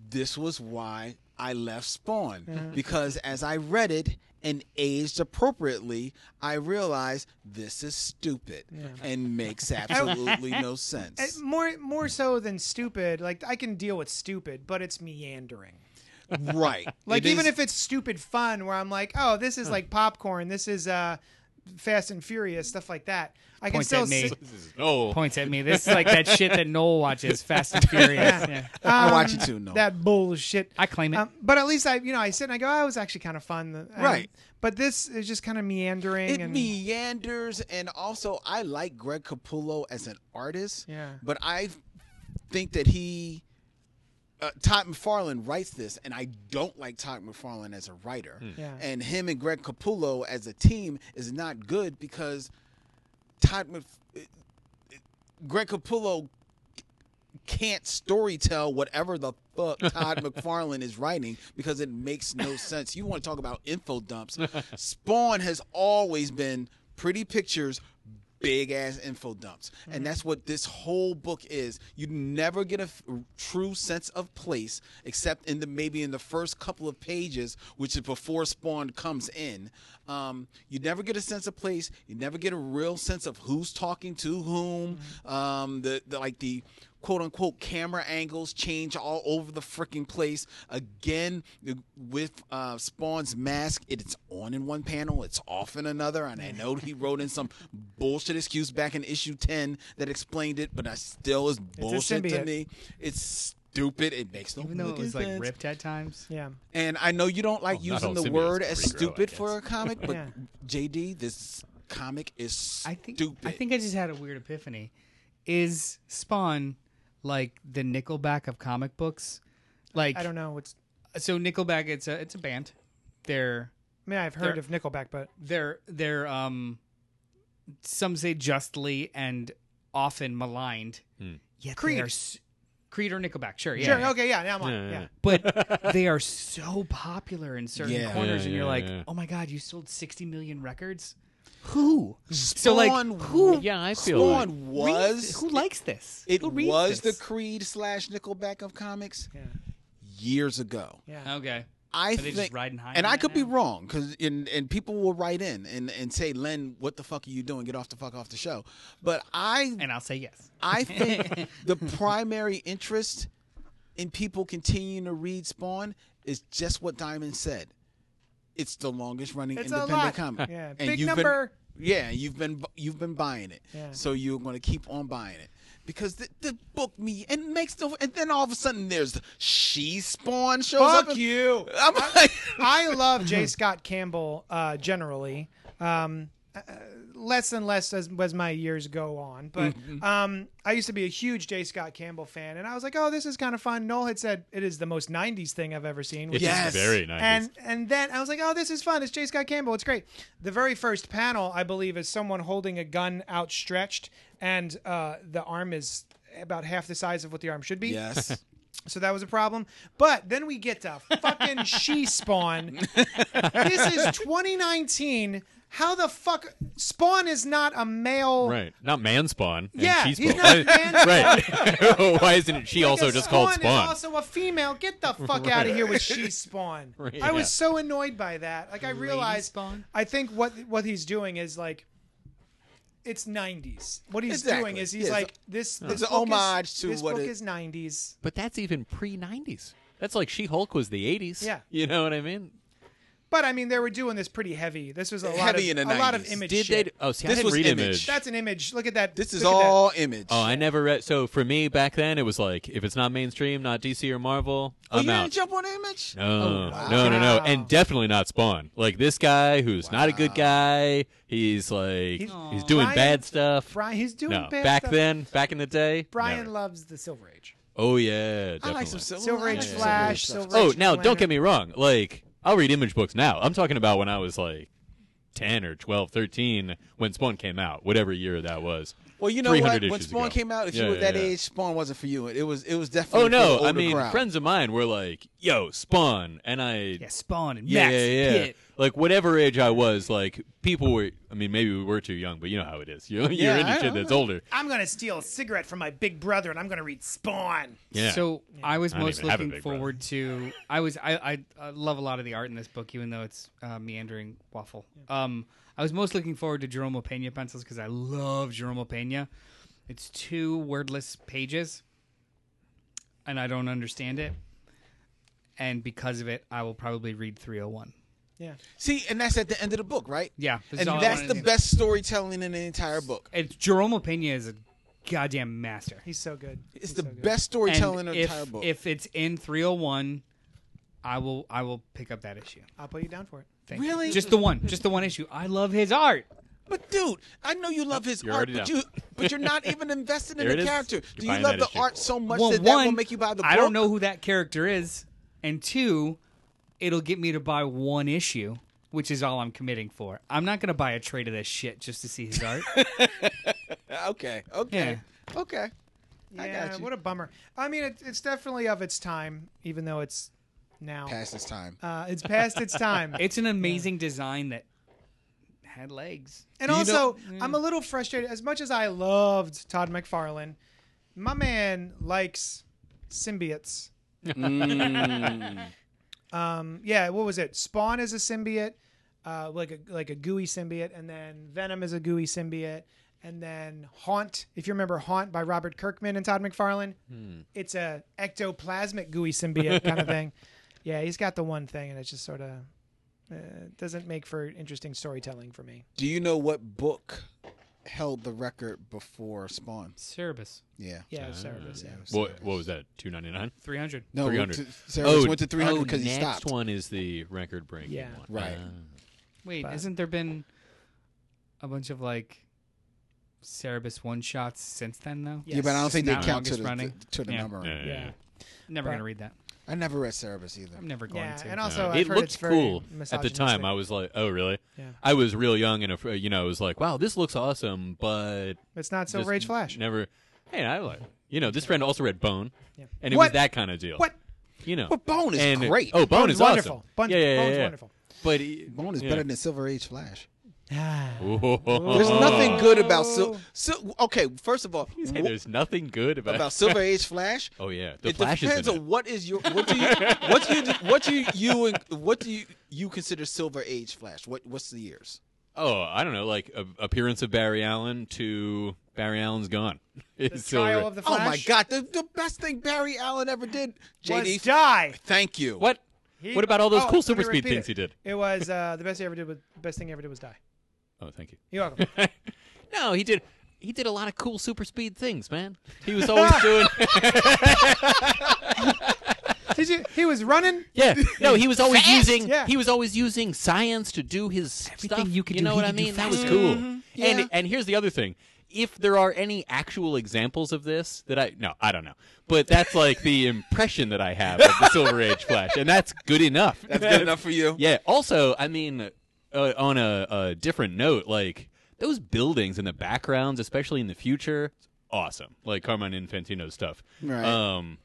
C: this was why I left Spawn
A: Mm-hmm.
C: because as I read it and aged appropriately, I realized this is stupid and makes absolutely no sense.
A: Uh, More, more so than stupid. Like, I can deal with stupid, but it's meandering.
C: right?
A: Like
C: It
A: even
C: is-
A: if it's stupid fun, where I'm like, oh, this is like popcorn. This is uh, Fast and Furious stuff like that. I can
D: Points
A: still
D: at me.
A: see.
B: Oh,
D: Points at me. This is like that shit that Noel watches, Fast and Furious. Yeah.
C: I watch it too, no.
A: um, that bullshit.
D: I claim it.
A: Um, but at least I, you know, I sit and I go, oh, it was actually kind of fun. Um,
C: Right.
A: But this is just kind of meandering.
C: It
A: and
C: meanders, and also I like Greg Capullo as an artist.
A: Yeah.
C: But I think that he, uh, Todd McFarlane writes this, and I don't like Todd McFarlane as a writer.
A: Yeah.
C: And him and Greg Capullo as a team is not good because Todd Mc- uh, Greg Capullo can't storytell whatever the fuck Todd McFarlane is writing because it makes no sense. You want to talk about info dumps? Spawn has always been pretty pictures, big ass info dumps. And that's what this whole book is. You never get a f- true sense of place except in the maybe in the first couple of pages, which is before Spawn comes in. Um, you never get a sense of place. You never get a real sense of who's talking to whom. Um, the, the like the quote unquote camera angles change all over the freaking place. Again, with uh, Spawn's mask, it's on in one panel, it's off in another. And I know he wrote in some bullshit excuse back in issue 10 that explained it, but that still is bullshit to
A: symbiote.
C: me. It's stupid. It makes no
D: Even though it
C: fucking
D: was like
C: sense.
D: ripped at times.
A: Yeah.
C: And I know you don't like
B: Well, not
C: using
B: all
C: the
B: Oh, symbiotes
C: word
B: can
C: as
B: regrow, I
C: stupid
B: guess.
C: for a comic, but
A: Yeah.
C: JD, this comic is
D: I think
C: stupid.
D: I think I just had a weird epiphany. Is Spawn like the Nickelback of comic books? Like
A: I don't know. What's
D: so Nickelback it's a it's a band. They're
A: I mean, I've heard
D: There-
A: of Nickelback, but
D: they're they're um some say justly and often maligned.
C: Hmm.
D: Yet Creed.
A: Creed.
D: They are, s- Creed or Nickelback, sure, yeah.
A: sure.
D: yeah.
A: Okay. Yeah. Now I'm on.
B: Yeah,
A: Yeah.
B: yeah,
D: But they are so popular in certain
C: Yeah.
D: corners,
B: Yeah,
D: and you're
B: yeah,
D: like,
B: yeah.
D: oh my god, you sold 60 million records. Who? So
C: Spawn
D: like, who?
B: Yeah, I feel like
C: Spawn was
D: reads- who likes this?
C: It
D: Who reads
C: was
D: this?
C: the Creed slash Nickelback of comics years ago.
A: Yeah.
D: Okay.
C: I
D: they
C: think,
D: just riding high
C: and
D: on
C: I
D: that
C: could be
D: now?
C: wrong because and and people will write in and and say, Len, what the fuck are you doing? Get off the fuck off the show. But I
D: And I'll say yes.
C: I think the primary interest in people continuing to read Spawn is just what Diamond said. It's the longest running
A: It's a lot.
C: independent comic.
A: Yeah,
C: And
A: big
C: you've been-
A: number.
C: yeah, you've been bu- you've been buying it,
A: Yeah.
C: so you're going to keep on buying it because the, the book me and makes no. And then all of a sudden, there's the she Spawn shows up.
A: Fuck
C: and-
A: you.
C: I'm like,
A: I love J. Scott Campbell uh, generally. Um, uh, less and less as, as my years go on, but um, I used to be a huge J. Scott Campbell fan, and I was like, "Oh, this is kind of fun." Noel had said it is the most '90s thing I've ever seen.
B: it's
A: which is
C: Yes.
B: very nice.
A: and and then I was like, oh, this is fun. It's J. Scott Campbell. It's great. The very first panel, I believe, is someone holding a gun outstretched, and uh, the arm is about half the size of what the arm should be.
C: yes,
A: So that was a problem. But then we get to fucking she spawn. this is 2019. How the fuck spawn is not a male?
B: Right, not man spawn. and
A: Yeah,
B: she
A: he's
B: spawn.
A: not man
B: right. Why isn't it she also
A: Because
B: just called
A: Is
B: spawn?
A: also a female. Get the fuck out of here with she spawn. I was so annoyed by that. Like I realized,
D: Spawn?
A: I think what what he's doing is like, it's '90s. What he's doing
C: Exactly.
A: is he's
C: Yeah,
A: like
C: it's
A: this.
C: it's
A: this
C: an
A: book is-
C: homage to
A: this
C: what
A: book
C: it-
A: is '90s.
B: But that's even pre '90s. That's like She Hulk was the '80s.
A: Yeah.
B: you know what I mean.
A: But I mean, they were doing this pretty heavy. This was a lot
C: Heavy
A: of
C: in the
A: a lot of
C: 90s.
A: image.
B: Did
A: shit.
B: they? Oh, see, I
C: This
B: didn't
C: was
B: read
C: Image.
B: image.
A: That's an image. Look at that.
C: this is
A: Look at that.
C: all image.
B: Oh, I never read. So for me back then, it was like if it's not mainstream, not DC or Marvel,
C: Oh,
B: I'm
C: you
B: out.
C: didn't jump on image.
B: no,
C: wow.
B: no, no, no, and
A: Oh, Wow.
B: definitely not Spawn. Like this guy who's not a good guy. He's like he's, doing
A: Brian-
B: bad stuff.
A: Brian, he's doing
B: no,
A: bad
B: back
A: stuff.
B: then, back in the day,
A: Brian
B: never.
A: loves the Silver Age.
B: Oh yeah, definitely.
C: I like some Silver,
A: Silver
C: I
A: Age
C: like some
A: Flash,
C: stuff.
A: Silver
B: oh,
A: Age
B: now don't
A: Planner.
B: get me wrong. Like I'll read image books now. I'm talking about when I was like. 10 or 12, 13 when Spawn came out, whatever year that was.
C: Well, you know
B: 300
C: what? When
B: issues
C: Spawn
B: ago.
C: came out, if
B: Yeah,
C: you were
B: yeah,
C: that
B: yeah.
C: age, Spawn wasn't for you. It was it was definitely.
B: Oh no!
C: for the
B: I mean,
C: older crowd.
B: friends of mine were like, "Yo, Spawn," and I,
D: Yeah, Spawn and
B: yeah,
D: Max
B: yeah,
D: and
B: yeah.
D: Pitt.
B: like whatever age I was, like people were. I mean, maybe we were too young, but you know how it is. You're, you're
C: Yeah,
B: into
C: I
B: shit
C: know.
B: that's older.
A: I'm gonna steal a cigarette from my big brother, and I'm gonna read Spawn.
B: Yeah.
D: So I was
B: I don't
D: most
B: even have a
D: looking
B: big brother.
D: forward to. I was. I, I. I love a lot of the art in this book, even though it's uh, meandering waffle. Um, I was most looking forward to Jerome Pena pencils because I love Jerome Pena. It's two wordless pages, and I don't understand it. And because of it, I will probably read 301.
A: Yeah.
C: See, and that's at the end of the book, right?
D: Yeah, this is
C: and
D: all I
C: that's
D: wanted
C: the
D: to do.
C: best storytelling in the entire book.
D: It's Jerome Pena is a goddamn master.
A: He's so good.
C: It's
A: He's
C: the
A: so good.
C: best storytelling in
D: And
C: the
D: if,
C: entire book.
D: if it's in 301, I will. I will pick up that issue.
A: I'll put you down for it.
D: Thank you.
C: Really?
D: Just the one. Just the one issue. I love his art.
C: but dude, I know you love his
B: You're
C: art,
B: already
C: but
B: down.
C: you but you're not even invested in
B: There it
C: the
B: is.
C: character.
B: You're
C: Do you
B: buying
C: love the
B: that issue.
C: art so much
D: Well,
C: that that
D: one,
C: will make you buy the book?
D: I don't know who that character is, and two, it'll get me to buy one issue, which is all I'm committing for. I'm not gonna buy a trade of this shit just to see his art.
C: Okay, okay, okay.
A: Yeah,
C: got you.
A: what a bummer. I mean, it, it's definitely of its time, even though it's now
C: Past this time.
A: uh, it's past its time.
D: it's an amazing design that had legs.
A: And also, I'm a little frustrated. As much as I loved Todd McFarlane, my man likes symbiotes. um, yeah, what was it? Spawn is a symbiote, uh, like a like a gooey symbiote, and then Venom is a gooey symbiote, and then Haunt. If you remember Haunt by Robert Kirkman and Todd McFarlane, it's a ectoplasmic gooey symbiote kind of thing. Yeah, he's got the one thing, and it's just sort of. Uh, doesn't make for interesting storytelling for me.
C: Do you know what book held the record before Spawn?
D: Cerebus,
C: Yeah.
A: Yeah,
B: uh,
A: Cerebus. Yeah.
B: What, what was that? Two ninety nine.
D: 300.
C: No,
B: Three hundred.
C: to- Cerebus went to 300
D: oh,
C: because he
B: Oh, next
C: stopped.
B: one is the record breaking
A: Yeah.
B: one.
C: Right.
B: Ah.
D: Wait,
A: But-
D: isn't there been a bunch of like Cerebus one shots since then though?
C: Yeah, but I don't
A: Yes.
C: think they
D: Now
C: count to
D: longest
C: the,
D: running.
C: to the
D: Yeah.
C: number.
B: Yeah, yeah, yeah.
D: Never
A: But-
D: gonna read that.
C: I never read Cerebus either.
D: I'm never going
A: Yeah,
D: to.
A: and also
B: Uh,
A: I've
B: it
A: heard
B: looked
A: it's very
B: cool at the time.
A: misogynistic.
B: I was like, "Oh, really?"
A: Yeah.
B: I was real young and afraid, you know, I was like, "Wow, this looks awesome," but
A: It's not so
B: just
A: Rage Flash.
B: Never. Hey, I like. You know, this friend also read Bone,
A: Yeah.
B: and it
A: What?
B: was that kind of deal.
A: What?
B: You know,
C: But Bone is
B: and,
C: great.
B: Oh, Bone
A: Bone's
B: is
A: wonderful.
B: awesome.
A: Bone's-
B: yeah, yeah, yeah,
A: Bone's
B: yeah.
A: wonderful.
B: But
C: Bone is
B: yeah.
C: better than Silver Age Flash. There's
B: There's
C: nothing good about
A: Oh.
C: Sil- Sil- Okay, first of all, wh-
B: there's nothing good about.
C: about Silver Age Flash.
B: oh yeah, the
C: it
B: Flash is in
C: depends
B: it.
C: on what is your what do you what do you what do you, you and what do you you consider Silver Age Flash? What what's the years?
B: Oh, I don't know, like a, appearance of Barry Allen to Barry Allen's gone.
A: The
B: It's so-
A: trial of the Flash.
C: Oh my God, the, the best thing Barry Allen ever did.
A: Was
C: JD,
A: die.
C: thank you.
B: what?
A: He-
B: what about all those
A: oh,
B: cool
A: let
B: super
A: me
B: speed
A: repeat
B: things
A: it.
B: he did?
A: It was uh, the best he ever did. Was best thing he ever did was die.
B: Oh, thank you.
A: You're welcome.
B: no, he did. He did a lot of cool super speed things, man. He was always doing.
A: did you? He was running.
B: yeah, no, he was always using.
A: Yeah.
B: He was always using science to do his
D: Everything
B: stuff.
D: you could do,
B: know
D: he
B: what I
D: could do
B: mean? That was
D: faster.
B: cool.
C: Mm-hmm. Yeah.
B: And and here's the other thing. If there are any actual examples of this that I no, I don't know. But that's like the impression that I have of the Silver Age Flash, and that's good enough.
C: That's good enough for you.
B: Yeah. Also, I mean, uh, on a, a different note, like those buildings in the backgrounds, especially in the future, it's awesome. Like Carmine Infantino's stuff.
C: Right.
B: Um,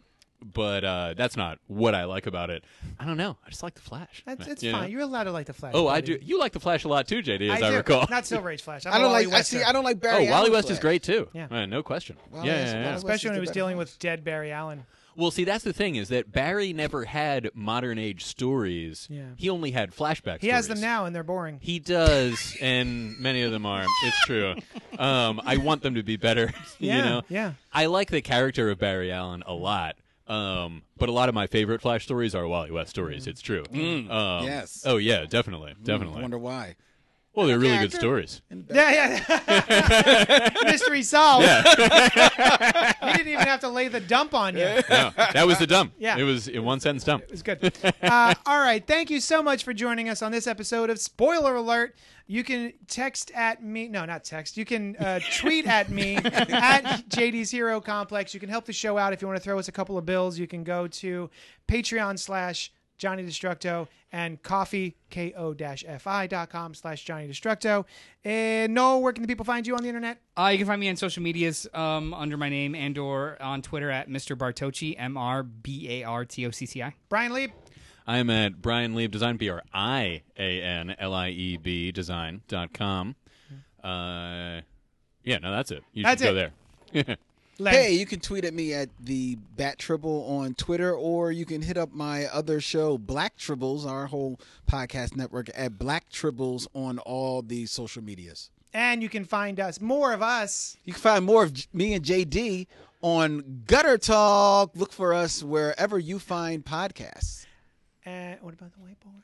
B: but uh, that's not what I like about it. I don't know. I just like the Flash.
A: That's it's
B: You know?
A: fine. You're allowed to like the Flash.
B: Oh, I
A: buddy.
B: do. You like the Flash a lot too, JD, as
A: I,
B: I,
A: do.
B: recall.
A: Not Silver Age Flash. I'm
C: I
A: a
C: don't
A: Wally
C: like. I
A: West
C: see.
A: fan.
C: I don't like
B: Oh,
C: Barry.
B: Wally
C: Allen
B: West is
C: Flash.
B: great too.
A: Yeah.
B: Uh, no question.
C: Wally
B: yeah,
C: West-
B: yeah,
C: Wally
B: yeah.
C: West
A: Especially when
C: is
A: he
C: the
A: was
C: best.
A: dealing with dead Barry Allen.
B: Well, see, that's the thing is that Barry never had modern age stories.
A: Yeah.
B: He only had flashback.
A: He has them
B: stories.
A: now, and they're boring.
B: He does, and many of them are. It's true. Um, I want them to be better.
A: Yeah,
B: you know?
A: yeah.
B: I like the character of Barry Allen a lot. Um, but a lot of my favorite Flash stories are Wally West stories. It's true. Um,
C: Mm. Yes.
B: Oh yeah, definitely,
C: Hmm, I
B: definitely.
C: wonder why.
B: well, they're really good stories.
A: Yeah, yeah. Mystery solved. he didn't even have to lay the dump on you.
B: No, that was the dumb.
A: Yeah.
B: It was in one sentence dumb.
A: It's good. Uh, all right. Thank you so much for joining us on this episode of Spoiler Alert. You can text at me. No, not text. You can uh, tweet at me at JD's Hero Complex. You can help the show out if you want to throw us a couple of bills. You can go to Patreon slash Johnny Destructo and coffee, ko fi.com slash Johnny Destructo. And Noel, where can the people find you on the internet?
D: Uh, you can find me on social medias um, under my name and or on Twitter at Mr. Bartocci, M R B A R T O C C I.
A: Brian Lee.
B: I'm at Brian Lieb Design, B R I A N L I E B Design.com. Uh, yeah, no, that's it. You
A: Mm-hmm. That's
B: should go
A: it.
B: there.
A: Len.
C: Hey, you can tweet at me at the Bat Tribble on Twitter, or you can hit up my other show, Black Tribbles, our whole podcast network, at Black Tribbles on all the social medias.
A: And you can find us, more of us.
C: You can find more of J- me and JD on Gutter Talk. Look for us wherever you find podcasts.
A: And what about the whiteboard?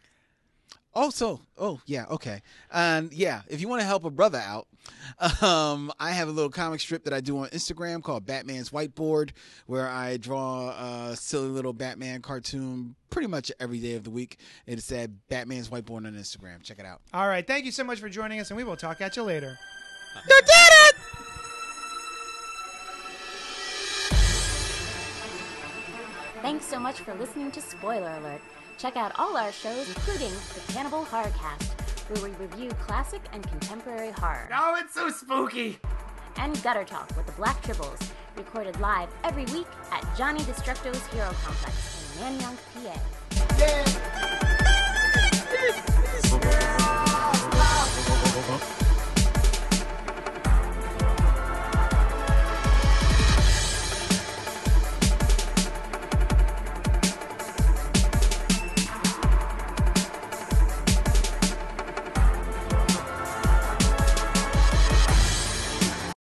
C: Also, oh yeah, okay, and yeah, if you want to help a brother out, um, I have a little comic strip that I do on Instagram called Batman's Whiteboard, where I draw a silly little Batman cartoon pretty much every day of the week. It's at Batman's Whiteboard on Instagram. Check it out.
A: All right. Thank you so much for joining us, and we will talk at you later.
F: Thanks so much for listening to Spoiler Alert. Check out all our shows, including the Cannibal Horrorcast, where we review classic and contemporary horror. Oh, it's so spooky! And Gutter Talk with the Black Tribbles, recorded live every week at Johnny Destructo's Hero Complex in Nanyang, PA.
B: Hold on.